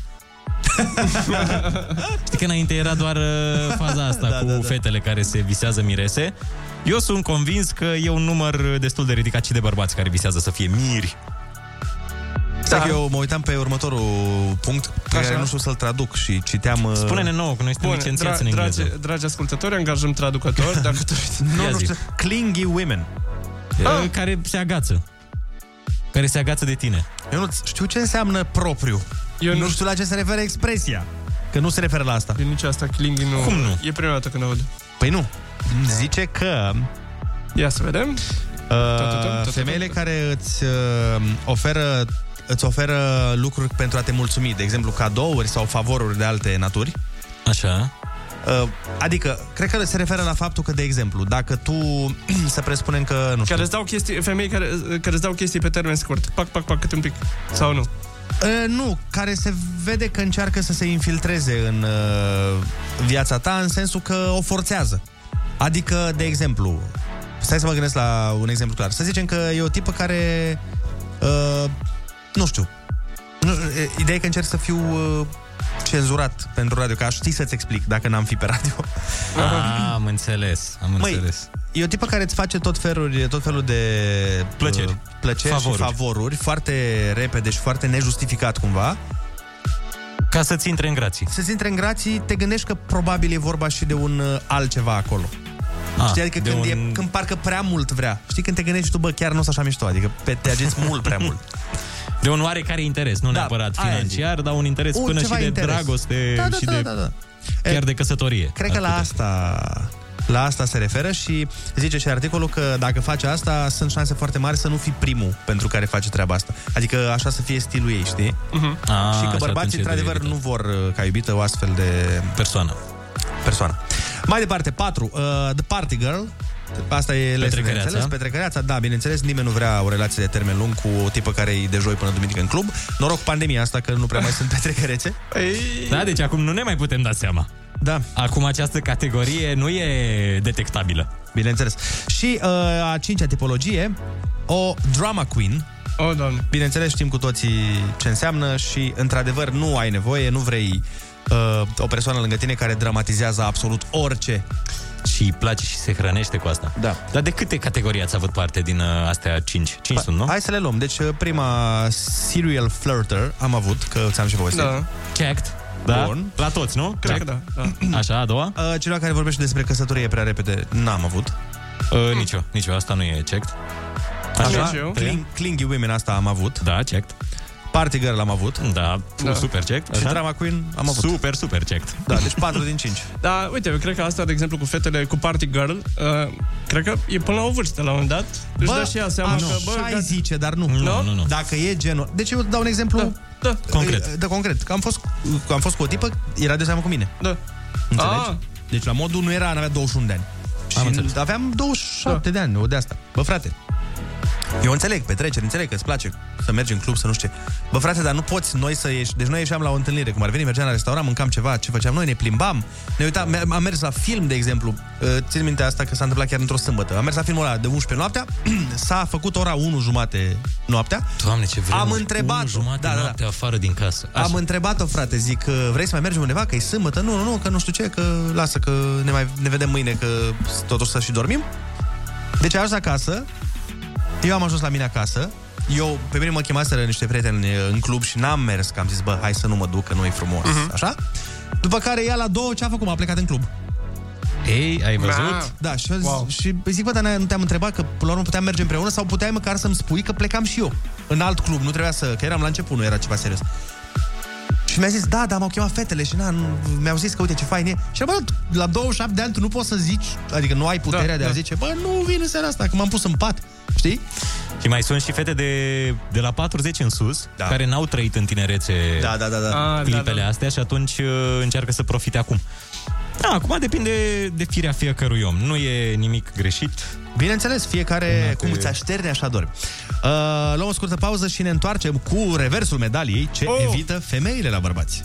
[SPEAKER 7] Știi că înainte era doar uh, faza asta da, cu da, da. fetele care se visează mirese. Eu sunt convins că e un număr uh, destul de ridicat și de bărbați care visează să fie miri.
[SPEAKER 8] Da. Că eu mă uitam pe următorul punct pe
[SPEAKER 9] Așa.
[SPEAKER 8] care nu știu să-l traduc și citeam... uh,
[SPEAKER 7] Spune-ne nouă, că noi suntem
[SPEAKER 9] Bun,
[SPEAKER 7] licențiați
[SPEAKER 9] dra-
[SPEAKER 7] în engleză.
[SPEAKER 9] Dragi, dragi ascultători, angajăm traducători. dacă doriți.
[SPEAKER 8] Nu, nu știu, clingy women.
[SPEAKER 9] Da.
[SPEAKER 7] Ah. Care se agață. Care se agață de tine.
[SPEAKER 8] Eu nu știu ce înseamnă propriu.
[SPEAKER 9] Eu
[SPEAKER 8] Eu nu,
[SPEAKER 9] nu-
[SPEAKER 8] știu la ce se referă expresia. Că nu se referă la asta.
[SPEAKER 9] Eu nici asta, clinging nu...
[SPEAKER 8] Cum nu?
[SPEAKER 9] E prima dată când aud.
[SPEAKER 8] Păi nu. Zice că...
[SPEAKER 9] Ia să vedem.
[SPEAKER 8] Uh, femeile care îți uh, oferă îți oferă lucruri pentru a te mulțumi, de exemplu cadouri sau favoruri de alte naturi.
[SPEAKER 7] Așa.
[SPEAKER 8] Uh, adică, cred că se referă la faptul că, de exemplu, dacă tu să presupunem că, nu știu,
[SPEAKER 9] Care îți dau chestii, femei care, care îți dau chestii pe termen scurt. Pac, pac, pac, câte un pic. Sau nu?
[SPEAKER 8] Uh, nu, care se vede că încearcă să se infiltreze în uh, viața ta în sensul că o forțează. Adică, de exemplu, stai să mă gândesc la un exemplu clar. Să zicem că e o tipă care, uh, nu știu, nu, uh, ideea e că încerc să fiu uh, cenzurat pentru radio, că aș ști să-ți explic dacă n-am fi pe radio.
[SPEAKER 7] Ah, am înțeles, am
[SPEAKER 8] Măi,
[SPEAKER 7] înțeles.
[SPEAKER 8] E o tipă care îți face tot felul, tot felul de
[SPEAKER 7] Plăceri.
[SPEAKER 8] uh, plăceri favoruri.
[SPEAKER 7] Favoruri.
[SPEAKER 8] și favoruri foarte repede și foarte nejustificat cumva.
[SPEAKER 7] Ca să-ți intre în grații.
[SPEAKER 8] Să-ți intre în grații, te gândești că probabil e vorba și de un uh, altceva acolo.
[SPEAKER 7] Ah,
[SPEAKER 8] Ah, Știi, adică
[SPEAKER 7] de
[SPEAKER 8] când,
[SPEAKER 7] un-
[SPEAKER 8] e, când parcă prea mult vrea. Știi, când te gândești tu, bă, chiar nu o să așa mișto, adică pe, te agiți mult prea mult.
[SPEAKER 7] De un oarecare interes, nu da, neapărat
[SPEAKER 8] aia
[SPEAKER 7] financiar, dar un interes
[SPEAKER 8] Un
[SPEAKER 7] până și
[SPEAKER 8] ceva
[SPEAKER 7] de
[SPEAKER 8] interes.
[SPEAKER 7] dragoste
[SPEAKER 8] Da, da,
[SPEAKER 7] și
[SPEAKER 8] da,
[SPEAKER 7] de
[SPEAKER 8] da, da.
[SPEAKER 7] chiar de căsătorie.
[SPEAKER 8] Cred că la asta, la asta se referă și zice și articolul că dacă faci asta, sunt șanse foarte mari să nu fii primul pentru care face treaba asta. Adică așa să fie stilul ei, știi?
[SPEAKER 7] Uh-huh. Ah,
[SPEAKER 8] și
[SPEAKER 7] așa,
[SPEAKER 8] că
[SPEAKER 7] atunci
[SPEAKER 8] bărbații,
[SPEAKER 7] e de
[SPEAKER 8] într-adevăr, nu vor uh, ca iubită o astfel de...
[SPEAKER 7] Persoană.
[SPEAKER 8] Persoană. Mai departe, 4. Uh, the Party Girl. Asta e lesne,
[SPEAKER 7] Petrecăreața.
[SPEAKER 8] bineînțeles, petrecăreața, da, bineînțeles, nimeni nu vrea o relație de termen lung cu o tipă care e de joi până duminică în club. Noroc pandemia asta că nu prea mai sunt petrecărețe.
[SPEAKER 7] Da, deci acum nu ne mai putem da seama.
[SPEAKER 8] Da.
[SPEAKER 7] Acum această categorie nu e detectabilă.
[SPEAKER 8] Bineînțeles. Și uh, a cincea tipologie, o drama queen.
[SPEAKER 9] O, oh, doamne.
[SPEAKER 8] Bineînțeles, știm cu toții ce înseamnă și, într-adevăr, nu ai nevoie, nu vrei uh, o persoană lângă tine care dramatizează absolut orice.
[SPEAKER 7] Și îi place și se hrănește cu asta.
[SPEAKER 8] Da.
[SPEAKER 7] Dar de câte categorii ați avut parte din uh, astea 5? 5 sunt, nu?
[SPEAKER 8] Hai să le luăm. Deci, uh, prima serial flirter am avut, că ți-am și povestit.
[SPEAKER 7] Da. Checked. Da?
[SPEAKER 8] Bun.
[SPEAKER 7] La toți, nu?
[SPEAKER 8] Cred
[SPEAKER 7] Checked.
[SPEAKER 8] că
[SPEAKER 7] da. Așa, a doua?
[SPEAKER 8] Uh, cineva care vorbește despre căsătorie prea repede, n-am avut.
[SPEAKER 7] Uh, nicio, nicio, asta nu e checked.
[SPEAKER 8] Așa,
[SPEAKER 7] Nicio.
[SPEAKER 8] cling, clingy women asta am avut.
[SPEAKER 7] Da, checked.
[SPEAKER 8] Party Girl am avut.
[SPEAKER 7] Da, super check.
[SPEAKER 8] Și
[SPEAKER 7] Așa.
[SPEAKER 8] Drama Queen am avut.
[SPEAKER 7] Super, super checked.
[SPEAKER 8] Da, deci 4 din 5.
[SPEAKER 9] Da, uite, eu cred că asta, de exemplu, cu fetele cu Party Girl, uh, cred că e până la o vârstă, la un moment dat. Își dă și ea seama
[SPEAKER 8] așa
[SPEAKER 9] că, bă,
[SPEAKER 8] ai
[SPEAKER 9] gata.
[SPEAKER 8] zice, dar nu.
[SPEAKER 9] Nu, nu, nu.
[SPEAKER 8] Dacă e genul... Deci eu dau un exemplu... Da, da.
[SPEAKER 9] Concret.
[SPEAKER 8] Da, concret. Că am fost, că am fost cu o tipă, era de seamă cu mine.
[SPEAKER 9] Da.
[SPEAKER 8] Înțelegi?
[SPEAKER 9] Ah.
[SPEAKER 8] Deci la modul nu era, avea 21 de ani. Și aveam 27 de ani, o de asta. Bă, frate, eu înțeleg, petreceri, înțeleg că îți place să mergi în club, să nu știu ce. Bă, frate, dar nu poți noi să ieși. Deci noi ieșeam la o întâlnire, cum ar veni, mergeam la restaurant, mâncam ceva, ce făceam noi, ne plimbam, ne uitam, am mers la film, de exemplu. Uh, Țin minte asta că s-a întâmplat chiar într-o sâmbătă. Am mers la filmul ăla de 11 noaptea, s-a făcut ora 1 jumate noaptea.
[SPEAKER 7] Doamne, ce vremuri.
[SPEAKER 8] Am întrebat-o.
[SPEAKER 7] Unu jumate
[SPEAKER 8] Da, da, da.
[SPEAKER 7] noapte afară din casă.
[SPEAKER 8] Așa. Am întrebat-o, frate, zic, că vrei să mai mergem undeva, că e sâmbătă? Nu, nu, nu, că nu știu ce, că lasă, că ne, mai, ne vedem mâine, că totuși să și dormim. Deci a ajuns acasă, eu am ajuns la mine acasă, eu, pe mine mă chemaseră niște prieteni e, în club și n-am mers, că am zis, bă, hai să nu mă duc, că nu e frumos, uh-huh. așa? După care ea la două ce a făcut? M-a plecat în club.
[SPEAKER 7] Ei, ai
[SPEAKER 8] Da,
[SPEAKER 7] văzut?
[SPEAKER 8] da și, wow. și îi zic, bă, dar n-ai- nu te-am întrebat că până la urmă puteam merge împreună sau puteai măcar să-mi spui că plecam și eu în alt club, nu trebuia să, că eram la început, nu era ceva serios. Și mi-a zis, da, dar m-au chemat fetele și na, nu- mi-au zis că uite ce fain e. Și bă, la 27 de ani tu nu poți să zici, adică nu ai puterea da, de
[SPEAKER 7] da.
[SPEAKER 8] a da. zice, bă, nu vin în seara asta, că m-am pus în pat, știi?
[SPEAKER 7] Și mai sunt și fete de, de la 40 în sus, da. care n-au trăit în tinerețe
[SPEAKER 8] da, da, da,
[SPEAKER 9] Ah,
[SPEAKER 7] da. clipele da, da. astea și atunci uh, încearcă să profite acum. Da, acum depinde de firea fiecărui om. Nu e nimic greșit.
[SPEAKER 8] Bineînțeles, fiecare cum îți așterne, așa dormi. Uh, luăm o scurtă pauză și ne întoarcem cu reversul medaliei ce oh. evită femeile la bărbați.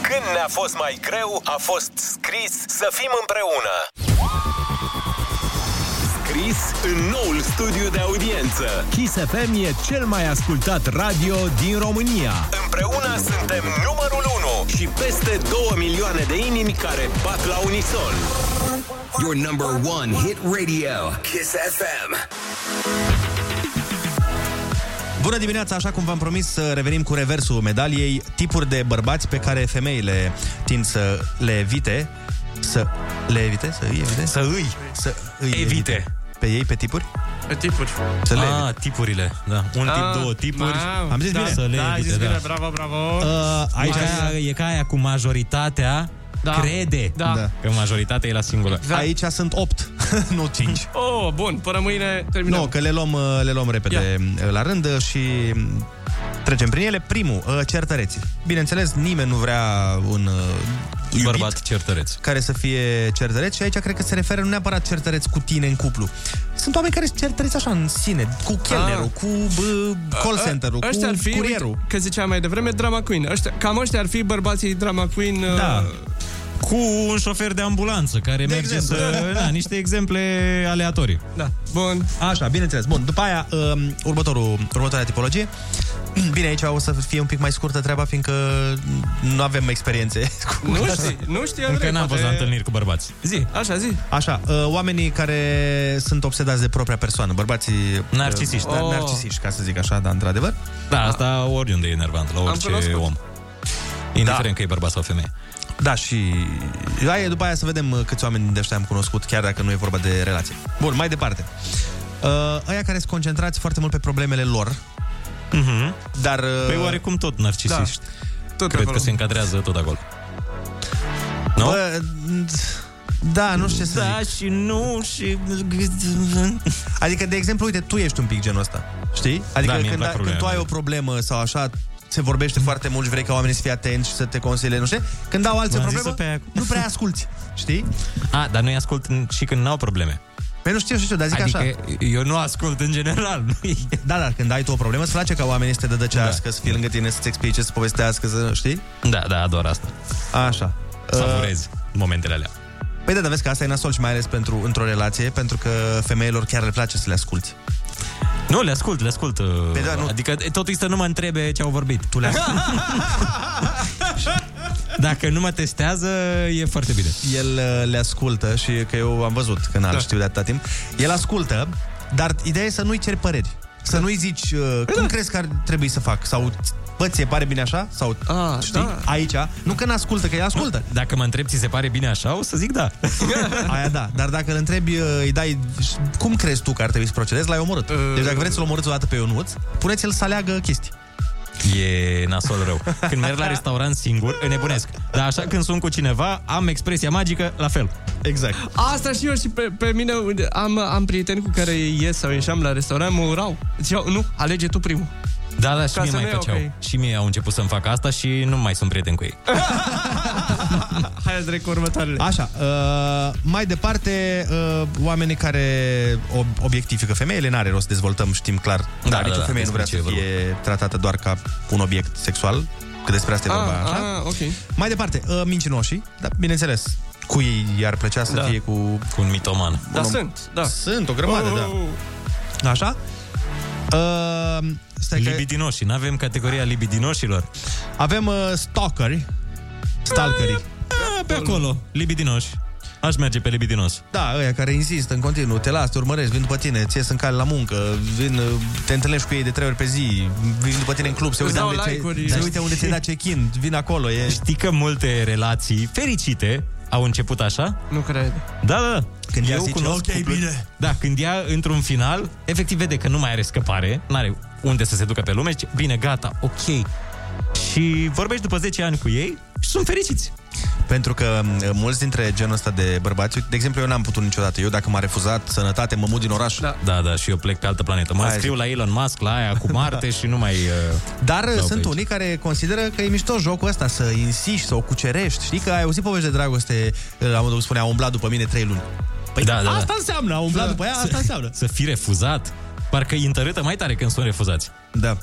[SPEAKER 6] Când ne-a fost mai greu, a fost scris să fim împreună. Scris în noul studiu de audiență.
[SPEAKER 1] Kiss FM e cel mai ascultat radio din România.
[SPEAKER 6] Împreună suntem numărul 1 și peste 2 milioane de inimi care bat la unison.
[SPEAKER 3] Your number one hit radio, Kiss FM.
[SPEAKER 8] Bună dimineața, așa cum v-am promis să revenim cu reversul medaliei, tipuri de bărbați pe care femeile tind să le evite, să le evite, să îi evite,
[SPEAKER 7] să îi,
[SPEAKER 8] să îi evite. evite. Pe ei, pe tipuri?
[SPEAKER 9] Pe tipuri.
[SPEAKER 8] Să le
[SPEAKER 7] ah,
[SPEAKER 8] evite.
[SPEAKER 7] tipurile, da. Un
[SPEAKER 9] Ah,
[SPEAKER 7] tip, două tipuri.
[SPEAKER 9] mamă,
[SPEAKER 8] Am zis
[SPEAKER 9] da,
[SPEAKER 8] bine?
[SPEAKER 7] Să le
[SPEAKER 9] da, ai
[SPEAKER 7] evite,
[SPEAKER 9] zis
[SPEAKER 7] da.
[SPEAKER 9] bine, bravo, bravo.
[SPEAKER 7] Uh, aici
[SPEAKER 9] Mai-
[SPEAKER 7] e ca aia cu majoritatea
[SPEAKER 9] Da.
[SPEAKER 7] crede
[SPEAKER 9] Da. Da. Exact.
[SPEAKER 7] că majoritatea e la singură.
[SPEAKER 8] Aici sunt 8, nu 5.
[SPEAKER 9] Oh, bun, până mâine terminăm.
[SPEAKER 8] Nu, că le luăm, uh, le luăm repede Ia. la rând uh, și mm, trecem prin ele. Primul, uh, certăreții. Bineînțeles, nimeni nu vrea un uh, iubit
[SPEAKER 7] Bărbat certăreț.
[SPEAKER 8] care să fie certăreț și aici cred că se referă nu neapărat certăreț cu tine în cuplu. Sunt oameni care sunt certăreți așa în sine, cu chelnerul,
[SPEAKER 9] Ah.
[SPEAKER 8] cu bă, call center-ul,
[SPEAKER 9] A,
[SPEAKER 8] cu
[SPEAKER 9] ăștia ar fi,
[SPEAKER 8] curierul.
[SPEAKER 9] Uite, că ziceam mai devreme, drama queen. Ăștia, cam ăștia ar fi bărbații drama queen. Da.
[SPEAKER 7] Cu un șofer de ambulanță care
[SPEAKER 9] De
[SPEAKER 7] merge
[SPEAKER 9] exemplu.
[SPEAKER 7] să... Da, niște exemple aleatorii.
[SPEAKER 9] Da. Bun.
[SPEAKER 8] Așa, bineînțeles. Bun, după aia, um, următorul, următoarea tipologie. Bine, aici o să fie un pic mai scurtă treaba, fiindcă nu avem experiențe. Cu
[SPEAKER 9] Nu știi, nu știi, Andrei,
[SPEAKER 7] Încă n-am
[SPEAKER 9] poate-
[SPEAKER 7] fost la întâlniri cu bărbați.
[SPEAKER 9] Zi, așa, zi.
[SPEAKER 8] Așa, uh, oamenii care sunt obsedați de propria persoană, bărbații...
[SPEAKER 7] Narcisiști.
[SPEAKER 8] Uh,
[SPEAKER 7] Oh.
[SPEAKER 8] oh. Narcisiști, ca să zic așa, da, într-adevăr.
[SPEAKER 7] Da, asta oriunde e enervant, la
[SPEAKER 8] Am
[SPEAKER 7] orice
[SPEAKER 8] cunoscut.
[SPEAKER 7] om. Indiferent da. că e bărbat sau femeie.
[SPEAKER 8] Da, și hai, după aia să vedem uh, câți oameni de ăștia am cunoscut, chiar dacă nu e vorba de relație. Bun, mai departe. Uh, aia care sunt concentrați foarte mult pe problemele lor,
[SPEAKER 7] Mm-hmm.
[SPEAKER 8] dar... Uh,
[SPEAKER 7] Păi oarecum tot narcisiști.
[SPEAKER 8] Da.
[SPEAKER 7] Tot Cred că se încadrează tot acolo.
[SPEAKER 8] Nu? Bă, uh, da, nu știu ce să
[SPEAKER 7] Da,
[SPEAKER 8] zic.
[SPEAKER 7] și nu și...
[SPEAKER 8] Adică, de exemplu, uite, tu ești un pic genul ăsta, știi? Adică
[SPEAKER 7] Da, mie îmi
[SPEAKER 8] când,
[SPEAKER 7] plac
[SPEAKER 8] când tu
[SPEAKER 7] problemele.
[SPEAKER 8] ai o problemă sau așa, se vorbește foarte mult și vrei ca oamenii să fie atenți și să te consilie, nu știu? Când au alții o
[SPEAKER 7] V-am
[SPEAKER 8] problemă,
[SPEAKER 7] zis-o pe aia.
[SPEAKER 8] nu prea asculti, știi?
[SPEAKER 7] A, dar nu-i ascult n- și când n-au probleme.
[SPEAKER 8] Păi nu știu, știu, dar zic
[SPEAKER 7] adică
[SPEAKER 8] așa.
[SPEAKER 7] eu nu ascult în general.
[SPEAKER 8] Da, dar când ai tu o problemă, îți place ca oamenii să te dădăcească, da. să fie lângă tine, să-ți explice, să povestească, să știi?
[SPEAKER 7] Da, da, doar asta.
[SPEAKER 8] Așa. Uh,
[SPEAKER 7] Savurezi momentele alea.
[SPEAKER 8] Păi da, dar vezi că asta e nasol și mai ales pentru, într-o relație, pentru că femeilor chiar le place să le asculti.
[SPEAKER 7] Nu, le ascult, le ascult. uh,
[SPEAKER 8] Păi da, nu.
[SPEAKER 7] Adică e, totul e să nu mă întrebe ce au vorbit. Tu
[SPEAKER 8] le
[SPEAKER 7] Dacă nu mă testează, e foarte bine.
[SPEAKER 8] El uh, le ascultă și că eu am văzut că n-am da. știut de atâta timp. El ascultă, dar ideea e să nu-i ceri păreri. Să nu-i zici uh,
[SPEAKER 7] Păi
[SPEAKER 8] cum da. crezi că ar trebui să fac sau bă, ți se pare bine așa? Sau A, știi? Da. Aici, nu că n-ascultă, că el ascultă.
[SPEAKER 7] Dacă mă întreb, ți se pare bine așa, o să zic da.
[SPEAKER 8] Aia da, dar dacă îl întrebi, uh, îi dai cum
[SPEAKER 7] Uh.
[SPEAKER 8] crezi tu că ar trebui să procedezi, l-ai omorât. Deci dacă vreți să-l omorâți o dată pe Ionuț, puneți-l să aleagă chestii.
[SPEAKER 7] E nasol rău. Când merg la restaurant singur, înnebunesc. Dar așa când sunt cu cineva, am expresia magică la fel.
[SPEAKER 8] Exact.
[SPEAKER 9] Asta și eu și pe, pe mine am, am prieteni cu care ies sau ieșeam la restaurant, mă urau. Ziceau, nu, alege tu primul.
[SPEAKER 7] Da, da, și
[SPEAKER 9] Ca
[SPEAKER 7] mie
[SPEAKER 9] să
[SPEAKER 7] mai
[SPEAKER 9] nu e
[SPEAKER 7] făceau.
[SPEAKER 9] ok.
[SPEAKER 7] Și mie au început să-mi fac asta și nu mai sunt prieten cu ei.
[SPEAKER 9] Hai să trec cu următoarele.
[SPEAKER 8] Așa, uh, mai departe, uh, oamenii care ob- obiectifică femeile, n-are rost să dezvoltăm, știm clar, da, dar
[SPEAKER 7] da,
[SPEAKER 8] nicio
[SPEAKER 6] Ah,
[SPEAKER 7] da,
[SPEAKER 8] femeie nu vrea să
[SPEAKER 7] despre
[SPEAKER 8] fie
[SPEAKER 7] ce e
[SPEAKER 8] tratată doar ca un obiect sexual, că despre asta e vorba,
[SPEAKER 9] Ah,
[SPEAKER 8] așa?
[SPEAKER 9] ah, ok.
[SPEAKER 8] Mai departe, uh, mincinoșii, dar bineînțeles, cu ei i-ar plăcea să
[SPEAKER 9] Da.
[SPEAKER 8] fie cu...
[SPEAKER 7] Cu un mitoman.
[SPEAKER 9] Da, sunt, da.
[SPEAKER 8] Sunt, o grămadă,
[SPEAKER 9] Oh,
[SPEAKER 8] da.
[SPEAKER 9] oh, oh.
[SPEAKER 8] Așa? Uh, stai că-
[SPEAKER 7] Libidinoși, nu avem categoria libidinoșilor.
[SPEAKER 8] Avem uh, stalkeri, stalkerii. Ah,
[SPEAKER 7] Pe acolo, libidinoși. Aș merge pe libidinos.
[SPEAKER 8] Da, ăia care insistă în continuu, te las, te urmăresc, vin după tine, ți ies în cale la muncă, vin, uh, te întâlnești cu ei de trei ori pe zi, vin după tine în club, se
[SPEAKER 7] Îți
[SPEAKER 8] uită
[SPEAKER 7] dau
[SPEAKER 8] unde,
[SPEAKER 7] like-uri.
[SPEAKER 8] ți-ai, se uită unde ți-ai dat check-in, vin acolo. E...
[SPEAKER 7] Știi că multe relații fericite au început așa?
[SPEAKER 9] Nu cred.
[SPEAKER 7] Da, da, da. Când
[SPEAKER 9] ea zice, "Ok, bine."
[SPEAKER 7] Da, când ea, într-un final, efectiv vede că nu mai are scăpare, nu are unde să se ducă pe lume, zice, bine, gata, ok. Și vorbești după 10 ani cu ei și sunt fericiți.
[SPEAKER 8] Pentru că uh, mulți dintre genul ăsta de bărbați, uite, de exemplu, eu n-am putut niciodată. Eu dacă m-a refuzat sănătate, mă mut din oraș. Da,
[SPEAKER 7] da, da și eu plec pe altă planetă. Mă scriu la Elon Musk, la aia cu Marte și nu mai... Uh,
[SPEAKER 8] Dar
[SPEAKER 7] dau pe
[SPEAKER 8] sunt
[SPEAKER 7] aici.
[SPEAKER 8] unii care consideră că e mișto jocul ăsta Să insiști, să o cucerești Știi că ai auzit povești de dragoste La modul cum spunea, a umblat după mine trei luni Păi
[SPEAKER 7] Da, da, da.
[SPEAKER 8] asta înseamnă, a umblat după ea, asta înseamnă
[SPEAKER 7] Să fii refuzat, parcă îi întărâtă mai tare când sunt refuzați.
[SPEAKER 8] Da.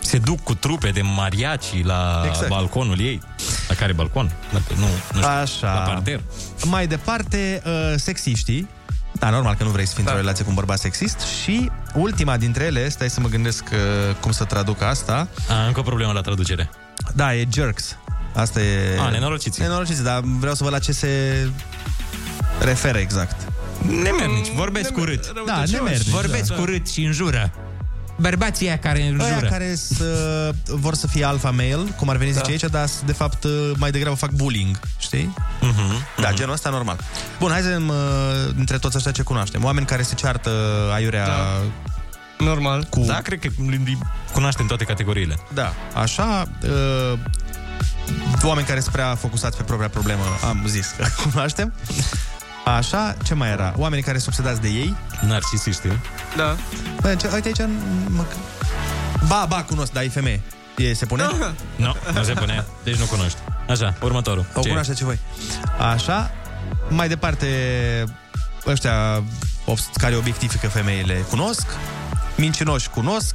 [SPEAKER 7] Se duc cu trupe de mariaci la
[SPEAKER 8] Exact.
[SPEAKER 7] exact. balconul ei. La care balcon? Dacă nu, nu știu,
[SPEAKER 8] Așa.
[SPEAKER 7] la parter.
[SPEAKER 8] Mai departe, uh, sexiștii. Da, normal că nu vrei să fii într-o relație cu un bărbat sexist. Și ultima dintre ele, stai să mă gândesc uh, cum să traduc asta.
[SPEAKER 7] A, încă o problemă la traducere.
[SPEAKER 8] Da, e jerks. Asta e...
[SPEAKER 7] A, nenorociți.
[SPEAKER 8] Nenorociți, dar vreau să văd la ce se referă exact.
[SPEAKER 7] Nemernici,
[SPEAKER 8] Deci,
[SPEAKER 7] vorbesc Nemer- urât.
[SPEAKER 8] Da, nemernici.
[SPEAKER 19] Vorbesc
[SPEAKER 8] da.
[SPEAKER 19] urât și înjură. Bărbații aia care
[SPEAKER 8] Aia
[SPEAKER 19] înjură.
[SPEAKER 8] care s- uh, vor să fie alfa male, cum ar veni da.
[SPEAKER 19] Da.
[SPEAKER 8] zice aici, dar s- de fapt uh, mai degrabă fac bullying, știi?
[SPEAKER 19] Mhm,
[SPEAKER 8] Uh-huh, da, genul ăsta normal. Bun, hai să vedem uh, dintre toți ăștia ce cunoaștem. Oameni care se ceartă aiurea... Da.
[SPEAKER 9] Normal.
[SPEAKER 8] Cu...
[SPEAKER 7] Da, cred că îi cunoaștem toate categoriile.
[SPEAKER 8] Da, așa... Uh, oameni care sunt prea focusați pe propria problemă, am zis că cunoaștem. Așa, ce mai era? Oamenii care sunt obsedați de ei.
[SPEAKER 7] Narcisiști.
[SPEAKER 9] Da.
[SPEAKER 8] Bă, ce, uite aici... Mă... Ba, ba, cunosc, dar e femeie. E, se pune?
[SPEAKER 7] Nu, nu se pune. Deci nu cunoști. Așa, următorul.
[SPEAKER 8] O
[SPEAKER 7] Ce e?
[SPEAKER 8] cunoaște ce voi. Așa, mai departe, ăștia obs- care obiectifică femeile cunosc, mincinoși cunosc.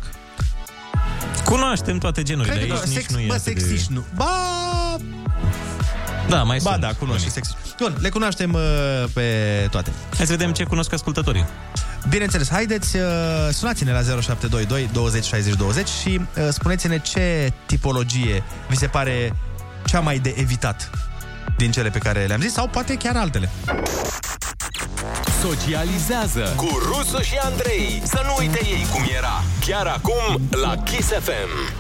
[SPEAKER 7] Cunoaștem toate genurile.
[SPEAKER 8] Cred că
[SPEAKER 7] Aici
[SPEAKER 8] da,
[SPEAKER 7] nici
[SPEAKER 8] sex,
[SPEAKER 7] nu e
[SPEAKER 8] bă,
[SPEAKER 7] atât de-
[SPEAKER 8] sexiști, nu. Ba,
[SPEAKER 7] Da, mai
[SPEAKER 8] ba
[SPEAKER 7] sunt
[SPEAKER 8] da, cunosc și
[SPEAKER 7] unii.
[SPEAKER 8] sexiști. Bun, le cunoaștem uh, pe toate.
[SPEAKER 7] Hai să vedem ce cunosc ascultătorii.
[SPEAKER 8] Bineînțeles, haideți, uh, sunați-ne la 0722 20 60 20 și uh, spuneți-ne ce tipologie vi se pare cea mai de evitat din cele pe care le-am zis sau poate chiar altele.
[SPEAKER 6] Socializează cu Rusu și Andrei. Să nu uite ei cum era. Chiar acum la Kiss FM.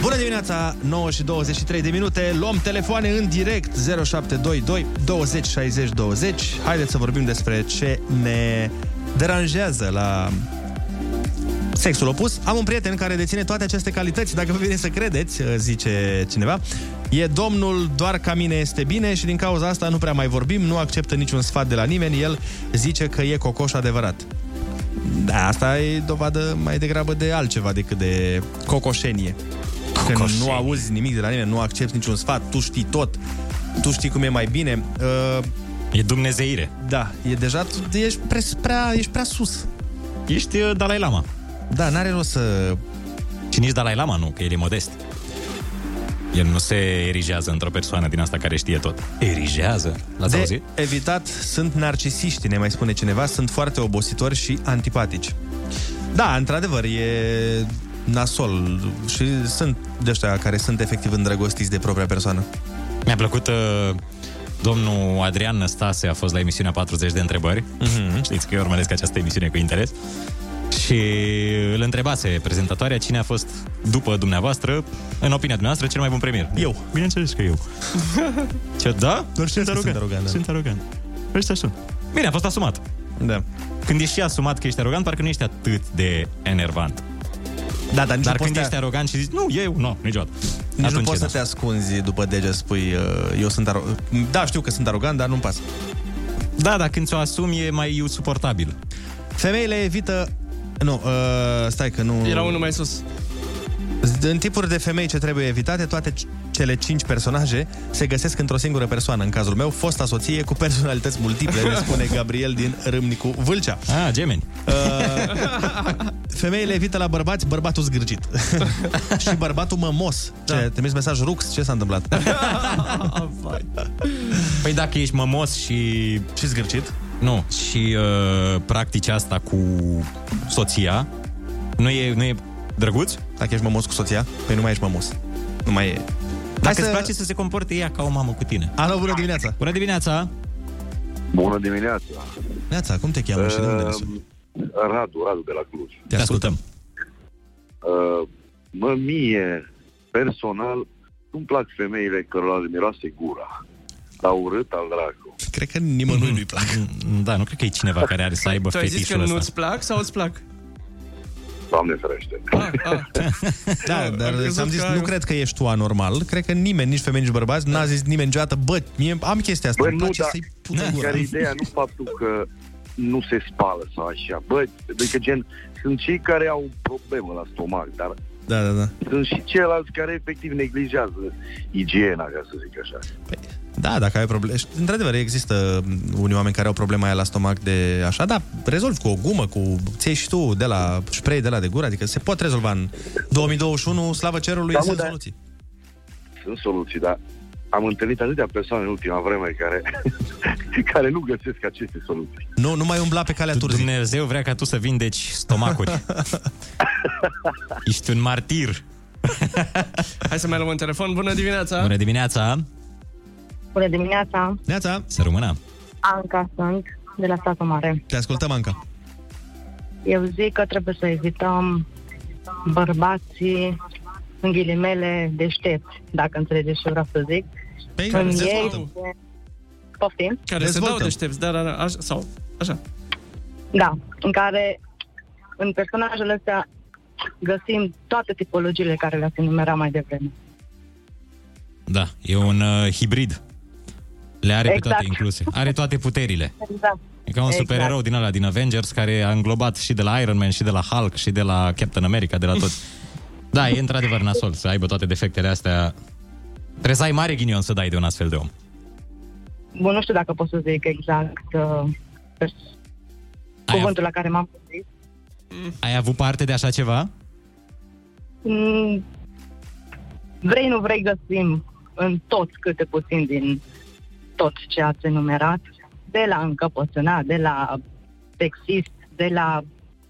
[SPEAKER 8] Bună dimineața, 9 și 23 de minute, luăm telefoane în direct 0722 20 60 20. Haideți să vorbim despre ce ne deranjează la sexul opus. Am un prieten care deține toate aceste calități, dacă vă vine să credeți, zice cineva. E domnul, doar ca mine este bine și din cauza asta nu prea mai vorbim, nu acceptă niciun sfat de la nimeni, el zice că e cocoș adevărat. Da, asta e dovadă mai degrabă de altceva decât de cocoșenie. Când nu auzi nimic de la nimeni, nu accepti niciun sfat, tu știi tot, tu știi cum e mai bine. Uh,
[SPEAKER 7] e dumnezeire.
[SPEAKER 8] Da, e deja, tu ești prea, prea, ești prea sus.
[SPEAKER 7] Ești uh, Dalai Lama.
[SPEAKER 8] Da, n-are rost să...
[SPEAKER 7] Și nici Dalai Lama nu, că el e modest. El nu se erigează într-o persoană din asta care știe tot. Erigează? L-ați
[SPEAKER 8] de
[SPEAKER 7] auzit?
[SPEAKER 8] evitat sunt narcisiști, ne mai spune cineva, sunt foarte obositori și antipatici. Da, într-adevăr, e nasol și sunt de ăștia care sunt efectiv îndrăgostiți de propria persoană.
[SPEAKER 7] Mi-a plăcut uh, domnul Adrian Năstase a fost la emisiunea 40 de întrebări.
[SPEAKER 8] Mhm.
[SPEAKER 7] Mm-hmm. Știți că eu urmăresc această emisiune cu interes. Și uh, îl întrebase prezentatoarea cine a fost, după dumneavoastră, în opinia dumneavoastră, cel mai bun premier. Eu. Bineînțeles că eu. Ce, da?
[SPEAKER 8] Doar știu că sunt arogant, da.
[SPEAKER 7] Sunt arogant. Ăștia sunt. Bine, a fost asumat.
[SPEAKER 8] Da.
[SPEAKER 7] Când ești și asumat că ești arogant, parcă nu ești atât de enervant.
[SPEAKER 8] Da, dar nici
[SPEAKER 7] Dar
[SPEAKER 8] nu poți
[SPEAKER 7] când
[SPEAKER 8] să te-
[SPEAKER 7] ești arogant și zici, nu, eu, nu, niciodată.
[SPEAKER 8] Nici nu
[SPEAKER 7] Atunci
[SPEAKER 8] poți
[SPEAKER 7] e da.
[SPEAKER 8] să te ascunzi după dege, spui uh, eu sunt arogant. Da, știu că sunt arogant, dar nu-mi pasă.
[SPEAKER 7] Da, dar când ți-o asumi e mai suportabil.
[SPEAKER 8] Femeile evită... Nu, uh, stai că nu...
[SPEAKER 9] Era unul mai sus.
[SPEAKER 8] În tipuri de femei ce trebuie evitate, toate c- cele cinci personaje se găsesc într-o singură persoană. În cazul meu, fosta soție cu personalități multiple, ne spune Gabriel din Râmnicu Vâlcea. Uh,
[SPEAKER 7] Ah, gemeni.
[SPEAKER 8] Femeile evită la bărbați bărbatul zgârcit. și bărbatul mămos. Ce, da. Trimis mesaj Rux, ce s-a întâmplat?
[SPEAKER 7] Păi dacă ești mămos și...
[SPEAKER 8] Și zgârcit?
[SPEAKER 7] Nu, și uh, practici asta cu soția, nu e, nu e drăguț?
[SPEAKER 8] Dacă ești mămos cu soția, păi nu mai ești mămos. Nu mai e.
[SPEAKER 7] Dacă
[SPEAKER 8] să-
[SPEAKER 7] îți place să se comporte ea ca o mamă cu tine.
[SPEAKER 8] Alo, bună dimineața!
[SPEAKER 7] Bună dimineața!
[SPEAKER 25] Bună dimineața! Ehm,
[SPEAKER 8] Neața, cum te cheamă și de unde ne
[SPEAKER 7] Uh,
[SPEAKER 8] suni?
[SPEAKER 25] Radu, Radu de la Cluj.
[SPEAKER 7] Te ascultăm.
[SPEAKER 25] Uh, mă, mie, personal, nu-mi plac femeile cărora le miroase gura. La urât al dracu.
[SPEAKER 8] Cred că nimănui nu-i plac.
[SPEAKER 7] Da, nu cred că e cineva care are să aibă
[SPEAKER 9] Tu ai zis că
[SPEAKER 7] fetișul ăsta.
[SPEAKER 9] nu-ți plac sau îți plac?
[SPEAKER 25] Doamne ferește.
[SPEAKER 8] Da, dar
[SPEAKER 9] am crezut
[SPEAKER 8] am zis,
[SPEAKER 9] că
[SPEAKER 8] nu cred că ești tu anormal, cred că nimeni, nici femei, nici bărbați, n-a zis nimeni niciodată, bă, mie am chestia asta,
[SPEAKER 25] Bă,
[SPEAKER 8] îmi
[SPEAKER 25] nu, da.
[SPEAKER 8] place
[SPEAKER 25] dar
[SPEAKER 8] să-i pută gura.
[SPEAKER 25] chiar ideea nu faptul că nu se spală sau așa. Bă, adică gen, sunt cei care au problemă la stomac, dar
[SPEAKER 8] Da, da, da.
[SPEAKER 25] sunt și ceilalți care efectiv neglijează igiena, ca să zic așa.
[SPEAKER 8] Da, dacă ai probleme. și, Într-adevăr, există mm, unii oameni care au problema aia la stomac de așa, da, rezolvi cu o gumă, cu ții și tu de la spray de la de gură, adică se pot rezolva în 2021, slavă cerului,
[SPEAKER 25] Da,
[SPEAKER 8] da,
[SPEAKER 25] mă,
[SPEAKER 8] sunt
[SPEAKER 25] dar-
[SPEAKER 8] soluții.
[SPEAKER 25] Sunt soluții, dar am întâlnit atâtea persoane în ultima vreme care, care nu găsesc aceste soluții.
[SPEAKER 8] Nu, nu mai umbla pe calea
[SPEAKER 7] turzii. Dumnezeu vrea ca tu să vindeci stomacuri. Ești un martir.
[SPEAKER 9] Hai să mai luăm un telefon. Bună dimineața!
[SPEAKER 7] Bună dimineața!
[SPEAKER 14] Bună dimineața,
[SPEAKER 8] Neața!
[SPEAKER 7] Să rămână!
[SPEAKER 14] Anca sunt de la statul mare.
[SPEAKER 8] Te ascultăm, Anca.
[SPEAKER 14] Eu zic că trebuie să evităm bărbații în ghilimele deștepți, dacă înțelegeți ce vreau să zic.
[SPEAKER 9] Păi,
[SPEAKER 14] în
[SPEAKER 9] se
[SPEAKER 14] ei... Poftim?
[SPEAKER 9] Care se dau deștepți, da, da, da, așa, sau, așa.
[SPEAKER 14] Da, în care în personajele astea găsim toate tipologiile care le-ați enumerat mai devreme.
[SPEAKER 7] Da, e un uh, hibrid. Le are exact. pe
[SPEAKER 14] Exact.
[SPEAKER 7] toate incluse. Are toate puterile.
[SPEAKER 14] Exact.
[SPEAKER 7] E ca un
[SPEAKER 14] Exact.
[SPEAKER 7] supererou din ăla din Avengers care a înglobat și de la Iron Man, și de la Hulk, și de la Captain America, de la toți. Da, e într-adevăr nasol să aibă toate defectele astea. Trebuie să ai mare ghinion să dai de un astfel de om.
[SPEAKER 14] Bun, nu știu dacă pot să zic exact uh, pers- cuvântul la care m-am gândit.
[SPEAKER 7] Ai avut parte de așa ceva?
[SPEAKER 14] Mm, Vrei, nu vrei, găsim în tot câte puțin din tot ce ați enumerat, de la încăpățânat, de la sexist, de la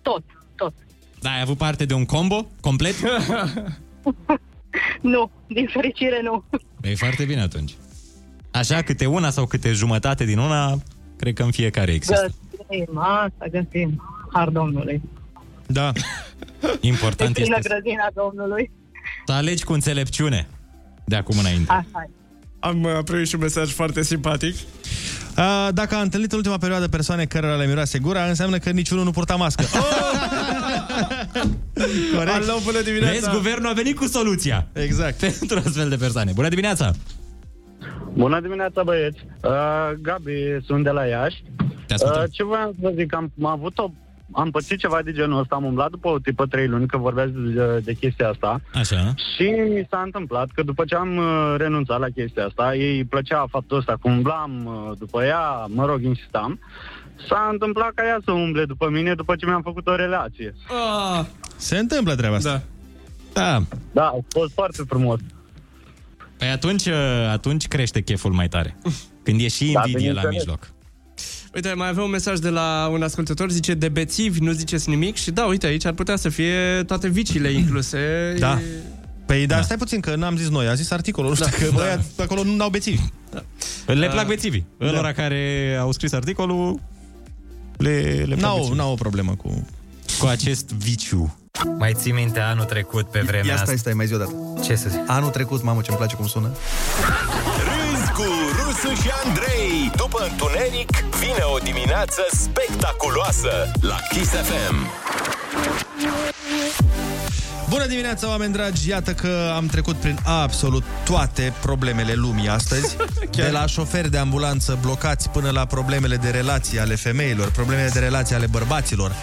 [SPEAKER 14] tot, tot.
[SPEAKER 7] Da, ai avut parte de un combo complet?
[SPEAKER 14] Nu, din fericire nu.
[SPEAKER 7] E foarte bine atunci. Așa, câte una sau câte jumătate din una, cred că în fiecare există.
[SPEAKER 14] Găsim, asta găsim. Har Domnului.
[SPEAKER 8] Da.
[SPEAKER 7] Important
[SPEAKER 14] Plină
[SPEAKER 7] este să-
[SPEAKER 14] grădina Domnului.
[SPEAKER 7] să alegi cu înțelepciune de acum înainte.
[SPEAKER 14] Așa
[SPEAKER 9] Am uh, primit și un mesaj foarte simpatic.
[SPEAKER 8] A, dacă a întâlnit în ultima perioadă persoane care le miroase gura, înseamnă că niciunul nu purta mască. Corect.
[SPEAKER 9] Alo, bună dimineața!
[SPEAKER 7] Vezi, guvernul a venit cu soluția.
[SPEAKER 8] Exact.
[SPEAKER 7] Pentru astfel de persoane. Bună dimineața!
[SPEAKER 16] Bună dimineața, băieți! Uh, Gabi, sunt de la Iași. Uh, ce voiam să vă zic, am, am avut o... Am pățit ceva de genul ăsta, am umblat după o tipă trei luni, că vorbeați de, de chestia asta.
[SPEAKER 7] Așa.
[SPEAKER 16] Și mi s-a întâmplat că după ce am uh, renunțat la chestia asta, ei plăcea faptul ăsta, că umblam uh, după ea, mă rog, insistam, s-a întâmplat ca ea să umble după mine după ce mi-am făcut o relație.
[SPEAKER 9] Ah,
[SPEAKER 8] Se întâmplă treaba asta.
[SPEAKER 7] Da.
[SPEAKER 16] Da, a fost foarte frumos.
[SPEAKER 7] Păi atunci, uh, atunci crește cheful mai tare. Când e
[SPEAKER 8] Da,
[SPEAKER 7] și invidie la
[SPEAKER 9] bineînțeles.
[SPEAKER 7] mijloc.
[SPEAKER 9] Uite, mai avea un mesaj de la un ascultător, zice de bețivi, nu ziceți nimic și da, uite, aici ar putea să fie toate viciile incluse.
[SPEAKER 8] Da. Păi, dar da. stai puțin, că n-am zis noi, a zis articolul ăsta, da. că băia, acolo nu dau bețivi.
[SPEAKER 7] Le
[SPEAKER 8] Da.
[SPEAKER 7] plac bețivii.
[SPEAKER 8] Da.
[SPEAKER 7] Ălora care au scris articolul, le, le plac
[SPEAKER 8] N-au-
[SPEAKER 7] bețivii.
[SPEAKER 8] n-au o problemă cu...
[SPEAKER 7] Cu acest viciu. Mai ții minte anul trecut pe vremea
[SPEAKER 26] Ia stai, stai, mai zi odată.
[SPEAKER 7] Ce să zic?
[SPEAKER 26] Anul trecut, mamă, ce-mi place cum sună.
[SPEAKER 6] Râzi cu Rusu Rusu și Andrei. După întuneric, vine o dimineață spectaculoasă la Kiss FM.
[SPEAKER 8] Bună dimineața, oameni dragi! Iată că am trecut prin absolut toate problemele lumii astăzi. de la șoferi de ambulanță blocați până la problemele de relații ale femeilor, problemele de relații ale bărbaților.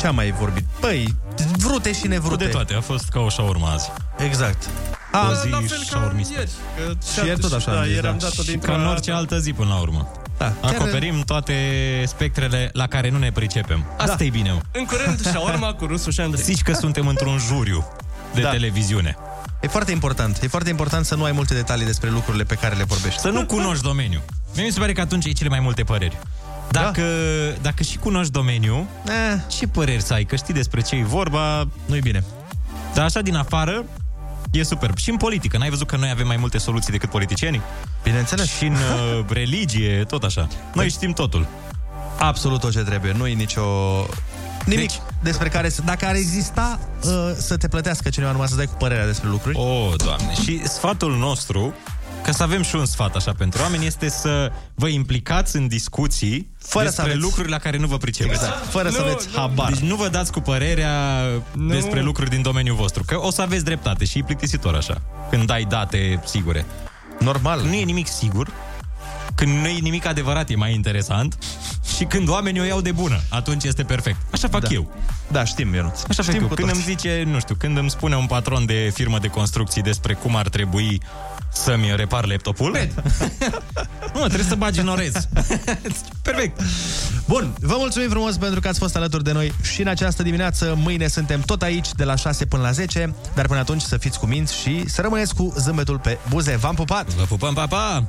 [SPEAKER 8] Ce am mai vorbit? Păi, vrute și nevrute.
[SPEAKER 7] De toate, a fost ca o șaurma azi.
[SPEAKER 8] Exact.
[SPEAKER 7] A,
[SPEAKER 8] A,
[SPEAKER 7] o
[SPEAKER 8] la
[SPEAKER 7] zi
[SPEAKER 8] fel ca
[SPEAKER 7] șaurmistă.
[SPEAKER 8] ieri, că Și ieri tot așa am zis, da.
[SPEAKER 7] Și
[SPEAKER 8] dintr-o
[SPEAKER 7] ca în
[SPEAKER 8] dată.
[SPEAKER 7] orice altă zi până la urmă.
[SPEAKER 8] Da,
[SPEAKER 7] Acoperim toate spectrele la care nu ne pricepem. Asta
[SPEAKER 8] Da.
[SPEAKER 7] e bine.
[SPEAKER 9] În curând, șaorma cu Rusu și Andrei.
[SPEAKER 7] Zici că suntem într-un juriu de
[SPEAKER 8] Da.
[SPEAKER 7] televiziune.
[SPEAKER 8] E foarte important. E foarte important să nu ai multe detalii despre lucrurile pe care le vorbești.
[SPEAKER 7] Să nu cunoști domeniul. Mie mi se pare că atunci e cele mai multe păreri. Dacă, da. dacă și cunoști domeniul,
[SPEAKER 8] Eh.
[SPEAKER 7] ce păreri să ai? Că știi despre ce e vorba, nu-i bine. Dar așa din afară, e superb. Și în politică. N-ai văzut că noi avem mai multe soluții decât politicienii?
[SPEAKER 8] Bineînțeles. Păi-
[SPEAKER 7] Și în uh, religie, tot așa. Noi știm totul.
[SPEAKER 8] Absolut tot ce trebuie. Nu e nicio... Nimic deci, despre care să... Dacă ar exista uh, să te plătească cineva numai să dai cu părerea despre lucruri.
[SPEAKER 7] O, oh, doamne. Și sfatul nostru, ca să avem și un sfat așa pentru oameni, este să vă implicați în discuții
[SPEAKER 8] Fără să
[SPEAKER 7] despre
[SPEAKER 8] aveți-
[SPEAKER 7] lucruri la care nu vă pricepeți.
[SPEAKER 8] Exact. Fără să Nu, aveți nu. habar.
[SPEAKER 7] Deci nu vă dați cu părerea
[SPEAKER 8] Nu.
[SPEAKER 7] despre lucruri din domeniul vostru, că o să aveți dreptate și e plictisitor așa, când dai date sigure.
[SPEAKER 8] Normal.
[SPEAKER 7] Nu e nimic sigur, când nu e nimic adevărat, e mai interesant și când oamenii o iau de bună, atunci este perfect. Așa fac
[SPEAKER 8] Da.
[SPEAKER 7] eu.
[SPEAKER 8] Da, știm, Ionuț.
[SPEAKER 7] Așa fac
[SPEAKER 8] Știm
[SPEAKER 7] eu.
[SPEAKER 8] cu
[SPEAKER 7] Când
[SPEAKER 8] toții.
[SPEAKER 7] îmi zice, nu știu, când îmi spune un patron de firmă de construcții despre cum ar trebui să-mi repar laptopul, nu, trebuie să bagi în orez. Perfect.
[SPEAKER 8] Bun, vă mulțumim frumos pentru că ați fost alături de noi și în această dimineață. Mâine suntem tot aici de la 6 până la 10, dar până atunci să fiți cu minți și să rămâneți cu zâmbetul pe buze. V-am pupat!
[SPEAKER 7] Vă pupăm, pa, pa!